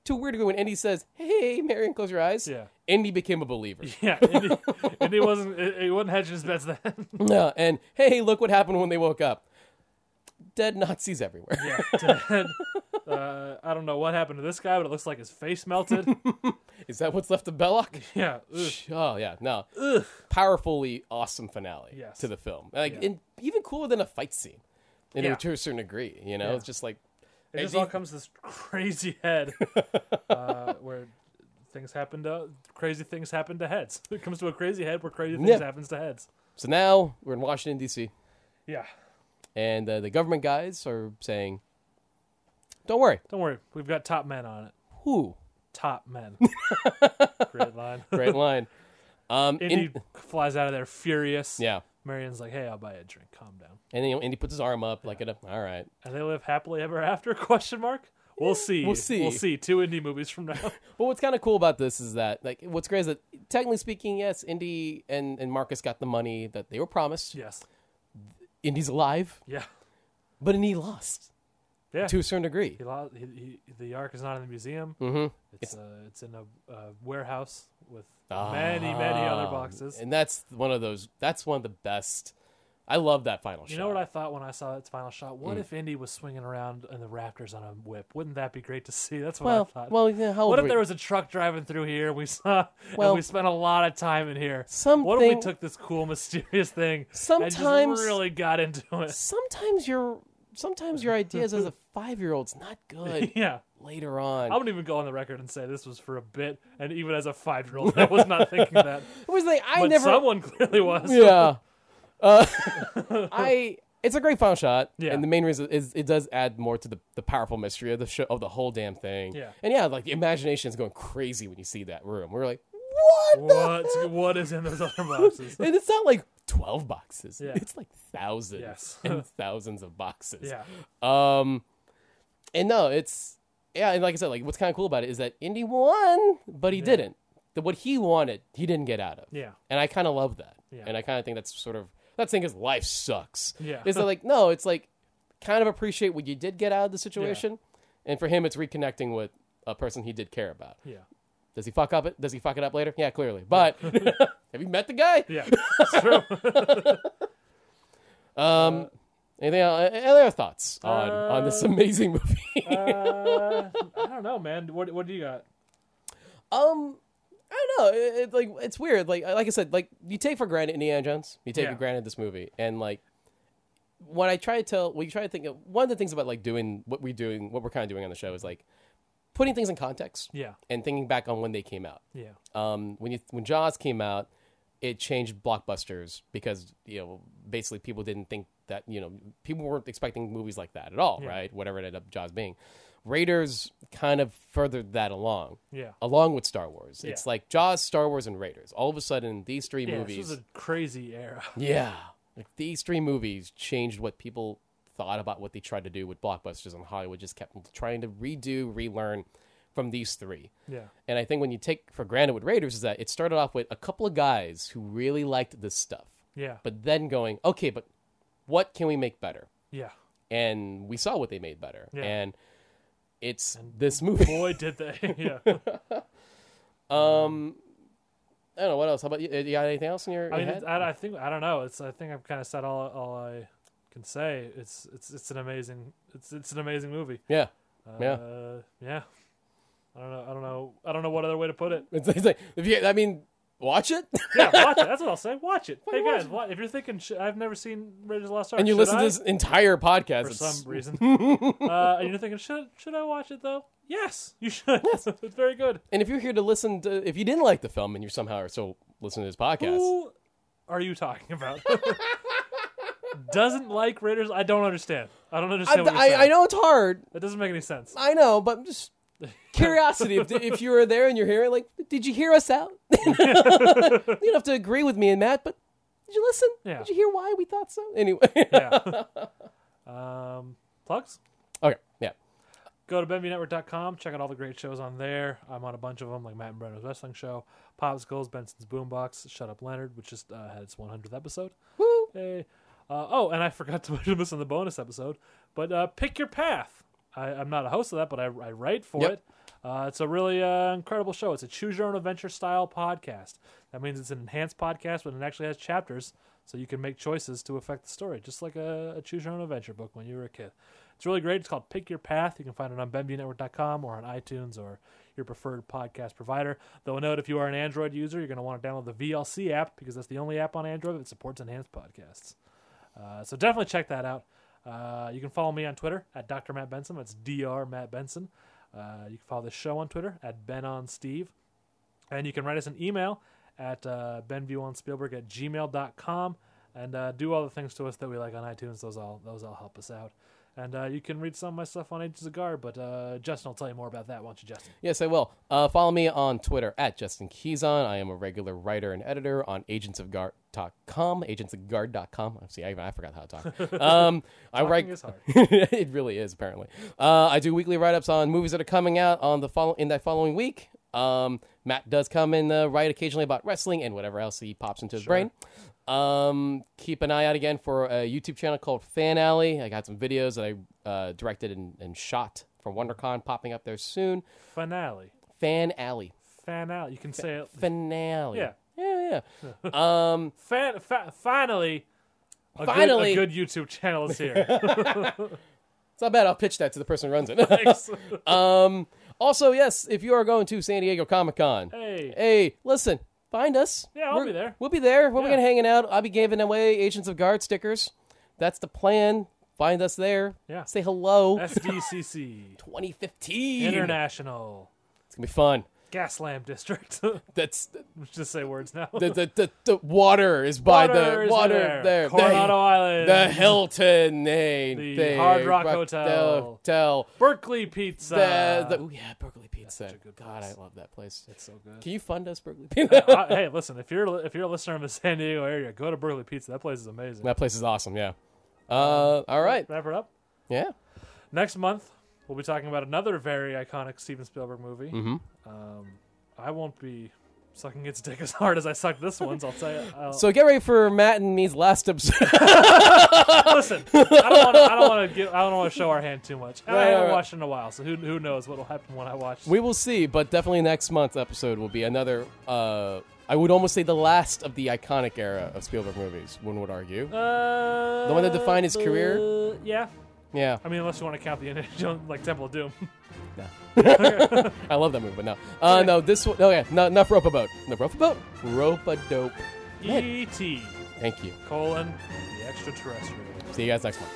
Speaker 2: Two weird ago, when Indy says, "Hey, Marion, close your eyes,"
Speaker 1: Yeah.
Speaker 2: Indy became a believer.
Speaker 1: yeah, and he, and he wasn't. He wasn't hedging his bets then.
Speaker 2: Yeah, Uh, and hey, look what happened when they woke up. Dead Nazis everywhere.
Speaker 1: yeah, dead. Uh, I don't know what happened to this guy, but it looks like his face melted.
Speaker 2: Is that what's left of Belloc?
Speaker 1: Yeah, ugh.
Speaker 2: Oh yeah, no. Powerfully awesome finale
Speaker 1: Yes.
Speaker 2: to the film. Like and even cooler than a fight scene. And
Speaker 1: Yeah.
Speaker 2: to a certain degree, you know, it's just like
Speaker 1: it just
Speaker 2: Eddie-
Speaker 1: all comes to this crazy head uh, where things happen to crazy things happen to heads. It comes to a crazy head where crazy things
Speaker 2: Yeah.
Speaker 1: happens to heads.
Speaker 2: so now we're in Washington D.C.
Speaker 1: Yeah,
Speaker 2: and uh, the government guys are saying, "Don't worry,
Speaker 1: don't worry, we've got top men on it.
Speaker 2: who
Speaker 1: Top men. Great line.
Speaker 2: great line." Um,
Speaker 1: Indy
Speaker 2: in-
Speaker 1: flies out of there furious.
Speaker 2: yeah,
Speaker 1: Marion's like, "Hey, I'll buy you a drink. Calm down."
Speaker 2: and you know, Indy puts his arm up like, a, "All right,
Speaker 1: And they live happily ever after? Question mark. We'll see.
Speaker 2: we'll see.
Speaker 1: We'll see. Two indie movies from now.
Speaker 2: Well, what's kind of cool about this is that, like, what's great is that, technically speaking, yes, Indy and, and Marcus got the money that they were promised.
Speaker 1: yes.
Speaker 2: Indy's alive,
Speaker 1: Yeah.
Speaker 2: but Indy lost
Speaker 1: Yeah.
Speaker 2: to a certain degree.
Speaker 1: He lost. He, he, the Ark is not in the museum.
Speaker 2: Mhm.
Speaker 1: It's uh, it's in a uh, warehouse with many many other
Speaker 2: Ah,
Speaker 1: boxes.
Speaker 2: and that's one of those. That's one of the best. I love that final shot.
Speaker 1: you know what I thought when I saw that final shot? What
Speaker 2: Mm.
Speaker 1: if Indy was swinging around in the Raptors on a whip? Wouldn't that be great to see? That's what I
Speaker 2: well,
Speaker 1: thought.
Speaker 2: well, yeah, how old
Speaker 1: what if
Speaker 2: were
Speaker 1: there
Speaker 2: you?
Speaker 1: was a truck driving through here? We saw.
Speaker 2: Well-
Speaker 1: and we spent a lot of time in here. What if we
Speaker 2: Something-
Speaker 1: took this cool, mysterious thing? and
Speaker 2: Sometimes-
Speaker 1: just really got into it.
Speaker 2: Sometimes your sometimes your ideas as a five year old's not good
Speaker 1: yeah,
Speaker 2: later on.
Speaker 1: I wouldn't even go on the record and say this was for a bit. And even as a five-year-old, I was not thinking that.
Speaker 2: it was like I
Speaker 1: But
Speaker 2: never.
Speaker 1: someone clearly was.
Speaker 2: yeah. Uh, I it's a great final shot.
Speaker 1: Yeah.
Speaker 2: And the main reason is it does add more to the, the powerful mystery of the show of the whole damn thing.
Speaker 1: Yeah.
Speaker 2: And yeah, like the imagination is going crazy when you see that room. We're like, what? the
Speaker 1: What what is in those other boxes?
Speaker 2: and it's not like 12 boxes
Speaker 1: Yeah.
Speaker 2: it's like thousands
Speaker 1: Yes.
Speaker 2: and thousands of boxes
Speaker 1: Yeah,
Speaker 2: um and no it's yeah and like i said like what's kind of cool about it is that indy won but he didn't the, what he wanted he didn't get out of
Speaker 1: yeah,
Speaker 2: and i kind of love that
Speaker 1: Yeah.
Speaker 2: and i kind of think that's sort of not saying his life sucks
Speaker 1: Yeah.
Speaker 2: it's like no it's like kind of appreciate what you did get out of the situation and for him it's reconnecting with a person he did care about
Speaker 1: yeah,
Speaker 2: does he fuck up it does he fuck it up later yeah clearly but have you met the guy
Speaker 1: yeah. It's true.
Speaker 2: Um, anything else, any other thoughts on on this amazing movie?
Speaker 1: Uh, I don't know, man. What what do you got?
Speaker 2: um, I don't know. It, it- like it's weird. Like like I said, like you take for granted Indiana Jones. You take
Speaker 1: Yeah.
Speaker 2: for granted this movie, and like what I try to tell, what you try to think of, one of the things about like doing what we're doing, what we're kind of doing on the show is like putting things in context
Speaker 1: Yeah,
Speaker 2: and thinking back on when they came out.
Speaker 1: yeah,
Speaker 2: um, when you when Jaws came out, it changed blockbusters because you know basically people didn't think that you know people weren't expecting movies like that at all, right?
Speaker 1: Yeah.
Speaker 2: Whatever it ended up Jaws being, Raiders kind of furthered that along,
Speaker 1: yeah.
Speaker 2: along with Star Wars.
Speaker 1: Yeah.
Speaker 2: It's like Jaws, Star Wars, and Raiders. All of a sudden, these three
Speaker 1: Yeah,
Speaker 2: movies,
Speaker 1: this was a crazy era.
Speaker 2: yeah, like, these three movies changed what people thought about what they tried to do with blockbusters and Hollywood. Just kept trying to redo, relearn from these three.
Speaker 1: Yeah,
Speaker 2: And I think when you take for granted with Raiders is that it started off with a couple of guys who really liked this stuff,
Speaker 1: yeah,
Speaker 2: but then going, okay, but what can we make better?
Speaker 1: yeah.
Speaker 2: And we saw what they made better,
Speaker 1: Yeah.
Speaker 2: and it's this movie.
Speaker 1: Boy, did they. yeah.
Speaker 2: Um, I don't know what else. How about you? You got anything else in your,
Speaker 1: I
Speaker 2: your
Speaker 1: mean,
Speaker 2: head?
Speaker 1: it's, I, I think I don't know. It's I think I've kind of said all all I can say. It's it's it's an amazing it's it's an amazing movie.
Speaker 2: yeah,
Speaker 1: Uh,
Speaker 2: Yeah.
Speaker 1: yeah. I don't know. I don't know. I don't know what other way to put it.
Speaker 2: it's, it's like if you, I mean, watch it,
Speaker 1: Yeah, watch it. That's what I'll say. Watch it. hey
Speaker 2: Fucking
Speaker 1: guys,
Speaker 2: watch it.
Speaker 1: wa if you're thinking sh- I've never seen Raiders of the Lost Ark,
Speaker 2: and you
Speaker 1: should
Speaker 2: listen
Speaker 1: I?
Speaker 2: to this entire podcast.
Speaker 1: for
Speaker 2: it's-
Speaker 1: some reason, uh, and you're thinking should should I watch it though? Yes, you should. it's very good.
Speaker 2: and if you're here to listen to, if you didn't like the film and you somehow are still listening to this podcast,
Speaker 1: Who are you talking about? Doesn't like Raiders? I don't understand. I don't
Speaker 2: I,
Speaker 1: understand. what you're saying.
Speaker 2: I, I know it's hard.
Speaker 1: That doesn't make any sense.
Speaker 2: I know, but I'm just curiosity. if, if you were there and you're hearing, like, did you hear us out? you don't have to agree with me and Matt, but did you listen?
Speaker 1: Yeah.
Speaker 2: Did you hear why we thought so? Anyway.
Speaker 1: yeah. um, plugs?
Speaker 2: okay. Yeah.
Speaker 1: Go to BenvyNetwork.com. Check out all the great shows on there. I'm on a bunch of them, like Matt and Brenda's Wrestling Show, Popsicles, Benson's Boombox, Shut Up Leonard, which just uh, had its 100th episode.
Speaker 2: Woo.
Speaker 1: Hey. Uh, oh, and I forgot to mention this in the bonus episode, but uh, Pick Your Path. I, I'm not a host of that, but I, I write for
Speaker 2: Yep.
Speaker 1: it. Uh, it's a really uh, incredible show. It's a choose your own adventure style podcast. That means it's an enhanced podcast, but it actually has chapters, so you can make choices to affect the story, just like a, a choose your own adventure book when you were a kid. It's really great. It's called Pick Your Path. You can find it on BenviewNetwork.com or on iTunes or your preferred podcast provider. Though note, if you are an Android user, you're going to want to download the VLC app because that's the only app on Android that supports enhanced podcasts. Uh, so definitely check that out. Uh, you can follow me on Twitter at Dr. Matt Benson. That's Dr. Matt Benson. Uh, you can follow the show on Twitter at BenOnSteve. And you can write us an email at uh, benviewonspielberg at gmail.com and uh, do all the things to us that we like on iTunes. Those all those all help us out. And uh, you can read some of my stuff on Agents of Guard, but uh, Justin will tell you more about that, won't you, Justin?
Speaker 2: Yes, I will. Uh, follow me on Twitter at Justin Keyson. I am a regular writer and editor on agentsofguard.com. Agentsofguard.com. See, I, even, I forgot how to talk. Um, I write.
Speaker 1: is hard.
Speaker 2: it really is apparently. Uh, I do weekly write ups on movies that are coming out on the follow in that following week. Um, Matt does come and uh, write occasionally about wrestling and whatever else he pops into his brain. Um, keep an eye out again for a YouTube channel called Fan Alley. I got some videos that I uh, directed and, and shot from WonderCon popping up there soon.
Speaker 1: Finale.
Speaker 2: Fan Alley,
Speaker 1: Finale. You can say it.
Speaker 2: finale.
Speaker 1: Yeah.
Speaker 2: yeah, yeah. um,
Speaker 1: Fan, fa- finally, a
Speaker 2: Finally.
Speaker 1: Good, a good YouTube channel is here.
Speaker 2: it's not bad. I'll pitch that to the person who runs it.
Speaker 1: Thanks.
Speaker 2: um, also, yes, if you are going to San Diego Comic Con,
Speaker 1: Hey.
Speaker 2: hey, listen, find us.
Speaker 1: Yeah, I'll be there.
Speaker 2: We'll be there. We'll be
Speaker 1: Yeah.
Speaker 2: gonna hanging out. I'll be giving away Agents of Guard stickers. That's the plan. Find us there.
Speaker 1: Yeah.
Speaker 2: Say hello.
Speaker 1: SDCC
Speaker 2: 2015.
Speaker 1: International.
Speaker 2: It's gonna be fun.
Speaker 1: Gaslam District.
Speaker 2: That's
Speaker 1: Just say words now.
Speaker 2: the the, the, the water is by
Speaker 1: Water
Speaker 2: the
Speaker 1: is
Speaker 2: water
Speaker 1: there.
Speaker 2: there.
Speaker 1: Coronado
Speaker 2: the,
Speaker 1: Island.
Speaker 2: the Hilton, they,
Speaker 1: The
Speaker 2: they-
Speaker 1: Hard Rock
Speaker 2: Rock-
Speaker 1: Hotel.
Speaker 2: the Hotel.
Speaker 1: Berkeley Pizza.
Speaker 2: The, the, oh yeah, Berkeley Pizza.
Speaker 1: such a good
Speaker 2: God, I
Speaker 1: place.
Speaker 2: love that place.
Speaker 1: it's so good.
Speaker 2: Can you fund us, Berkeley Pizza?
Speaker 1: Uh, hey, listen, if you're if you're a listener in the San Diego area, go to Burley Pizza. That place is amazing.
Speaker 2: that place is awesome. Yeah. Uh, all right.
Speaker 1: Wrap it up.
Speaker 2: Yeah.
Speaker 1: Next month, we'll be talking about another very iconic Steven Spielberg movie. Um,
Speaker 2: Mm-hmm.
Speaker 1: I won't be sucking its dick as hard as I sucked this one's. I'll tell Uh, you. I'll,
Speaker 2: So get ready for Matt and me's last episode.
Speaker 1: listen, I don't want to. I don't want to get. I don't want to show our hand too much. And I
Speaker 2: Right,
Speaker 1: haven't
Speaker 2: right, right.
Speaker 1: watched in a while, so who who knows what will happen when I watch.
Speaker 2: we will see, but definitely next month's episode will be another. Uh, I would almost say the last of the iconic era of Spielberg movies. One would argue.
Speaker 1: uh,
Speaker 2: the one that defined his career?
Speaker 1: uh, yeah,
Speaker 2: Yeah.
Speaker 1: I mean, unless you want to count the Indiana Jones, like Temple of Doom.
Speaker 2: No. I love that movie, but no. Uh, no, this one. Okay, no, enough rope boat. No rope boat. Rope a dope.
Speaker 1: E.T.
Speaker 2: Thank you.
Speaker 1: colon the extraterrestrial.
Speaker 2: See you guys next month.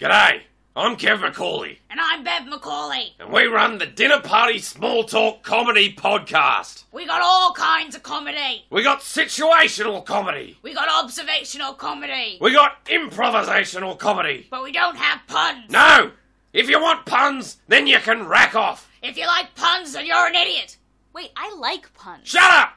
Speaker 3: G'day, I'm Kev McCauley,
Speaker 4: And I'm Bev McCauley.
Speaker 3: and we run the Dinner Party Small Talk Comedy Podcast.
Speaker 4: We got all kinds of comedy.
Speaker 3: We got situational comedy,
Speaker 4: We got observational comedy.
Speaker 3: we got improvisational comedy.
Speaker 4: But we don't have puns.
Speaker 3: No! If you want puns, then you can rack off.
Speaker 4: If you like puns, then you're an idiot. Wait, I like puns.
Speaker 3: Shut up!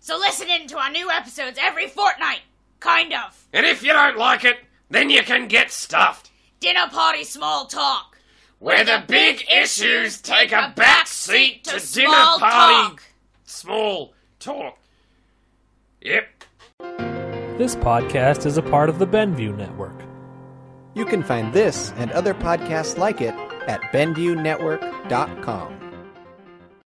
Speaker 4: So listen in to our new episodes every fortnight. Kind of.
Speaker 3: And if you don't like it, then you can get stuffed.
Speaker 4: Dinner party small talk.
Speaker 3: Where the big issues take a back seat to dinner party small talk. Yep.
Speaker 1: This podcast is a part of the Benview Network.
Speaker 5: You can find this and other podcasts like it at BenviewNetwork.com.